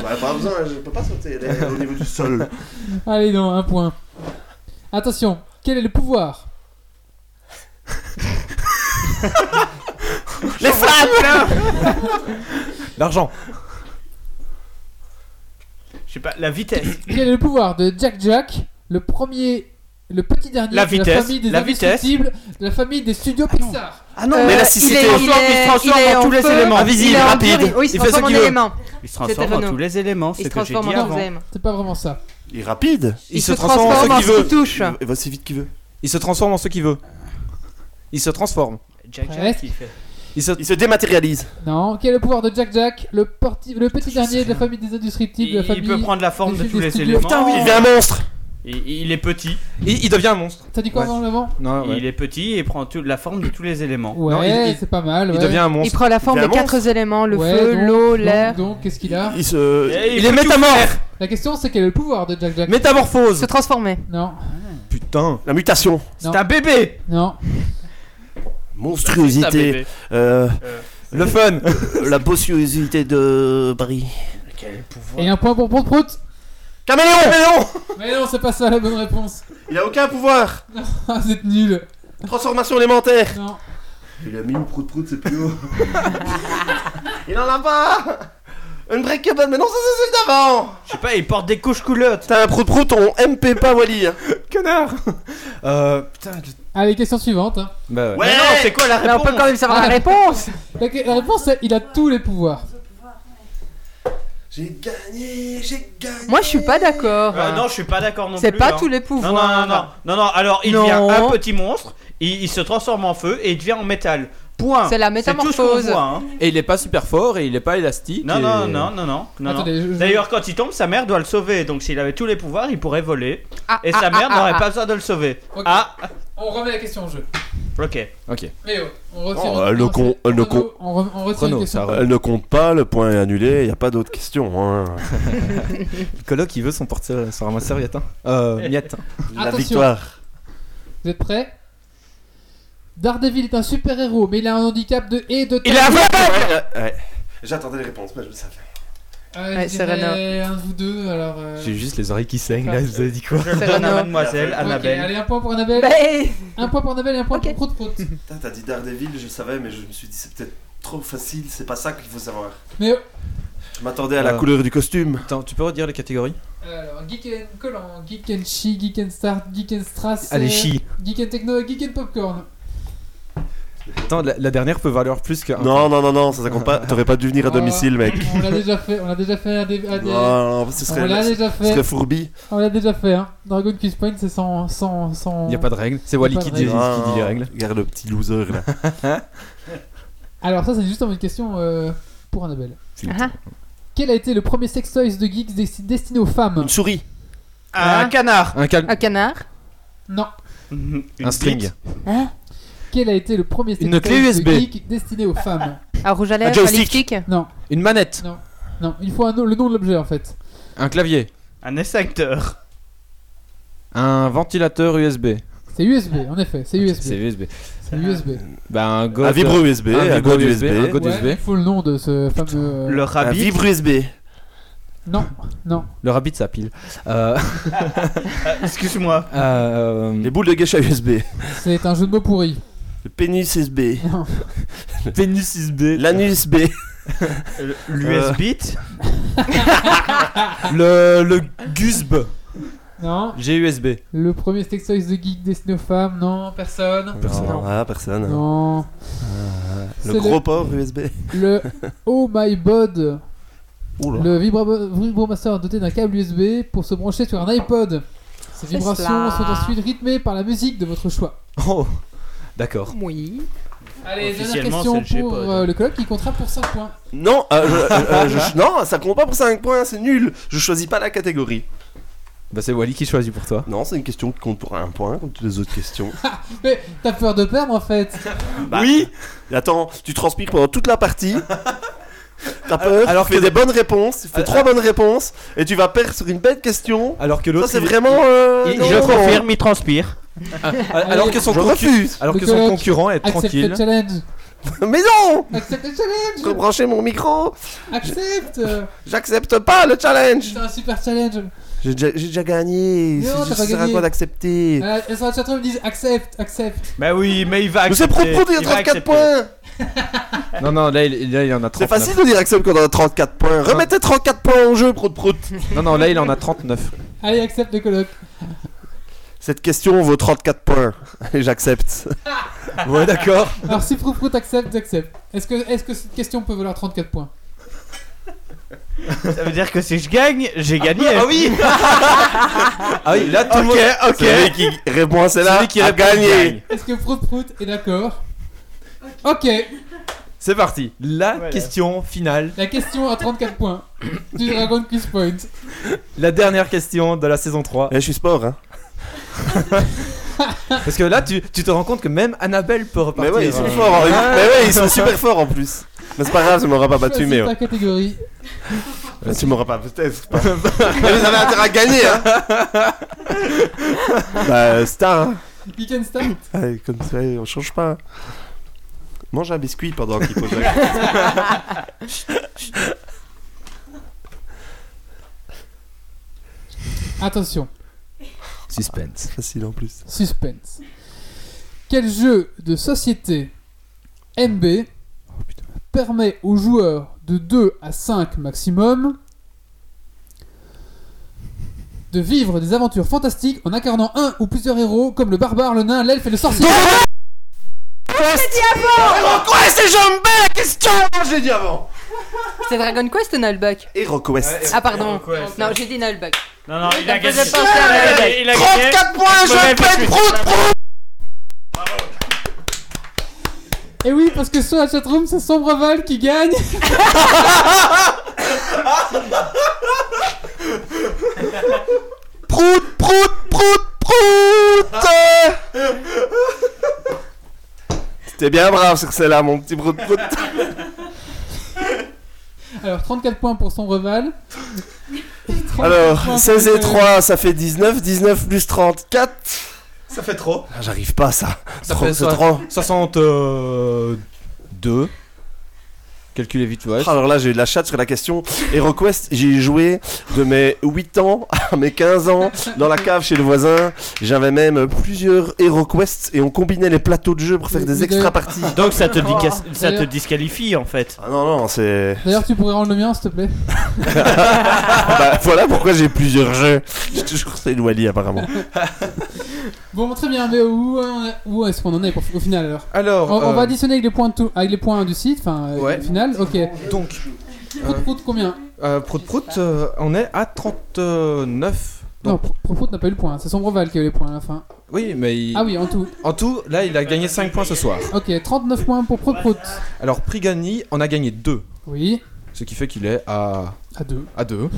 S9: Bah, pas besoin, je peux pas sauter elle est au niveau du sol.
S1: Allez donc, un point. Attention, quel est le pouvoir
S5: Les flammes
S3: L'argent.
S7: Je sais pas, la vitesse.
S1: Quel est le pouvoir de Jack Jack, le premier, le petit dernier
S7: La
S1: de la
S7: vitesse,
S1: famille des
S7: la
S1: indestructibles, de la famille des studios Pixar
S7: Ah non,
S4: Euh,
S5: mais la
S4: il
S5: cité
S4: est,
S5: transforme,
S4: il
S7: il se
S4: est-
S7: transforme
S4: il est
S7: en tous les
S4: feu, Ah,
S7: éléments.
S4: il
S5: Invisible,
S4: est en
S5: rapide
S4: furie. Oui, il se
S5: Il fait ce
S4: transforme en
S5: qu'il veut
S4: élément.
S7: Il se
S4: C'était
S7: transforme en
S4: Renaud.
S7: tous les éléments, c'est
S4: Il
S7: ce
S4: se
S7: que j'ai
S4: transforme
S7: dit
S4: en
S7: avant.
S4: Zem.
S1: C'est pas vraiment ça.
S5: Il est rapide
S9: Il se transforme
S5: en ce
S4: en
S5: qu'il
S4: ce
S5: veut.
S4: qu'il touche.
S5: Il va aussi vite qu'il veut.
S3: Il se transforme en ce qu'il veut. Il se transforme.
S7: Jack Jack,
S1: Presque.
S7: il fait.
S3: Il se...
S5: Il se dématérialise.
S1: Non, quel est le pouvoir de Jack Jack, le, porti- le petit dernier de la famille des indestructibles,
S7: Il,
S1: de la
S7: il
S1: famille...
S7: peut prendre la forme
S1: des
S7: de
S1: films
S7: tous
S1: des
S7: les
S1: studios.
S7: éléments.
S1: Putain,
S4: Oh.
S1: oui.
S5: Il devient un monstre
S7: Il- il est petit.
S3: Il, il devient un monstre.
S1: T'as dit quoi
S3: Ouais.
S1: avant l'avant
S3: Non, Ah, ouais.
S7: Il est petit et prend tout- la forme de tous les éléments.
S1: Ouais,
S3: Non, il- il-
S1: c'est pas mal.
S3: Il
S1: ouais.
S3: devient un
S4: Il
S3: monstre.
S4: prend la forme
S5: Il fait
S4: des
S5: un
S4: quatre éléments le
S1: Ouais,
S4: feu,
S1: donc-
S4: l'eau,
S1: donc-
S4: l'air.
S1: Donc, qu'est-ce qu'il a
S5: Il se...
S3: Il est métamorphe.
S1: La question, c'est quel est le pouvoir de Jack Jack
S3: Métamorphose.
S4: Se transformer.
S1: Non,
S3: Putain.
S5: La mutation.
S1: Non.
S7: C'est un bébé
S1: non.
S2: C'est un
S5: Monstruosité.
S2: bébé.
S5: Euh,
S3: Le
S4: *laughs*
S3: fun.
S5: la bossiosité de Paris.
S1: Et un point pour Prout Prout
S5: Caméléon
S1: Mais non, c'est pas ça la bonne réponse. *laughs*
S5: Il a aucun pouvoir
S1: Ah, vous êtes nuls.
S5: Transformation élémentaire
S1: Non.
S9: Il a mis une prout prout, c'est plus haut.
S5: *laughs* Il en a pas Unbreakable, mais non, ça c'est celle d'avant
S7: Je sais pas, il porte des couches coulottes.
S5: T'as un prout-prout, on MP pas Wally hein.
S3: Connard. Euh, putain. je-
S1: Allez, question suivante. hein.
S3: Bah, ouais.
S5: Ouais.
S7: Mais non, c'est quoi la
S4: Mais on
S7: réponse
S4: peut quand même savoir
S1: Ah.
S4: la réponse.
S1: La, la réponse, c'est il a tous les pouvoirs.
S9: J'ai gagné, j'ai gagné.
S4: Moi, je suis pas d'accord.
S7: Euh, Non, je suis pas d'accord non plus.
S4: C'est pas
S7: hein.
S4: tous les
S7: non,
S4: pouvoirs.
S7: non, non, non, non, non, alors il
S4: Non.
S7: devient un petit monstre, il, il se transforme en feu et il devient en métal. Point.
S4: C'est la
S7: tout ce qu'on
S4: métamorphose.
S7: voit, hein.
S3: Et il est pas super fort et il est pas élastique.
S7: Non,
S3: et-
S7: non, non, non, non, non.
S1: Attendez, je- je-
S7: D'ailleurs, quand il tombe, sa mère doit le sauver. Donc, s'il avait tous les pouvoirs, il pourrait voler.
S4: Ah,
S7: Et
S4: ah,
S7: sa
S4: ah,
S7: mère
S4: ah,
S7: n'aurait
S4: ah.
S7: pas besoin de le sauver.
S1: Ok.
S7: Ah,
S1: On remet la question au jeu.
S7: ok.
S3: Ok.
S1: Mais oh, on retire.
S5: Oh, elle le con- elle le con.
S1: On, re- on retire
S3: Renaud,
S1: la question.
S3: ça
S5: Elle ne compte pas, le point est annulé, y a pas d'autres questions. hein.
S3: Le coloc, il veut son porte son ramasse serviette. Hein. Euh, miette. hein.
S5: La
S1: Attention.
S5: victoire.
S1: Vous êtes prêts Daredevil est un super héros, mais il a un handicap de et de.
S5: Il est aveugle Ouais.
S9: J'attendais les réponses, mais je le savais.
S1: Euh,
S4: Ouais,
S1: je
S4: c'est
S1: dirais
S4: Renaud.
S1: Un ou deux, alors. euh,
S3: J'ai juste les oreilles qui saignent là. Vous avez dit quoi
S7: Je le
S4: C'est
S7: donne à
S4: Renaud.
S7: mademoiselle
S1: ok,
S7: Annabelle.
S1: allez, un point pour Annabelle.
S4: Ben,
S1: Un point pour Annabelle et un point
S4: Ok.
S1: pour Prout
S5: *laughs*
S1: Prout.
S9: Putain, t'as dit Daredevil, je le savais, mais je me suis dit c'est peut-être trop facile, c'est pas ça qu'il faut savoir.
S1: Mais euh,
S9: Je m'attendais à
S5: À la
S9: la couleur.
S5: couleur du costume.
S3: Attends, tu peux redire les catégories
S1: Alors, Geek and Collant, Geek and Chi, Geek and Start, Geek and Strass,
S3: Allez,
S1: euh,
S3: chi.
S1: Geek and Techno, et Geek and Popcorn. *coughs*
S3: Attends, la, la dernière peut valoir plus qu'un.
S5: Non, non, non, non, ça, ça
S1: *laughs*
S5: compte pas. T'aurais pas dû venir à domicile, mec. Oh,
S1: On l'a déjà fait, Oh. on l'a déjà fait à des. à des-
S5: Non, non, ce
S1: on l'a
S5: serait,
S1: déjà
S5: ce
S1: fait,
S5: serait fourbi.
S1: on l'a déjà fait, hein. Dragon Quest Point, c'est sans. sans, sans...
S3: Il a pas de règles. C'est
S1: Y a
S3: Wally
S1: pas
S3: qui
S1: de
S3: dit,
S1: règles.
S5: Non,
S3: qui dit les
S5: non,
S3: règles.
S5: Oh, Regarde le petit loser là.
S1: Alors, ça, c'est justement une question euh, pour Annabelle.
S4: Ah ah.
S1: Quel a été le premier sextoys de geeks desti- destiné aux femmes
S5: Une souris.
S7: Un
S4: Ah.
S7: canard.
S3: Un calme.
S4: un canard.
S1: Non.
S7: Hein Une
S3: Un string.
S7: bite.
S1: Quel a été le premier
S3: Une
S1: sextoys
S3: clé USB.
S1: de geeks destiné aux femmes
S4: Un rouge à
S5: Un
S4: lèvres, un
S5: joystick.
S4: lipstick.
S1: Non,
S3: Une manette.
S1: non, il faut un nom- le nom de l'objet en fait.
S3: Un clavier.
S7: Un extincteur.
S3: Un ventilateur USB.
S1: C'est USB, en effet, c'est
S3: C'est
S1: USB.
S3: USB.
S1: C'est USB.
S3: Bah, un
S5: Un
S3: god.
S5: vibro USB.
S3: un
S5: Un
S3: vibro
S5: god
S3: USB,
S5: USB.
S3: un god- Code USB.
S1: Ouais, il faut le nom de ce fameux. euh,
S7: Le
S5: Un
S7: rabbit.
S5: vibre USB.
S1: Non, non.
S3: Le rabbit, ça pile. *laughs* Euh,
S7: Ah, Excuse-moi.
S3: euh,
S5: Les boules de geisha USB.
S1: C'est un jeu de mots pourri.
S5: Le pénis USB.
S3: pénis USB.
S5: L'anus B.
S7: Euh, L'USB.
S3: Euh, *laughs* Le, le GUSB.
S1: Non.
S3: GUSB.
S1: Le premier sextoys de geek destiné aux femmes. Non, personne.
S5: Personne.
S1: Non.
S5: Ah, personne.
S1: Non. C'est
S5: Le gros port USB.
S1: le Oh My Bod,
S5: Oula.
S1: le vibra- vibromasseur doté d'un câble USB pour se brancher sur un iPod. Ces vibrations
S4: cela.
S1: sont ensuite rythmées par la musique de votre choix.
S3: Oh, d'accord.
S4: Oui.
S1: Allez, dernière
S7: Officiellement,
S1: question
S7: c'est le
S1: pour
S7: G-Pod.
S1: euh, le colloque qui comptera pour 5 points.
S5: Non, euh, je- euh, je- non, ça compte pas pour 5 points, c'est nul. Je choisis pas la catégorie.
S3: Bah, c'est Wally qui choisit pour toi.
S5: Non, c'est une question qui compte pour un point, comme toutes les autres questions.
S1: Mais t'as peur de perdre en fait
S5: Bah, oui Attends, tu transpires pendant toute la partie. T'as peur, alors,
S3: alors
S5: tu fais
S3: que-
S5: des bonnes réponses, tu fais
S3: Ah,
S5: trois bonnes réponses, et tu vas perdre sur une bête question.
S3: Alors que
S5: Ça,
S3: l'autre.
S5: c'est
S3: il-
S5: vraiment. euh,
S3: il-
S5: non,
S7: Je
S5: non.
S7: confirme, il transpire.
S3: Alors que son,
S5: Je
S3: concu- *laughs*
S5: refuse
S3: alors
S1: Le
S3: que son
S1: colloque.
S3: concurrent est
S1: Accepte
S3: tranquille.
S1: le challenge
S5: Mais non
S1: Accepte le
S5: Je
S1: challenge
S5: brancher mon micro
S1: Accepte
S5: J'accepte pas le challenge
S1: C'est un super challenge
S5: J'ai déjà, j'ai déjà gagné,
S1: Non,
S5: c'est
S1: t'as
S5: juste
S1: pas
S5: ça sert à
S1: gagné.
S5: quoi d'accepter
S1: Euh, Et sur la chatroom ils disent accepte, accepte
S7: Bah oui, mais il va
S5: Mais c'est
S7: accepter.
S5: propre de dire
S7: il va
S5: 34
S7: accepter.
S5: points
S3: Non, non, là il, là, il en a 39.
S5: C'est facile de dire accepte quand on a 34 points Remettez 34 points en jeu, prout prout
S3: Non, non, là il en a 39.
S1: Allez, accepte le colloque
S5: Cette question vaut 34 points, *laughs* et j'accepte.
S3: *laughs* Ouais, d'accord.
S1: Alors si Proufrout accepte, j'accepte. Est-ce que, est que cette question peut valoir 34 points
S7: Ça veut dire que si je gagne, j'ai gagné. Ah oui
S3: *laughs* Ah oui, là tout le
S5: Ok,
S3: monde.
S5: ok Celui qui répond à celle-là
S3: Celui qui
S5: a
S3: répond
S5: gagné
S3: gagne.
S1: Est-ce que Proufrout est d'accord Ok,
S3: C'est parti. La
S7: Voilà.
S3: question finale.
S1: la question à 34 points du Dragon Quiz Point.
S3: La dernière question de la saison 3.
S5: Eh, Je suis sport, hein
S3: Parce que là, tu, tu te rends compte que même Annabelle peut
S5: Mais
S3: repartir.
S5: hein. ouais, ils sont
S3: euh,
S5: forts en- Mais ouais, ils sont super forts en plus Mais c'est pas grave, Ah bah, tu hein. m'auras pas battu,
S1: Choisis ta
S5: mais...
S1: catégorie.
S5: euh, Tu m'auras pas, peut-être *laughs* pas. Mais vous avez intérêt à gagner, hein *laughs* Bah, euh, star, hein
S1: Pick and start.
S5: Allez, comme ça, on change pas. hein. Mange un biscuit pendant qu'il pose la *laughs*
S1: Attention,
S3: Suspense.
S5: facile en plus.
S1: suspense. Quel jeu de société MB permet aux joueurs de 2 à 5 maximum de vivre des aventures fantastiques en incarnant un ou plusieurs héros comme le barbare, le nain, l'elfe et le sorcier
S5: Dragon Quest et j'aime bien la question Je l'ai dit avant
S4: C'est Dragon Quest ou Nullbuck
S5: Hero Quest.
S4: Ah, pardon.
S7: Dragon Quest.
S4: Non, j'ai dit Nullbuck.
S7: Non, non, il
S4: Ça
S7: a
S4: me
S7: gagné.
S4: faisait penser
S7: Il
S4: à
S7: a
S4: Nullbuck.
S7: gagné, il a gagné.
S5: 34 points,
S7: Mauvais
S5: je pète
S7: biscuit.
S5: prout prout
S1: Et oui, parce que sur la chatroom, c'est Sombreval qui gagne
S5: Prout prout prout prout T'es bien brave sur celle-là, mon petit prout prout.
S1: Alors, 34 points pour *laughs* Sombreval. 34 points
S5: Alors, 16 et
S1: pour,
S5: 3, ça fait 19. 19 plus 34.
S9: Ça fait trop.
S5: Ah, J'arrive pas, ça.
S3: Ça
S5: Trop-
S3: fait
S5: c'est
S3: soi-
S5: trop.
S3: 62. Calculez vite, ouais.
S5: Ah, Alors là, j'ai eu de la chatte sur la question. Hero Quest, j'y ai joué de mes 8 ans *laughs* à mes 15 ans dans la cave chez le voisin. J'avais même plusieurs Hero Quest et on combinait les plateaux de jeu pour faire
S1: Mais
S5: des
S1: vous
S5: extra
S1: avez-
S5: parties.
S7: Donc ça te, dicas-
S1: Oh,
S7: ça te
S1: d'ailleurs.
S7: disqualifie en fait.
S5: Ah non, non, c'est.
S1: euh, D'ailleurs, tu pourrais rendre le mien, s'il te plaît.
S5: Bah, voilà pourquoi j'ai plusieurs jeux. *laughs* J'ai toujours c'est Wally apparemment.
S9: Euh,
S1: Bon, très bien, mais où, euh, où est-ce qu'on en est pour- au final alors
S3: Alors,
S1: on, on
S3: euh,
S1: va additionner avec les points, de tout, avec les points du site, enfin, euh,
S3: Ouais.
S1: au final, ok.
S3: donc,
S1: Prout Prout, combien
S3: euh, Prout Prout, euh, on est à 39.
S1: Non,
S3: Donc,
S1: Prout Prout n'a pas eu le point, c'est Sombreval qui a eu les points à la fin.
S3: oui, mais il-
S1: Ah oui, en tout.
S3: en tout, là, il a gagné 5 points ce soir.
S1: Ok, 39 points pour Prout Prout.
S3: Alors, Prigani en a gagné 2,
S1: Oui,
S3: ce qui fait qu'il est à,
S1: à 2.
S3: à 2.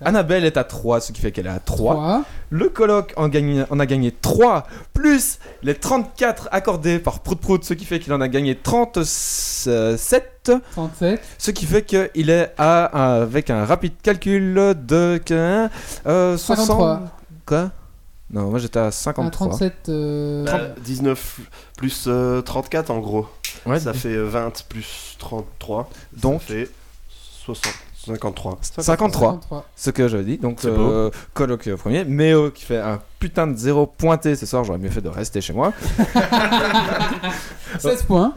S3: Annabelle est à 3, ce qui fait qu'elle est à 3.
S1: 3.
S3: Le colloque en, gagne- en a gagné 3, plus les 34 accordés par Prout Prout, ce qui fait qu'il en a gagné 37,
S1: 37.
S3: ce qui fait qu'il est à, avec un rapide calcul de euh,
S1: 53.
S3: 60... Quoi Non, moi j'étais à
S1: à
S3: 53.
S1: 37. Ah, euh,
S5: Bah, 19 plus euh, 34 en gros.
S3: Ouais,
S5: Ça fait euh, 20 plus 33.
S3: Donc.
S5: Ça fait 60. 53.
S3: 53,
S1: 53.
S3: ce que j'avais dit, donc
S5: C'est beau.
S3: euh, colloque premier. Méo qui fait un putain de zéro pointé ce soir, j'aurais mieux fait de rester chez moi.
S1: 16 points.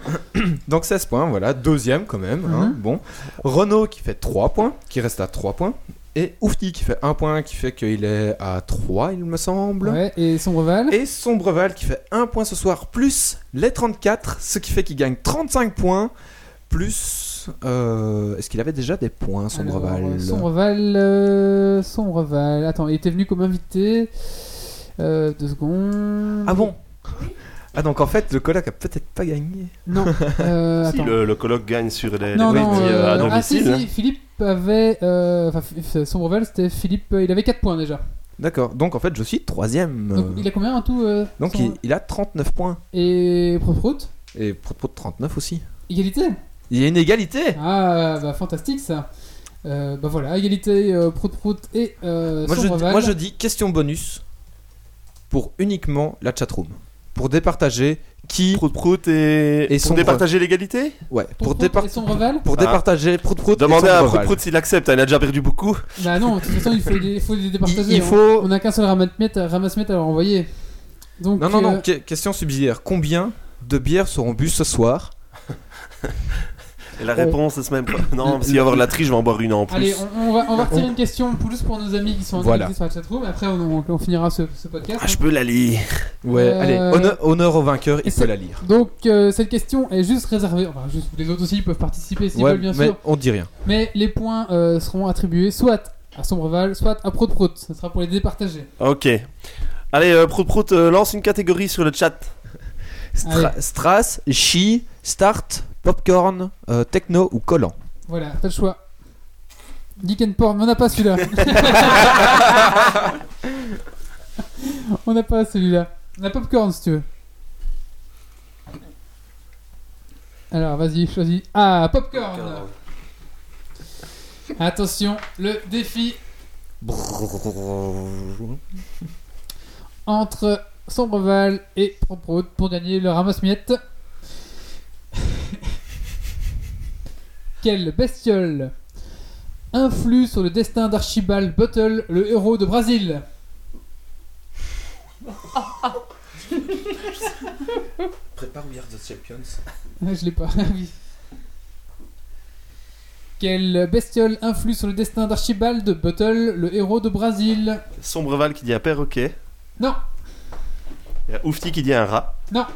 S3: Donc 16 points, voilà, deuxième quand même, hein,
S1: Mhm.
S3: bon. Renault qui fait 3 points, qui reste à 3 points. Et Oufti qui fait 1 point, qui fait qu'il est à 3, il me semble.
S1: Ouais, et Sombreval.
S3: Et Sombreval qui fait 1 point ce soir, plus les 34, ce qui fait qu'il gagne 35 points, plus... euh, Est-ce qu'il avait déjà des points, Sombreval
S1: Alors, euh, Sombreval. euh, Sombreval. Attends, il était venu comme invité. Euh, deux secondes.
S3: Ah bon Ah donc en fait, le coloc a peut-être pas gagné.
S1: Non. euh,
S3: *laughs*
S5: Si
S1: attends.
S5: le, le colloque gagne sur les,
S1: Non,
S5: les
S1: non,
S5: petits, euh, à
S1: euh, ah si,
S5: domicile.
S3: hein.
S1: si, Philippe avait. euh, Enfin, F- son brevel, c'était Philippe, euh, il avait 4 points déjà.
S3: D'accord. Donc en fait, je suis troisième.
S1: Donc il a combien en tout euh,
S3: Donc
S1: son-
S3: il, il a 39 points.
S1: Et Prout
S3: Et Proto 39 aussi.
S1: Égalité
S3: Il y a une égalité
S1: Ah, bah fantastique ça Euh, Bah voilà, égalité euh, Prout et euh,
S3: moi,
S1: son
S3: je,
S1: brevel.
S3: moi je dis question bonus pour uniquement la chatroom. Pour départager qui.
S5: Prout prout et,
S3: Et
S5: pour
S3: sombre.
S5: départager l'égalité
S3: Ouais, pour,
S1: Prout
S3: départ-
S1: et son brevel
S3: pour
S5: Ah.
S3: départager Prout Prout. et
S5: Demandez
S3: son
S5: à
S3: breval.
S5: Prout prout s'il accepte, hein, il a déjà perdu beaucoup.
S1: Bah non, de toute façon, il faut, les- il faut les départager.
S3: Il- il
S1: hein.
S3: faut-
S1: On n'a qu'un seul ramasse-miettes à, ramasse-miettes à leur envoyer. Donc,
S3: Non, non,
S1: euh,
S3: non, que- question subsidiaire. Combien de bières seront bues ce soir
S5: Et la
S1: Oh.
S5: réponse c'est même pas. Non, s'il va y avoir de la triche, je vais en boire une en plus.
S1: Allez, on, on va, on va retirer une question pour- juste pour nos amis qui sont en
S3: Voilà.
S1: direct sur la chatroom. Après, on, on- on finira ce, ce podcast.
S5: Ah,
S1: hein.
S5: je peux la lire.
S3: Ouais,
S1: Euh,
S3: allez, honneur, honneur au vainqueur, il
S1: c'est-
S3: peut la lire.
S1: Donc, euh, cette question est juste réservée. Enfin, juste, les autres aussi peuvent participer s'ils
S3: Ouais,
S1: veulent, bien
S3: mais
S1: sûr.
S3: on dit rien.
S1: Mais les points euh, seront attribués soit à Sombreval, soit à Prout Prout. Ça sera pour les départager.
S5: Ok. Allez, euh, prout prout, euh, lance une catégorie sur le chat.
S3: Stra-
S1: Allez.
S3: Strass, Chi, Start, Popcorn, euh, Techno ou Collant.
S1: Voilà, t'as le choix. Geek and Porn, mais on n'a pas celui-là. on n'a pas celui-là. On a Popcorn si tu veux. Alors vas-y, choisis. Ah, Popcorn Attention, le défi entre Sombreval et Proprout pour gagner le ramasse-miettes. Quelle bestiole influe sur le destin d'Archibald Buttle, le héros de Brésil
S3: Prépare We Are the Champions.
S1: Ah, *laughs* Je l'ai pas, *laughs* ah oui. Quelle bestiole influe sur le destin d'Archibald Buttle, le héros de Brésil
S5: Sombreval qui dit un perroquet.
S1: Non,
S5: Il y a Oufti qui dit un rat.
S1: Non.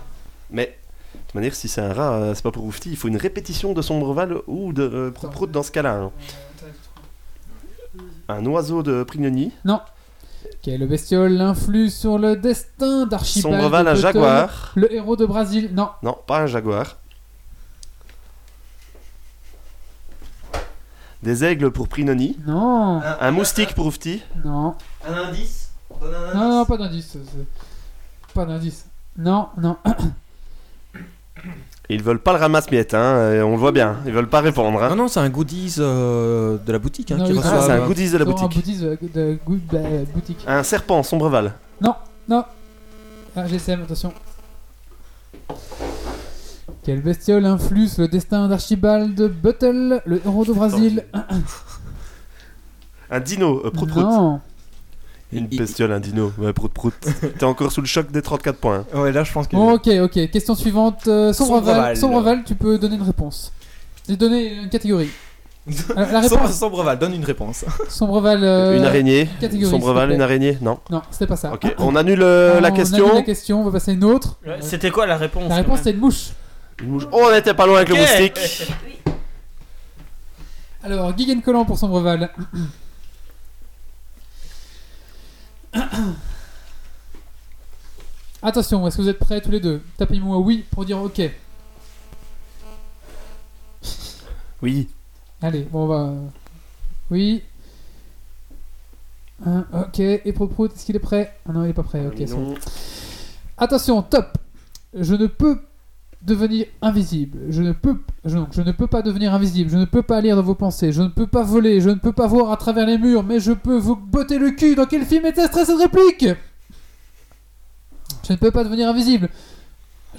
S5: Mais, de toute manière, si c'est un rat, euh, c'est pas pour Oufti. Il faut une répétition de Sombreval ou de euh, prout prout dans ce cas-là. hein. Un oiseau de Prignoni.
S1: quelle bestiole influe sur le destin d'Archibald
S5: Sombreval, un
S1: Buttle,
S5: jaguar.
S1: Le héros de Brésil Non,
S5: Non, pas un jaguar. Des aigles pour Prinoni.
S1: non,
S5: Un moustique pour Oufti.
S1: non,
S7: Un indice On donne un
S1: non,
S7: indice
S1: non, pas d'indice. c'est- Pas d'indice. Non, non.
S5: Ils veulent pas le ramasse-miettes, hein, et on le voit bien. Ils veulent pas répondre.
S3: Ah
S5: Hein.
S3: non, c'est un goodies euh, de la boutique hein,
S1: Non,
S3: qui
S1: oui,
S5: Ah,
S3: reçoit.
S5: c'est un
S3: euh,
S5: goodies de la
S1: Dans un
S5: boutique.
S1: bouddhiste de, de- de- de- de- boutique.
S5: Un serpent, Sombreval.
S1: Ah, GSM, attention. Quelle bestiole influe sur le destin d'Archibald Buttle, le héros de Brésil
S5: Un dino, euh, prout prout.
S1: Non,
S5: Une
S3: il-
S5: bestiole, un dino, ouais, prout prout.
S3: *laughs*
S5: T'es encore sous le choc des 34 points. hein.
S3: Ah Ouais, là je pense que.
S1: Bon, ok, ok. Question suivante. Euh, Sombreval.
S3: Sombreval.
S1: Sombreval, tu peux donner une réponse. J'ai donné une
S5: *laughs*
S1: catégorie. Alors, la
S3: Sombre-
S1: réponse
S3: Sombreval, donne une réponse.
S1: Sombreval. euh,
S5: une araignée,
S1: catégorie, s'il
S5: Sombreval,
S1: te
S5: une
S1: plaît.
S5: araignée, non.
S1: Non, c'était pas ça.
S5: Ok, on annule euh,
S1: On
S5: la
S1: annule
S5: question.
S1: la question, on va passer à une autre.
S7: Ouais, C'était quoi la réponse quand
S1: La réponse,
S7: même
S1: c'est une mouche.
S5: Une mouche- Oh, on était pas loin avec
S7: Ok.
S5: le moustique.
S1: Alors, Guiguen Collant pour Sombreval. Attention, est-ce que vous êtes prêts tous les deux Tapez-moi oui pour dire ok.
S5: Oui,
S1: Allez, bon, on va. euh, Oui. Hein, ok, et Proprout, est-ce qu'il est prêt Ah non, il est pas prêt, ok. c'est bon.
S5: Non.
S1: Attention, top Je ne peux devenir invisible. Je ne peux, je, non, je ne peux pas devenir invisible. Je ne peux pas lire dans vos pensées. Je ne peux pas voler. Je ne peux pas voir à travers les murs. Mais je peux vous botter le cul. Dans quel film était cette réplique Je ne peux pas devenir invisible.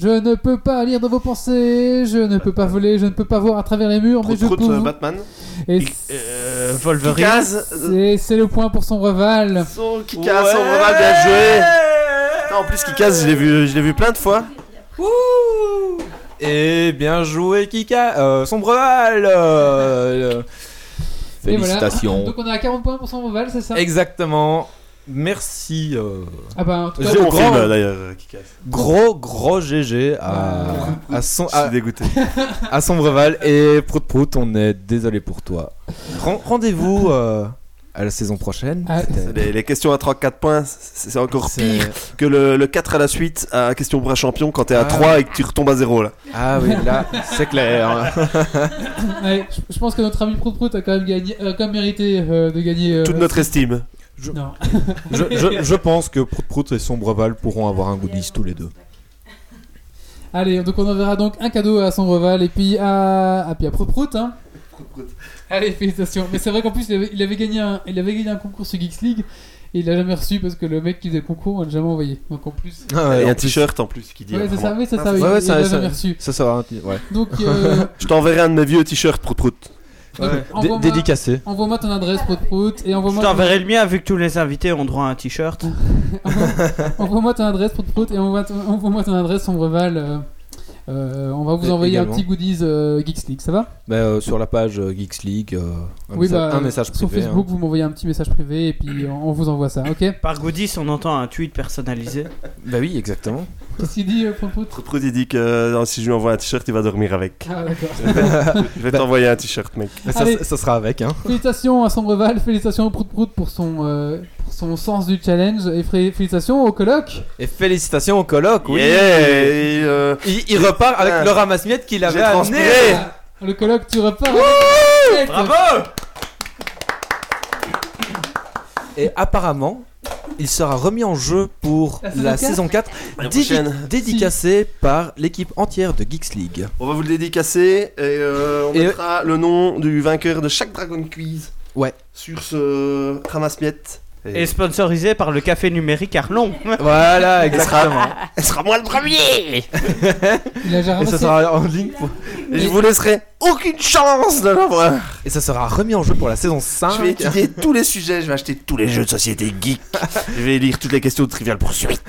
S1: Je ne peux pas lire dans vos pensées. Je ne peux pas voler. Je ne peux pas voir à travers les murs. Mais
S5: prout
S1: je
S5: prout,
S1: peux
S5: euh,
S1: vous-
S5: Batman.
S1: Et
S7: Euh, Wolverine.
S5: Kikaz, euh,
S1: c'est- c'est le point pour son rival.
S5: son Kikaz, Sombreval, bien joué. Non, en plus, Kikaz, je l'ai vu, je l'ai vu plein de fois.
S3: Et Eh bien joué, Kika euh, Sombreval euh, euh,
S1: Et voilà.
S3: Félicitations.
S1: Donc on est à 40 points pour son rival, c'est ça
S3: Exactement. Merci. euh,
S1: Ah bah en tout cas,
S5: C'est mon
S3: grand-
S5: film, euh, d'ailleurs, euh, Kikaz.
S3: gros, gros GG à, à, son,
S5: Je
S3: à,
S5: suis dégoûté.
S3: à Sombreval. Et Prout Prout, on est désolé pour toi. Ren- Rendez-vous euh, à la saison prochaine.
S1: Ah.
S3: C'était-
S5: Les, les questions à 3-4 points, c'est c'est encore
S3: c'est-
S5: pire que le, le 4 à la suite à question pour un champion quand t'es à
S3: Ah.
S5: 3 et que tu retombes à 0 là.
S1: Euh,
S3: Ah oui, là, c'est clair.
S1: Ouais, je- je pense que notre ami Prout Prout a quand même, gagné, a quand même mérité euh, de gagner. euh,
S5: Toute notre estime.
S1: Non.
S3: Je, je- je pense que Prout Prout et Sombreval pourront avoir un 10 tous les deux.
S1: Allez, donc on enverra donc un cadeau à Sombreval et puis à, ah, puis à Prout Prout, hein. Allez, félicitations. Mais c'est vrai qu'en plus, il avait, il avait gagné un, il avait gagné un concours sur Geeks League et il l'a jamais reçu parce que le mec qui faisait le concours, on l'a jamais envoyé. Donc en plus.
S5: et
S3: en
S5: un
S3: plus-
S5: t-shirt en plus qui dit.
S1: Ouais, c'est ça,
S5: vraiment.
S1: oui, c'est ça,
S3: Ouais,
S1: oui.
S3: ouais,
S1: il l'a
S3: ça, ça,
S1: jamais reçu.
S3: ça, ça va, ouais. *laughs*
S1: Donc, euh,
S5: Je t'enverrai un de mes vieux t-shirts prout prout.
S1: donc,
S3: Ouais.
S1: envoie-moi-
S3: Dé- Dédicacé.
S1: envoie-moi ton adresse, Prout Prout, et
S7: Je
S1: envoie-moi ton-
S7: t'enverrai le mien vu que tous les invités ont droit à un t-shirt.
S1: Envoie-moi ton adresse, Prout Prout, et envoie- envoie-moi ton adresse, Sombreval. euh, euh, on va vous
S3: Et
S1: envoyer
S3: également.
S1: un petit goodies euh, Geeks League, ça va
S3: Bah, euh, sur la page euh, Geeks League, euh, un,
S1: Oui,
S3: message,
S1: bah,
S3: un message
S1: Sur
S3: privé.
S1: Facebook,
S3: hein.
S1: vous m'envoyez un petit message privé et puis on on vous envoie ça,
S3: *laughs*
S1: ok
S7: Par Goodis, on entend un tweet personnalisé.
S3: Bah oui, exactement.
S1: Qu'est-ce qu'il dit, euh, Prout Prout
S5: Prout prout il dit que euh, si je lui envoie un t-shirt il va dormir avec.
S1: Ah, d'accord.
S5: Je vais t'envoyer un t-shirt mec.
S3: Mais ça,
S1: Allez.
S3: ça sera avec, hein.
S1: Félicitations à Sombreval, félicitations au Prout Prout pour son, euh, pour son sens du challenge et fré- félicitations au colloque.
S3: Et félicitations au colloque, oui.
S5: Yeah, et, euh,
S3: Il, il repart avec
S5: Ah.
S3: le ramasse-miettes qu'il avait
S5: J'ai
S3: amené.
S5: transpiré.
S1: Ah, Le colloque, tu repars. avec la tête.
S7: Bravo
S3: Et apparemment, il sera remis en jeu pour
S1: La saison
S3: la
S1: 4.
S3: saison 4,
S5: La
S3: dédi-
S5: prochaine.
S3: dédicacée par l'équipe entière de Geeks League.
S5: On va vous le dédicacer et euh, on
S3: Et-
S5: mettra le nom du vainqueur de chaque Dragon Quiz.
S3: Ouais.
S5: Sur ce ramasse-miette.
S7: Et sponsorisé par le café numérique Arlon.
S3: Voilà, exactement.
S5: Elle sera moi le premier
S1: Il a déjà
S3: Et ça
S1: ramassé.
S3: sera en ligne pour-
S5: Et je vous laisserai aucune chance de l'avoir.
S3: Et ça sera remis en jeu pour la saison 5.
S5: Je vais étudier tous les sujets, je vais acheter tous les jeux de société geek. je vais lire toutes les questions de Trivial Poursuite.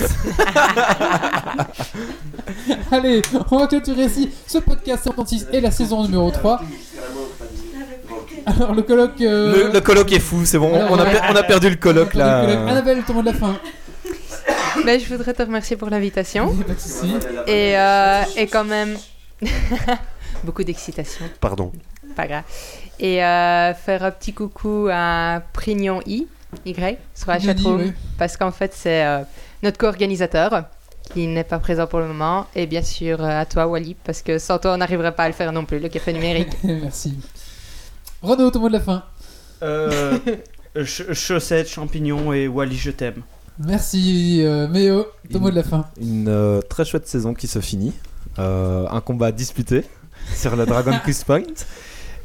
S1: Allez, on va clôturer ici ce podcast 56 et la saison numéro 3. Alors, le colloque. euh,
S3: Le, le colloque est fou, c'est bon.
S1: Alors,
S3: On a,
S1: ouais.
S3: per- on a perdu le colloque Ah
S1: le colloque.
S3: là.
S1: Annabelle, tourne de la fin.
S4: Ben, je voudrais te remercier pour l'invitation.
S1: Pas de soucis.
S4: Et, euh, et quand même, *laughs* beaucoup d'excitation,
S5: Pardon.
S4: pas grave. Et euh, faire un petit coucou à Prignon I, Y, sur la
S1: Denis,
S4: chatroom.
S1: ouais. *laughs*
S4: Parce qu'en fait, c'est euh, notre co-organisateur qui n'est pas présent pour le moment. Et bien sûr, euh, à toi, Wally, parce que sans toi, on n'arriverait pas à le faire non plus, le café numérique.
S1: Merci. Renaud, ton mot de la fin.
S7: Euh, ch- chaussettes, champignons et Wally, je t'aime.
S1: Merci, euh, Méo, ton
S3: Il-
S1: mot de la fin.
S3: Une euh, très chouette saison qui se finit. Euh, un combat disputé *laughs* sur
S7: *laughs*
S3: la Dragon Quest Point.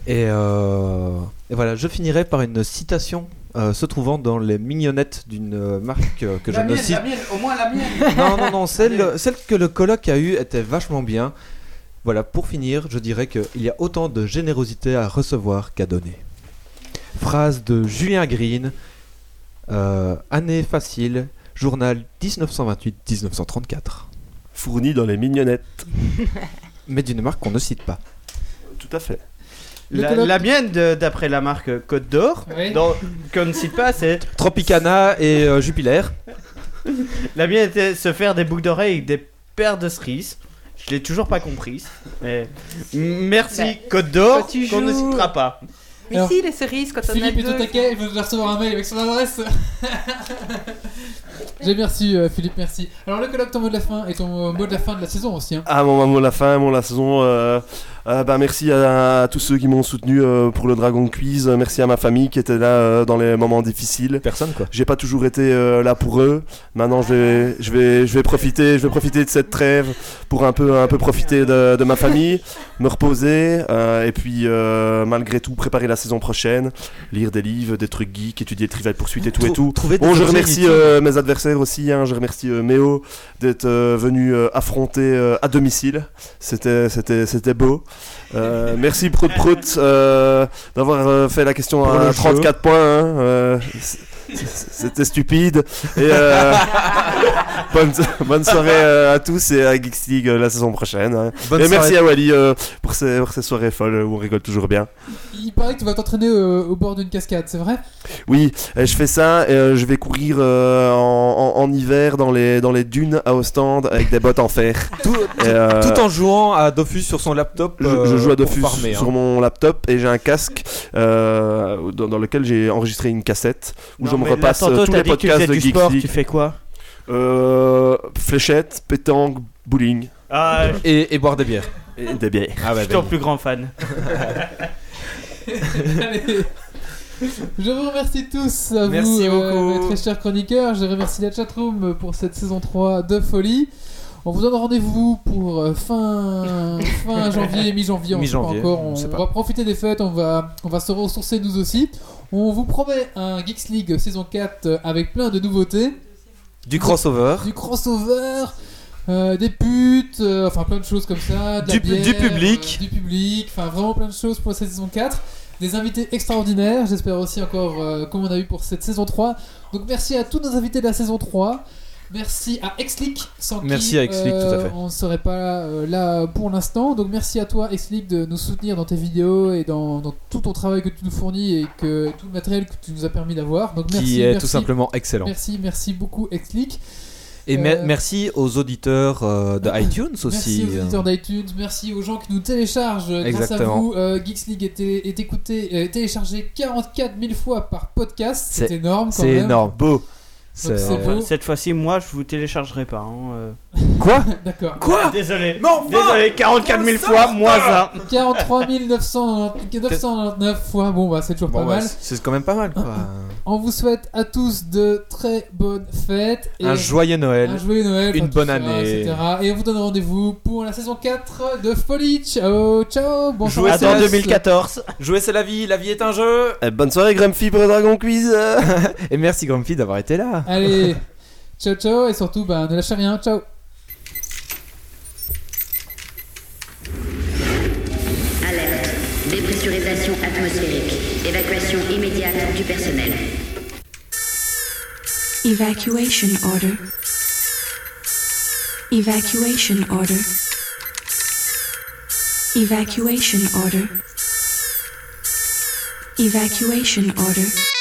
S3: Et, euh, et voilà, je finirai par une citation euh, se trouvant dans les mignonettes d'une euh, marque euh, que je ne cite
S7: au moins *laughs* la mienne.
S3: Non, non, non, celle, celle que le colloque a eue était vachement bien. Voilà, pour finir, je dirais qu'il y a autant de générosité à recevoir qu'à donner. Phrase de Julien Green, euh, année facile, journal 1928-1934.
S5: Fourni dans les mignonnettes.
S3: Mais d'une marque qu'on ne cite pas.
S5: Tout à fait.
S1: Le
S7: La,
S1: colloque.
S7: la mienne, de- d'après la marque Côte d'Or,
S1: Oui.
S7: dans- qu'on ne cite pas, c'est
S3: Tropicana et euh, Jupiler.
S7: la mienne était se faire des boucles d'oreilles avec des paires de cerises. Je l'ai toujours pas comprise. Mais merci Côte d'Or
S4: Bah, quand tu
S7: qu'on ne
S4: joues-
S7: citera pas.
S4: *laughs* Mais
S1: Alors,
S4: si, les cerises, quand on a
S1: Philippe est
S4: deux.
S1: au taquet, il va devoir recevoir un mail avec son
S4: *laughs*
S1: adresse. J'ai merci euh, Philippe, merci. Alors le colloque, ton mot de la fin et ton euh, mot de la fin de la saison aussi. Hein.
S5: Ah, mon mot de la fin, mon mot de la saison. euh, euh, bah, merci à, à tous ceux qui m'ont soutenu euh, pour le Dragon Quiz. Euh, Merci à ma famille qui était là euh, dans les moments difficiles.
S3: Personne, quoi.
S5: J'ai pas toujours été euh, là pour eux. Maintenant, je vais, je vais, je vais profiter, je vais profiter de cette trêve pour un peu, un peu profiter de, de ma famille, me reposer euh, et puis euh, malgré tout préparer la saison prochaine, lire des livres, des trucs geeks, étudier le Trivial Poursuite et tout et
S3: Trou-
S5: tout.
S3: trouver des
S5: Bon, je
S3: objets
S5: remercie
S3: utiles.
S5: euh, mes adversaires aussi. hein, je remercie euh, Méo d'être euh, venu euh, affronter euh, à domicile. C'était, c'était, c'était beau. Euh, merci Prout Prout euh, d'avoir euh, fait la question
S3: Pour
S5: à
S3: le
S5: 34 points. hein, euh, C'était stupide. Et
S3: *laughs*
S5: euh, bonne, so- bonne soirée euh, à tous et à Geeks League euh, la saison prochaine. hein.
S3: Bonne
S5: et merci
S3: soirée.
S5: à Wally euh, pour, ces, pour ces soirées folles où on rigole toujours bien.
S1: Il paraît que tu vas t'entraîner euh, au bord d'une cascade, c'est vrai
S5: Oui, euh, je fais ça. et, euh, je vais courir euh, en, en- en hiver dans les, dans les dunes à Ostende avec des bottes en fer.
S3: Tout,
S7: *laughs*
S5: Et, euh,
S3: tout en jouant à Dofus sur son laptop.
S5: Je,
S3: euh,
S5: je joue à
S3: pour
S5: Dofus
S3: farmer,
S5: sur
S3: hein.
S5: mon laptop et j'ai un casque euh, dans, dans lequel j'ai enregistré une cassette où
S7: Non,
S5: je me
S7: mais là,
S5: repasse
S7: tantôt,
S5: euh, tous
S7: t'as
S5: les
S7: dit que tu
S5: podcasts
S7: faisais
S5: de
S7: du
S5: Geeks
S7: sport,
S5: League.
S7: Tu fais quoi
S5: Euh, fléchettes, pétanque, bowling
S7: Ah, je
S3: Et, et boire des bières.
S5: et des bières.
S3: Ah bah,
S7: suis ton plus grand fan.
S1: Allez. Je vous remercie tous, à
S3: Merci
S1: vous, euh,
S3: beaucoup.
S1: mes très chers chroniqueurs. Je remercie la chatroom pour cette saison 3 de folie. On vous donne rendez-vous pour euh, fin,
S3: *laughs*
S1: fin janvier, mi-janvier, on ne sait pas
S3: Mi-janvier,
S1: encore.
S3: on
S1: On,
S3: sait pas.
S1: va profiter des fêtes, on va, on va se ressourcer nous aussi. On vous promet un Geeks League saison 4 euh, avec plein de nouveautés,
S3: Du crossover.
S1: du crossover, euh, des putes, euh, enfin plein de choses comme ça, de la
S3: Du-
S1: bière,
S3: du public.
S1: euh, du public, enfin vraiment plein de choses pour cette saison 4. Des invités extraordinaires, j'espère aussi encore euh, comme on a eu pour cette saison 3. Donc merci à tous nos invités de la saison 3. Merci à Exlick, sans qui,
S3: Merci à Exlick,
S1: euh,
S3: tout à fait.
S1: on ne serait pas euh, là pour l'instant. Donc merci à toi Exlick de nous soutenir dans tes vidéos et dans, dans tout ton travail que tu nous fournis et que tout le matériel que tu nous as permis d'avoir. Donc merci,
S3: qui est
S1: merci,
S3: tout simplement excellent.
S1: Merci, merci beaucoup Exlick.
S3: Et mer-
S1: Euh,
S3: merci aux auditeurs euh, de iTunes aussi. hein.
S1: Merci aux auditeurs d'iTunes, merci aux gens qui nous téléchargent. Grâce
S3: Exactement.
S1: à vous, euh, Geeks League est, télé- est écouté, euh, téléchargé 44 000 fois par podcast. C'est
S3: C'est-
S1: énorme quand
S3: C'est
S1: même.
S3: énorme. Beau. C'est- euh,
S1: c'est
S5: bah,
S1: beau.
S7: Cette fois-ci, moi, je vous téléchargerai pas. hein, euh.
S3: Quoi
S1: D'accord.
S3: Quoi
S7: Désolé.
S3: Mais enfin
S7: Désolé, 44 000 fois, moins un.
S1: 43
S3: *laughs*
S1: 999 fois. Bon, bah, c'est toujours
S3: Bon,
S1: pas
S3: bah,
S1: mal. Ah.
S3: C'est quand même pas mal quoi.
S1: On vous souhaite à tous de très bonnes fêtes. Et
S3: Un joyeux Noël.
S1: un joyeux Noël.
S3: une
S1: enfin, tout
S3: bonne
S1: ça,
S3: année.
S1: etc. Et on vous donne rendez-vous pour la saison 4 de Folie. Ciao, ciao. Bonjour
S3: Jouez
S1: à
S3: à
S7: Attends
S1: tous.
S3: CS.
S7: 2014.
S3: Jouer c'est la vie, la vie est un jeu.
S5: Eh, bonne soirée Grumpy pour le Dragon Quiz. euh.
S3: Et merci Grumpy d'avoir été là.
S1: Allez, ciao, ciao. Et surtout, bah, ne lâchez rien. Ciao.
S10: Alerte. Dépressurisation atmosphérique. Évacuation immédiate du personnel.
S11: Evacuation order. Evacuation order. Evacuation order. Evacuation order.